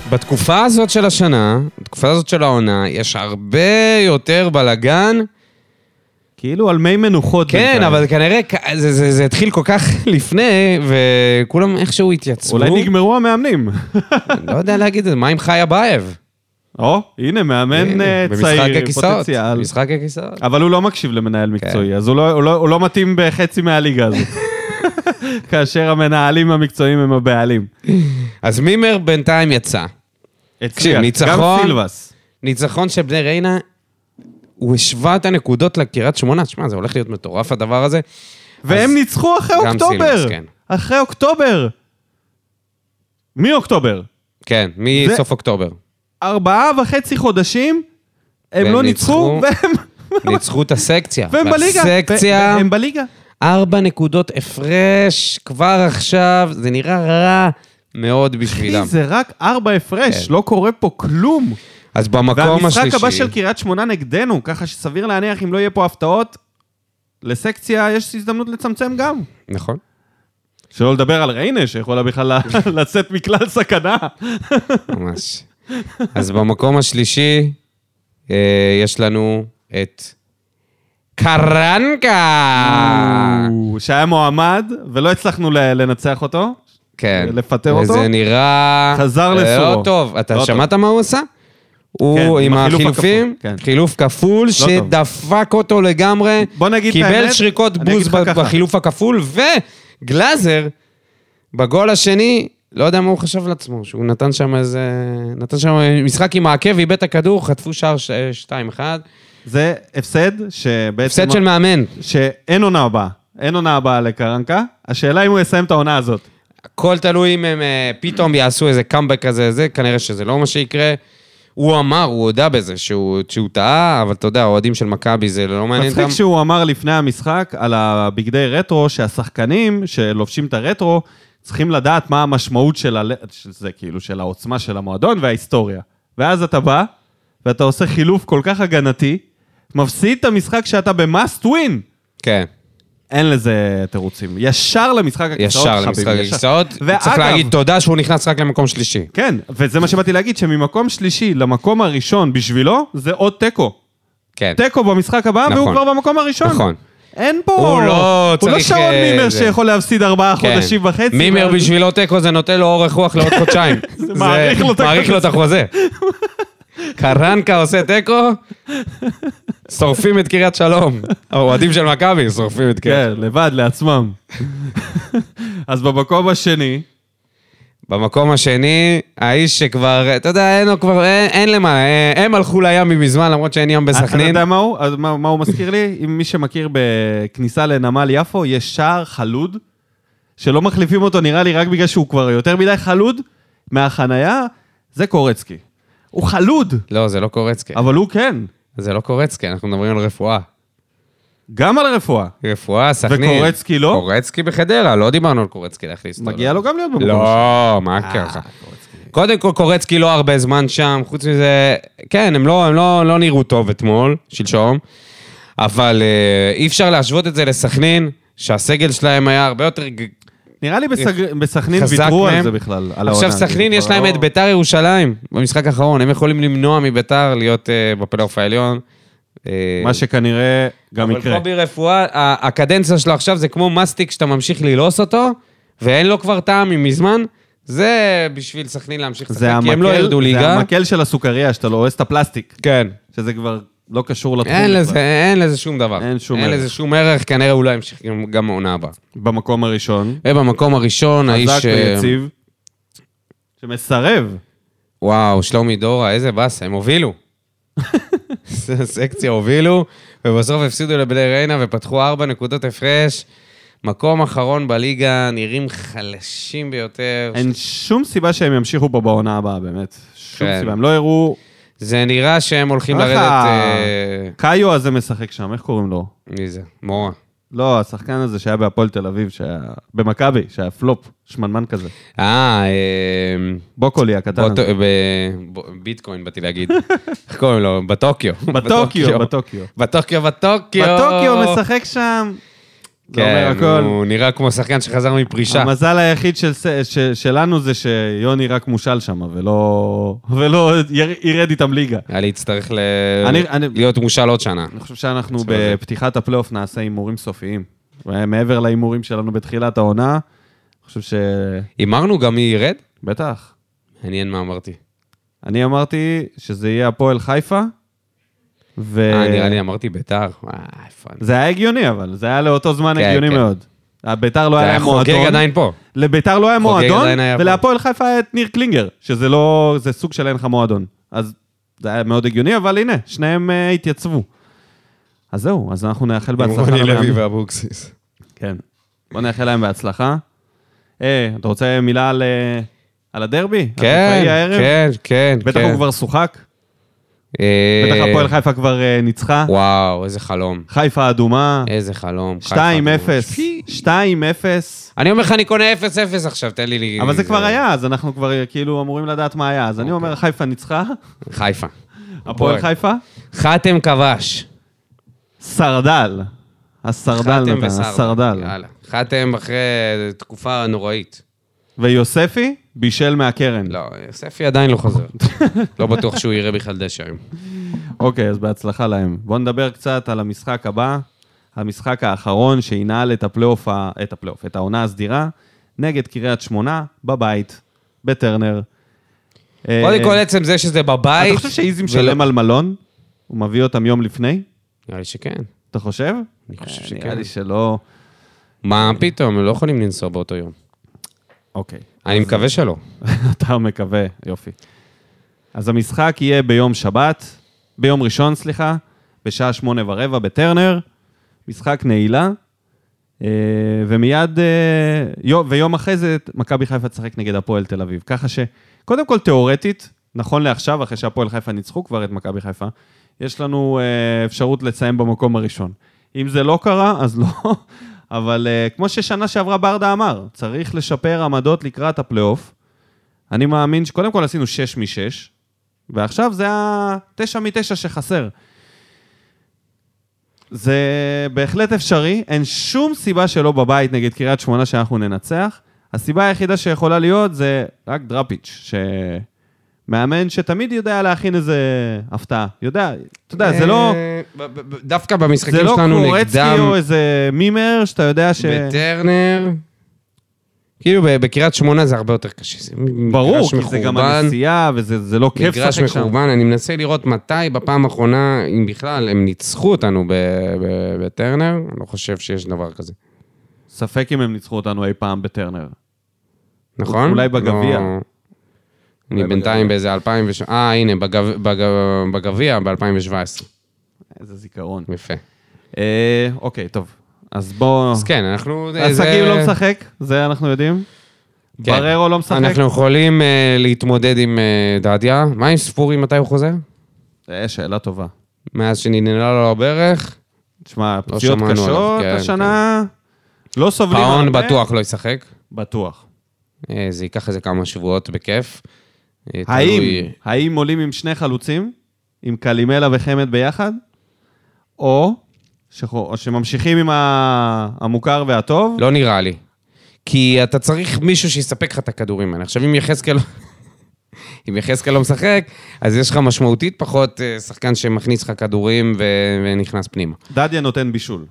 Speaker 2: בתקופה הזאת של השנה, בתקופה הזאת של העונה, יש הרבה יותר בלאגן.
Speaker 1: כאילו על מי מנוחות.
Speaker 2: כן,
Speaker 1: בינתיים.
Speaker 2: אבל כנראה כ- זה- זה זה התחיל כל כך לפני, וכולם איכשהו התייצבו.
Speaker 1: אולי נגמרו המאמנים.
Speaker 2: לא יודע להגיד את זה, מה עם חיה בייב?
Speaker 1: או, הנה, מאמן אה,
Speaker 2: במשחק
Speaker 1: צעיר,
Speaker 2: הכיסאות,
Speaker 1: פוטנציאל.
Speaker 2: במשחק הכיסאות.
Speaker 1: אבל הוא לא מקשיב למנהל
Speaker 2: כן.
Speaker 1: מקצועי, אז הוא לא- הוא לא- הוא לא מתאים בחצי מהליגה הזאת. כאשר המנהלים המקצועיים הם הבעלים.
Speaker 2: אז מימר בינתיים יצא.
Speaker 1: הצליח, גם
Speaker 2: ניצחון.
Speaker 1: סילבס.
Speaker 2: ניצחון של בני ריינה, הוא השווה את הנקודות לקריית שמונה. שמע, זה הולך להיות מטורף הדבר הזה.
Speaker 1: והם
Speaker 2: אז
Speaker 1: ניצחו אחרי
Speaker 2: גם
Speaker 1: אוקטובר.
Speaker 2: סילבס, כן.
Speaker 1: אחרי אוקטובר. מאוקטובר.
Speaker 2: כן, מסוף אוקטובר.
Speaker 1: ארבעה וחצי חודשים, הם
Speaker 2: והם
Speaker 1: לא ניצחו,
Speaker 2: ניצחו.
Speaker 1: והם
Speaker 2: ניצחו את הסקציה.
Speaker 1: והם בליגה.
Speaker 2: הסקציה,
Speaker 1: והם בליגה.
Speaker 2: ארבע נקודות הפרש כבר עכשיו, זה נראה רע מאוד בשבילם.
Speaker 1: אחי, זה רק ארבע
Speaker 2: כן.
Speaker 1: הפרש, לא קורה פה כלום.
Speaker 2: אז במקום השלישי...
Speaker 1: והמשחק הבא של קריית שמונה נגדנו, ככה שסביר להניח אם לא יהיה פה הפתעות, לסקציה יש הזדמנות לצמצם גם.
Speaker 2: נכון.
Speaker 1: שלא לדבר על ריינה, שיכולה בכלל ל- לצאת מכלל סכנה.
Speaker 2: ממש. אז במקום השלישי, אה, יש לנו את קרנקה.
Speaker 1: הוא- שהיה מועמד, ולא הצלחנו ל- לנצח אותו.
Speaker 2: כן.
Speaker 1: לפטר אותו?
Speaker 2: וזה נראה...
Speaker 1: חזר
Speaker 2: אה,
Speaker 1: לסורו.
Speaker 2: לא טוב. אתה
Speaker 1: לא כן,
Speaker 2: שמעת מה הוא עשה? הוא
Speaker 1: עם
Speaker 2: עם
Speaker 1: החילוף
Speaker 2: החילופים,
Speaker 1: הכפול, כן.
Speaker 2: חילוף כפול,
Speaker 1: טוב.
Speaker 2: שדפק אותו לגמרי.
Speaker 1: בוא נגיד את
Speaker 2: קיבל
Speaker 1: האמת,
Speaker 2: שריקות
Speaker 1: אני אגיד
Speaker 2: בוז
Speaker 1: לך
Speaker 2: ב-
Speaker 1: ככה.
Speaker 2: בחילוף הכפול, וגלאזר, בגול השני, לא יודע מה הוא חשב לעצמו, שהוא נתן שם איזה... נתן שם משחק עם העקב, איבד את הכדור, חטפו שער ש- 2-1.
Speaker 1: זה הפסד שבעצם...
Speaker 2: הפסד של מאמן.
Speaker 1: שאין עונה הבאה. אין עונה הבאה לקרנקה. השאלה אם הוא יסיים את העונה הזאת.
Speaker 2: הכל תלוי אם הם אה, פתאום יעשו איזה קאמבק כזה, זה, כנראה שזה לא מה שיקרה. הוא אמר, הוא הודה בזה שהוא, שהוא טעה, אבל אתה יודע, האוהדים של מכבי זה לא מעניין אותם.
Speaker 1: מצחיק שהוא אמר לפני המשחק על הבגדי רטרו, שהשחקנים שלובשים את הרטרו צריכים לדעת מה המשמעות של הל... של זה, כאילו, של העוצמה של המועדון וההיסטוריה. ואז אתה בא, ואתה עושה חילוף כל כך הגנתי, מפסיד את המשחק שאתה ב-must win.
Speaker 2: כן,
Speaker 1: אין לזה תירוצים. ישר למשחק הכיסאות,
Speaker 2: ישר
Speaker 1: חביבי,
Speaker 2: למשחק הכיסאות. צריך להגיד תודה שהוא נכנס רק למקום שלישי.
Speaker 1: כן, וזה מה שבאתי להגיד, שממקום שלישי למקום הראשון בשבילו, זה עוד תיקו.
Speaker 2: כן.
Speaker 1: תיקו במשחק הבא,
Speaker 2: נכון.
Speaker 1: והוא כבר במקום הראשון.
Speaker 2: נכון.
Speaker 1: אין פה...
Speaker 2: הוא לא
Speaker 1: הוא לא
Speaker 2: צריך,
Speaker 1: שרון
Speaker 2: אה,
Speaker 1: מימר
Speaker 2: זה.
Speaker 1: שיכול להפסיד ארבעה
Speaker 2: כן.
Speaker 1: חודשים וחצי.
Speaker 2: מימר
Speaker 1: ואז-
Speaker 2: בשבילו תיקו זה נותן לו אורך רוח לעוד חודשיים. זה
Speaker 1: מאריך לו את
Speaker 2: מאריך לו את החוזה. קרנקה עושה תיקו, שורפים את קריית שלום. האוהדים של מכבי שורפים את קריית שלום.
Speaker 1: כן, לבד, לעצמם. אז במקום השני,
Speaker 2: במקום השני, האיש שכבר, אתה יודע, אין לו כבר, אין, אין למה, אה, הם הלכו לים מזמן, למרות שאין ים
Speaker 1: אתה
Speaker 2: בסכנין.
Speaker 1: יודע מה הוא? אז מה מה הוא מזכיר לי? אם מי שמכיר בכניסה לנמל יפו, יש שער חלוד, שלא מחליפים אותו נראה לי רק בגלל שהוא כבר יותר מדי חלוד מהחנייה, זה קורצקי. הוא חלוד,
Speaker 2: לא, זה לא קורצקי.
Speaker 1: אבל הוא כן.
Speaker 2: זה לא קורצקי, אנחנו מדברים על רפואה.
Speaker 1: גם על רפואה.
Speaker 2: רפואה, סכנין.
Speaker 1: וקורצקי לא?
Speaker 2: קורצקי בחדרה, לא דיברנו על קורצקי להכניס אותו.
Speaker 1: מגיע לו גם להיות במקום השני. אה,
Speaker 2: לא, מה ככה? קודם כל, קורצקי לא הרבה זמן שם, חוץ מזה, כן, הם לא, הם לא, לא נראו טוב אתמול, שלשום, אבל אה, אי אפשר להשוות את זה לסכנין, שהסגל שלהם היה הרבה יותר ג-
Speaker 1: נראה לי בסג- בסכנין
Speaker 2: חזק
Speaker 1: ויתרו על
Speaker 2: מהם.
Speaker 1: זה בכלל, על העונה.
Speaker 2: עכשיו סכנין
Speaker 1: זה
Speaker 2: יש
Speaker 1: כבר
Speaker 2: להם
Speaker 1: לא-
Speaker 2: את ביתר ירושלים במשחק האחרון, הם יכולים למנוע מביתר להיות אה, בפלייאוף העליון. אה,
Speaker 1: מה שכנראה גם
Speaker 2: אבל
Speaker 1: יקרה.
Speaker 2: קובי רפואה, ה- הקדנציה שלו עכשיו זה כמו מסטיק שאתה ממשיך ללעוס אותו, ואין לו כבר טעם מזמן. זה בשביל סכנין להמשיך לשחק,
Speaker 1: זה
Speaker 2: כי הם לא
Speaker 1: המקל-
Speaker 2: ירדו
Speaker 1: זה
Speaker 2: ליגה.
Speaker 1: המקל של הסוכריה, שאתה לא הורס את הפלסטיק,
Speaker 2: כן.
Speaker 1: שזה כבר לא קשור לתחום.
Speaker 2: אין
Speaker 1: בכלל.
Speaker 2: לזה, אין לזה שום דבר.
Speaker 1: אין שום
Speaker 2: אין
Speaker 1: ערך.
Speaker 2: לזה שום ערך, כנראה הוא לא ימשיך גם- גם העונה הבאה.
Speaker 1: במקום הראשון,
Speaker 2: ובמקום הראשון, האיש...
Speaker 1: חזק
Speaker 2: אה,
Speaker 1: ויציב, שמסרב.
Speaker 2: וואו, שלומי דורה, איזה באסה, הם הובילו. סקציה הובילו, ובסוף הפסידו לבני ריינה ופתחו ארבע נקודות הפרש. מקום אחרון בליגה, נראים חלשים ביותר.
Speaker 1: אין שום סיבה שהם ימשיכו פה בעונה הבאה, באמת. שום
Speaker 2: כן.
Speaker 1: סיבה, הם לא הראו...
Speaker 2: זה נראה שהם הולכים
Speaker 1: ככה.
Speaker 2: לרדת... אה,
Speaker 1: קאיו הזה משחק שם, איך קוראים לו?
Speaker 2: מי זה? מורה.
Speaker 1: לא, השחקן הזה שהיה בהפועל תל אביב, שהיה... במכבי, שהיה פלופ, שמנמן כזה.
Speaker 2: אה, אה,
Speaker 1: בוקולי הקטן
Speaker 2: באותו-
Speaker 1: הזה.
Speaker 2: ב- ב- ביטקוין באתי להגיד. איך קוראים לו? בטוקיו.
Speaker 1: בטוקיו, בטוקיו.
Speaker 2: בטוקיו, בטוקיו.
Speaker 1: בטוקיו משחק שם. זה אומר
Speaker 2: כן,
Speaker 1: הכל.
Speaker 2: הוא נראה כמו שחקן שחזר מפרישה.
Speaker 1: המזל היחיד של, ס- ש, שלנו זה שיוני רק מושל שם, ולא, ולא יר- ירד איתם ליגה.
Speaker 2: היה לי יצטרך ל-
Speaker 1: אני- אני-
Speaker 2: להיות מושל עוד שנה.
Speaker 1: אני חושב שאנחנו
Speaker 2: בסדר.
Speaker 1: בפתיחת הפלייאוף נעשה הימורים סופיים. מעבר להימורים שלנו בתחילת העונה, אני חושב ש...
Speaker 2: הימרנו גם מי ירד?
Speaker 1: בטח.
Speaker 2: מעניין מה אמרתי.
Speaker 1: אני אמרתי שזה יהיה הפועל חיפה, ו...
Speaker 2: אה, נראה לי אמרתי ביתר. אה, איפה אני?
Speaker 1: זה היה הגיוני, אבל זה היה לאותו זמן
Speaker 2: כן,
Speaker 1: הגיוני
Speaker 2: כן.
Speaker 1: מאוד. ביתר לא
Speaker 2: זה
Speaker 1: היה
Speaker 2: היה
Speaker 1: מועדון.
Speaker 2: חוגג עדיין פה.
Speaker 1: לביתר לא היה
Speaker 2: חוגג
Speaker 1: מועדון,
Speaker 2: עדיין היה
Speaker 1: ולהפועל חיפה היה את ניר קלינגר, שזה לא, זה סוג של אין לך מועדון. אז זה היה מאוד הגיוני, אבל הנה, שניהם אה, התייצבו. אז זהו, אז אנחנו נאחל בהצלחה. למאמנים.
Speaker 2: ואבוקסיס.
Speaker 1: כן. בוא נאחל להם בהצלחה. אה, אתה רוצה מילה על, אה, על הדרבי?
Speaker 2: כן,
Speaker 1: החיפאי הערב?
Speaker 2: כן, כן.
Speaker 1: בטח
Speaker 2: כן.
Speaker 1: הוא כבר שוחק,
Speaker 2: אה,
Speaker 1: בטח הפועל חיפה כבר אה, ניצחה.
Speaker 2: וואו, איזה חלום.
Speaker 1: חיפה אדומה,
Speaker 2: איזה חלום.
Speaker 1: 2-0,
Speaker 2: חיפה, שפי.
Speaker 1: 2-0,
Speaker 2: אני אומר לך, אני קונה 0-0 עכשיו, תן לי... לי-
Speaker 1: אבל זה כבר היה, אז אנחנו כבר אה, כאילו אמורים לדעת מה היה. אז אני
Speaker 2: אוקיי.
Speaker 1: אומר, חיפה ניצחה,
Speaker 2: חיפה.
Speaker 1: הפועל חיפה
Speaker 2: חתם כבש.
Speaker 1: סרדל. הסרדל
Speaker 2: חתם
Speaker 1: נתן,
Speaker 2: וסרדל.
Speaker 1: הסרדל.
Speaker 2: יאללה. חתם אחרי תקופה נוראית.
Speaker 1: ויוספי בישל מהקרן.
Speaker 2: לא, יוספי עדיין לא חוזר. לא בטוח שהוא יראה בכלל דשא היום.
Speaker 1: אוקיי, אז בהצלחה להם. בואו נדבר קצת על המשחק הבא, המשחק האחרון שינעל את הפלייאוף, ה- את הפלייאוף, את העונה הסדירה, נגד קריית שמונה, בבית, בטרנר. אה,
Speaker 2: קודם כל, עצם זה שזה בבית...
Speaker 1: אתה חושב שאיזי
Speaker 2: ולא-
Speaker 1: משלם על מלון? הוא מביא אותם יום לפני?
Speaker 2: נראה לי שכן.
Speaker 1: אתה חושב?
Speaker 2: אני חושב
Speaker 1: אה,
Speaker 2: שכן.
Speaker 1: נראה לי שלא...
Speaker 2: מה פתאום, הם לא יכולים לנסוע באותו יום.
Speaker 1: אוקיי.
Speaker 2: אני מקווה שלא.
Speaker 1: אתה מקווה, יופי. אז המשחק יהיה ביום שבת, ביום ראשון, סליחה, בשעה שמונה ורבע בטרנר, משחק נעילה, אה, ומיד, אה, יום, ויום אחרי זה מכבי חיפה תשחק נגד הפועל תל אביב. ככה ש... קודם כל, תיאורטית, נכון לעכשיו, אחרי שהפועל חיפה ניצחו כבר את מכבי חיפה, יש לנו אה, אפשרות לסיים במקום הראשון. אם זה לא קרה, אז לא. אבל אה, כמו ששנה שעברה ברדה אמר, צריך לשפר עמדות לקראת הפלייאוף. אני מאמין שקודם כל עשינו 6 מ-6, ועכשיו זה ה-9 מ-9 שחסר. זה בהחלט אפשרי, אין שום סיבה שלא בבית נגד קריית שמונה שאנחנו ננצח. הסיבה היחידה שיכולה להיות זה רק דראפיץ', שמאמן שתמיד יודע להכין איזה הפתעה. יודע, אתה יודע, זה לא,
Speaker 2: אה, ב- ב- ב- דווקא
Speaker 1: זה
Speaker 2: במשחקים
Speaker 1: לא
Speaker 2: שלנו
Speaker 1: קורצקי
Speaker 2: נגדם,
Speaker 1: או איזה מימר שאתה יודע ש...
Speaker 2: בטרנר, כאילו ב- בקריית שמונה זה הרבה יותר קשה. זה מ-
Speaker 1: ברור,
Speaker 2: מגרש
Speaker 1: כי זה גם
Speaker 2: מחורבן.
Speaker 1: הנסיעה, וזה זה לא כיף
Speaker 2: מגרש
Speaker 1: לשחק שם.
Speaker 2: מחורבן, אני מנסה לראות מתי בפעם האחרונה, אם בכלל, הם ניצחו אותנו ב- ב- בטרנר, אני לא חושב שיש דבר כזה.
Speaker 1: ספק אם הם ניצחו אותנו אי פעם בטרנר.
Speaker 2: נכון?
Speaker 1: אולי בגביע.
Speaker 2: לא- אני
Speaker 1: אולי
Speaker 2: בינתיים באיזה 2017, אה, הנה, בגב- בגב- בגביע ב-2017.
Speaker 1: איזה זיכרון.
Speaker 2: יפה.
Speaker 1: אה, אוקיי, טוב. אז בוא...
Speaker 2: אז כן, אנחנו... זה-
Speaker 1: עסקים לא משחק, זה אנחנו יודעים.
Speaker 2: כן.
Speaker 1: בררו לא משחק.
Speaker 2: אנחנו יכולים אה, להתמודד עם אה, דדיה. מה עם ספורי, מתי הוא חוזר?
Speaker 1: אה, שאלה טובה.
Speaker 2: מאז שננעלה לו הברך?
Speaker 1: תשמע, פציעות
Speaker 2: לא שמענו עליו,
Speaker 1: קשות
Speaker 2: כן,
Speaker 1: השנה, לא סובלים
Speaker 2: פאון בטוח לא ישחק.
Speaker 1: בטוח.
Speaker 2: אה, זה ייקח איזה כמה שבועות בכיף. אה,
Speaker 1: האם,
Speaker 2: תלוי-
Speaker 1: האם עולים עם שני חלוצים, עם קלימלה וחמד ביחד, או, שח- או שממשיכים עם ה- המוכר והטוב?
Speaker 2: לא נראה לי. כי אתה צריך מישהו שיספק לך את הכדורים האלה. עכשיו, אם יחזקאל... אם יחזקאל לא משחק, אז יש לך משמעותית פחות אה, שחקן שמכניס לך כדורים ו... ונכנס פנימה.
Speaker 1: דדיה נותן בישול.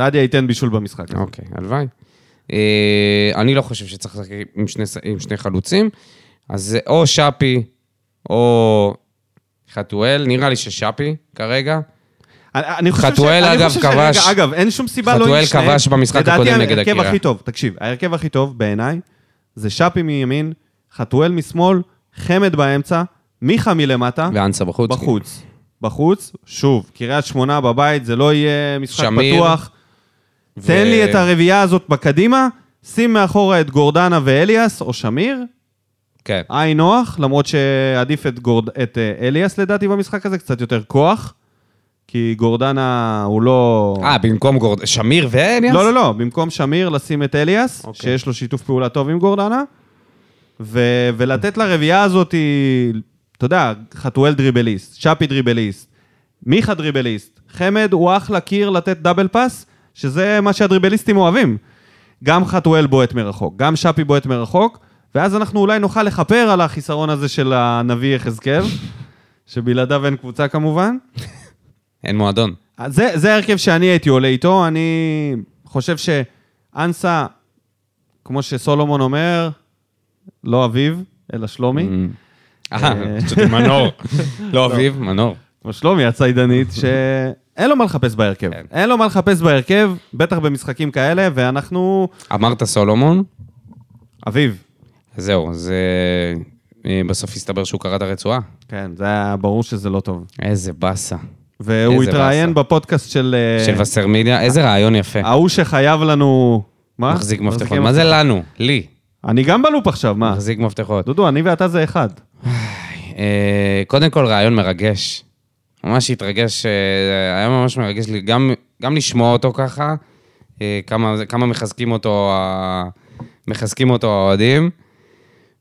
Speaker 1: דדיה ייתן בישול במשחק. הזה.
Speaker 2: אוקיי, הלוואי. אה, אני לא חושב שצריך לשחק עם שני, ס- עם שני חלוצים, אז זה או שפי או חתואל, נראה לי ששפי כרגע.
Speaker 1: אני אני חושב ש-
Speaker 2: חתואל,
Speaker 1: אני
Speaker 2: אגב,
Speaker 1: חושב שרגע,
Speaker 2: כבש-
Speaker 1: אגב, אין שום סיבה לא
Speaker 2: חתואל
Speaker 1: עם שניהם.
Speaker 2: כבש במשחק הקודם נגד
Speaker 1: לדעתי ההרכב
Speaker 2: הקריה.
Speaker 1: הכי טוב, תקשיב, ההרכב הכי טוב בעיניי זה שפי מימין, חתואל משמאל, חמד באמצע, מיכה מלמטה,
Speaker 2: ואנסה בחוץ.
Speaker 1: בחוץ. בחוץ, שוב, קריית שמונה בבית, זה לא יהיה משחק
Speaker 2: שמיר.
Speaker 1: פתוח.
Speaker 2: ו-
Speaker 1: תן לי את הרביעייה הזאת בקדימה, שים מאחורה את גורדנה ואליאס, או שמיר,
Speaker 2: כן.
Speaker 1: עין נוח, למרות שעדיף את, גורד... את אה, אליאס לדעתי במשחק הזה, קצת יותר כוח. כי כי גורדנה הוא לא...
Speaker 2: אה, במקום גורד... שמיר ואליאס?
Speaker 1: לא, לא, לא, במקום שמיר לשים את אליאס,
Speaker 2: אוקיי.
Speaker 1: שיש לו שיתוף פעולה טוב עם גורדנה, ו- ולתת לרביעייה הזאת, אתה יודע, חתואל דריבליסט, שפי דריבליסט, מיכה דריבליסט, חמד הוא אחלה קיר לתת דאבל פאס, שזה מה שהדריבליסטים אוהבים. גם חתואל בועט מרחוק, גם שפי בועט מרחוק, ואז אנחנו אולי נוכל לכפר על החיסרון הזה של הנביא יחזקאל, שבלעדיו אין קבוצה כמובן.
Speaker 2: אין מועדון.
Speaker 1: אז זה, זה ההרכב שאני הייתי עולה איתו, אני חושב שאנסה, כמו שסולומון אומר, לא אביו, אלא שלומי.
Speaker 2: אה, חשבתי מנור. לא, אביב, מנור.
Speaker 1: כמו שלומי הצידנית, שאין לו מה לחפש בהרכב.
Speaker 2: כן.
Speaker 1: אין לו מה לחפש בהרכב, בטח במשחקים כאלה, ואנחנו...
Speaker 2: אמרת סולומון?
Speaker 1: אביו.
Speaker 2: אז זהו, זה... אה, בסוף הסתבר שהוא קרע את הרצועה.
Speaker 1: כן, זה היה ברור שזה לא טוב.
Speaker 2: איזה באסה.
Speaker 1: והוא
Speaker 2: איזה
Speaker 1: התראיין
Speaker 2: באסה.
Speaker 1: בפודקאסט של... אה,
Speaker 2: של וסרמיליה, איזה רעיון יפה.
Speaker 1: ההוא שחייב לנו... מה? לא
Speaker 2: מחזיק מפתחות.
Speaker 1: מחזיקים
Speaker 2: מה זה לנו? לי.
Speaker 1: אני גם בלופ עכשיו, מה?
Speaker 2: מחזיק מפתחות.
Speaker 1: דודו, אני ואתה זה אחד.
Speaker 2: אה, קודם כל, רעיון מרגש. ממש התרגש, אה, היה ממש מרגש לי גם, גם לשמוע אותו ככה, אה, כמה, כמה מחזקים אותו ה- מחזקים אותו האוהדים,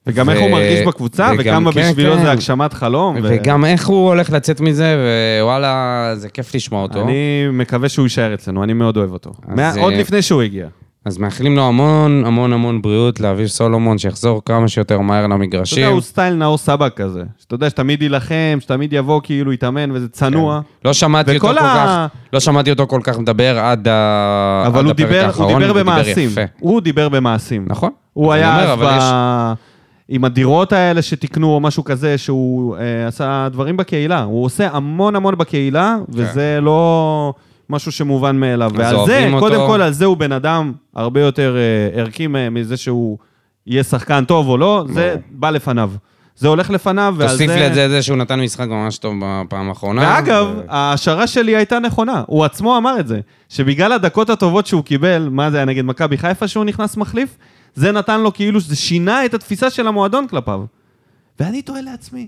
Speaker 1: וגם
Speaker 2: ו-
Speaker 1: איך הוא מרגיש בקבוצה,
Speaker 2: וגם-
Speaker 1: וכמה
Speaker 2: כן,
Speaker 1: בשבילו
Speaker 2: כן.
Speaker 1: זה הגשמת חלום. ו-
Speaker 2: וגם איך הוא הולך לצאת מזה, ווואלה, זה כיף לשמוע אותו.
Speaker 1: אני מקווה שהוא יישאר אצלנו, אני מאוד אוהב אותו.
Speaker 2: אז,
Speaker 1: מה-
Speaker 2: אה,
Speaker 1: עוד לפני שהוא הגיע.
Speaker 2: אז מאחלים לו המון המון המון בריאות, לאביב סולומון, שיחזור כמה שיותר
Speaker 1: אתה
Speaker 2: מהר
Speaker 1: יודע,
Speaker 2: למגרשים.
Speaker 1: הוא סטייל נאור סבק כזה. שאתה יודע שתמיד יילחם, שתמיד יבוא כאילו יתאמן וזה צנוע.
Speaker 2: לא שמעתי אותו
Speaker 1: וכל
Speaker 2: כל
Speaker 1: ה-
Speaker 2: כך, לא שמעתי אותו כל כך מדבר עד ה-
Speaker 1: אבל
Speaker 2: עד
Speaker 1: הוא
Speaker 2: אה, הפרק
Speaker 1: דיבר הוא
Speaker 2: האחרון,
Speaker 1: דיבר
Speaker 2: והוא
Speaker 1: במעשים.
Speaker 2: יפה.
Speaker 1: הוא דיבר במעשים.
Speaker 2: נכון.
Speaker 1: הוא
Speaker 2: אני
Speaker 1: היה
Speaker 2: אומר,
Speaker 1: אז
Speaker 2: אבל יש-
Speaker 1: ב- עם הדירות האלה שתיקנו או משהו כזה, שהוא אה, עשה דברים בקהילה. הוא עושה המון המון בקהילה, וזה לא משהו שמובן מאליו.
Speaker 2: כן. אז
Speaker 1: ועל זה,
Speaker 2: אוהבים אותו.
Speaker 1: קודם כל, על זה הוא בן אדם הרבה יותר אה, ערכי מ- מזה שהוא יהיה שחקן טוב או לא, זה בא לפניו. זה הולך לפניו, ועל זה...
Speaker 2: תוסיף לי את זה, את זה שהוא נתן משחק ממש טוב בפעם האחרונה.
Speaker 1: ואגב,
Speaker 2: ו-
Speaker 1: ההשערה שלי הייתה נכונה. הוא עצמו אמר את זה, שבגלל הדקות הטובות שהוא קיבל, מה זה היה נגד מכבי חיפה שהוא נכנס מחליף, זה נתן לו כאילו, זה שינה את התפיסה של המועדון כלפיו. ואני תוהה לעצמי,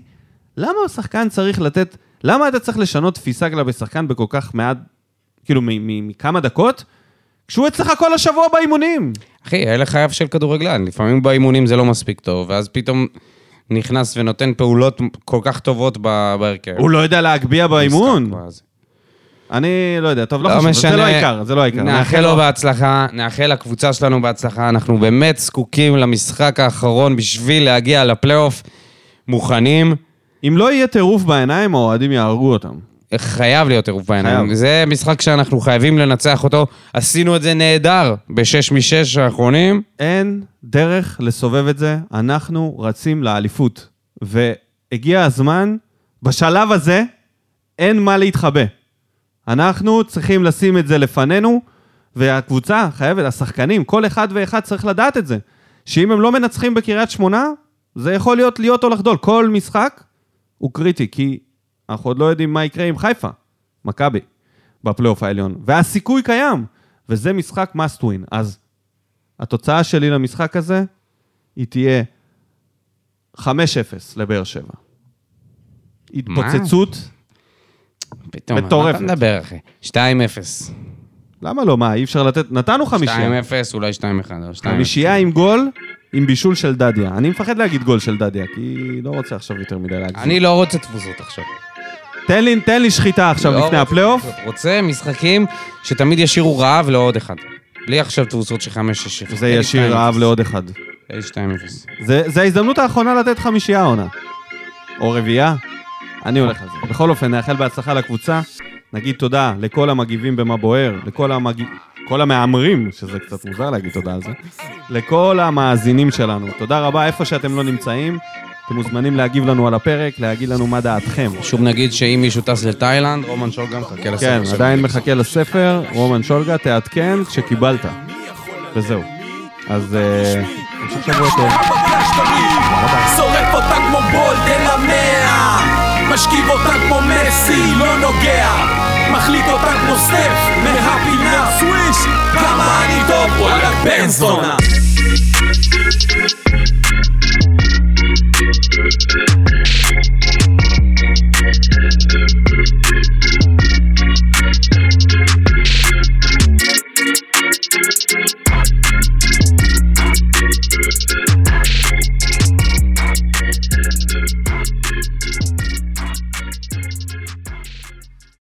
Speaker 1: למה השחקן צריך לתת, למה אתה צריך לשנות תפיסה כלפי שחקן בכל כך מעט, כאילו מ- מ- מכמה דקות, כשהוא אצלך כל השבוע באימונים?
Speaker 2: אחי, היה לך יף של כדורגלן, לפעמים באימונים זה לא מספיק טוב, ואז פתאום נכנס ונותן פעולות כל כך טובות ב- בהרכב.
Speaker 1: הוא לא יודע להגביה באימון.
Speaker 2: משחק ואז-
Speaker 1: אני לא יודע, טוב, לא חשוב, זה לא העיקר, זה לא העיקר.
Speaker 2: נאחל לו בהצלחה, נאחל לקבוצה שלנו בהצלחה, אנחנו באמת זקוקים למשחק האחרון בשביל להגיע לפלייאוף מוכנים.
Speaker 1: אם לא יהיה טירוף בעיניים, האוהדים יהרגו אותם.
Speaker 2: חייב להיות עירוב
Speaker 1: חייב.
Speaker 2: בעיניים. זה משחק שאנחנו חייבים לנצח אותו. עשינו את זה נהדר בשש משש האחרונים.
Speaker 1: אין דרך לסובב את זה, אנחנו רצים לאליפות. והגיע הזמן, בשלב הזה, אין מה להתחבא. אנחנו צריכים לשים את זה לפנינו, והקבוצה חייבת, השחקנים, כל אחד ואחד צריך לדעת את זה. שאם הם לא מנצחים בקריית שמונה, זה יכול להיות להיות או לחדול. כל משחק הוא קריטי, כי אנחנו עוד לא יודעים מה יקרה עם חיפה, מכבי, בפלייאוף העליון. והסיכוי קיים, וזה משחק must win. אז התוצאה שלי למשחק הזה, היא תהיה 5-0 לבאר שבע. התפוצצות.
Speaker 2: פתאום,
Speaker 1: מטורפת.
Speaker 2: מה אתה מדבר, אחי? 2-0. 2-0,
Speaker 1: למה לא? מה, אי אפשר לתת? נתנו חמישייה.
Speaker 2: אולי 2-1, או 2-0.
Speaker 1: חמישייה עם גול, עם בישול של דדיה. אני מפחד להגיד גול של דדיה, כי לא רוצה עכשיו יותר מדי להגזים.
Speaker 2: אני לא רוצה תבוסות עכשיו.
Speaker 1: תן לי, תן לי שחיטה עכשיו
Speaker 2: לא
Speaker 1: לפני
Speaker 2: רוצה
Speaker 1: הפלייאוף.
Speaker 2: תבוסות. רוצה משחקים שתמיד ישירו רעב לעוד אחד. בלי עכשיו תבוסות של 5-6.
Speaker 1: זה ישיר רעב לעוד אחד.
Speaker 2: תן לי 2-0.
Speaker 1: זה זה ההזדמנות האחרונה לתת חמישייה עונה. או רביעייה. אני הולך על זה. בכל אופן, נאחל בהצלחה לקבוצה. נגיד תודה לכל המגיבים במה בוער, לכל המגיב... כל המהמרים, שזה קצת מוזר להגיד תודה על זה, לכל המאזינים שלנו. תודה רבה איפה שאתם לא נמצאים. אתם מוזמנים להגיב לנו על הפרק, להגיד לנו מה דעתכם.
Speaker 2: שוב נגיד שאם מישהו טס לתאילנד, רומן שול גם חכה לסוף.
Speaker 1: כן, עדיין מחכה לספר, רומן שולגה, תעדכן כשקיבלת. וזהו. אז... אה, המשך שבוע טוב.
Speaker 3: שורף אותה כמו בולד אל המאה משכיב אותה כמו מסי, לא נוגע מחליט אותה כמו סטף מהפינה סוויש כמה אני טוב, וואלה בן זונה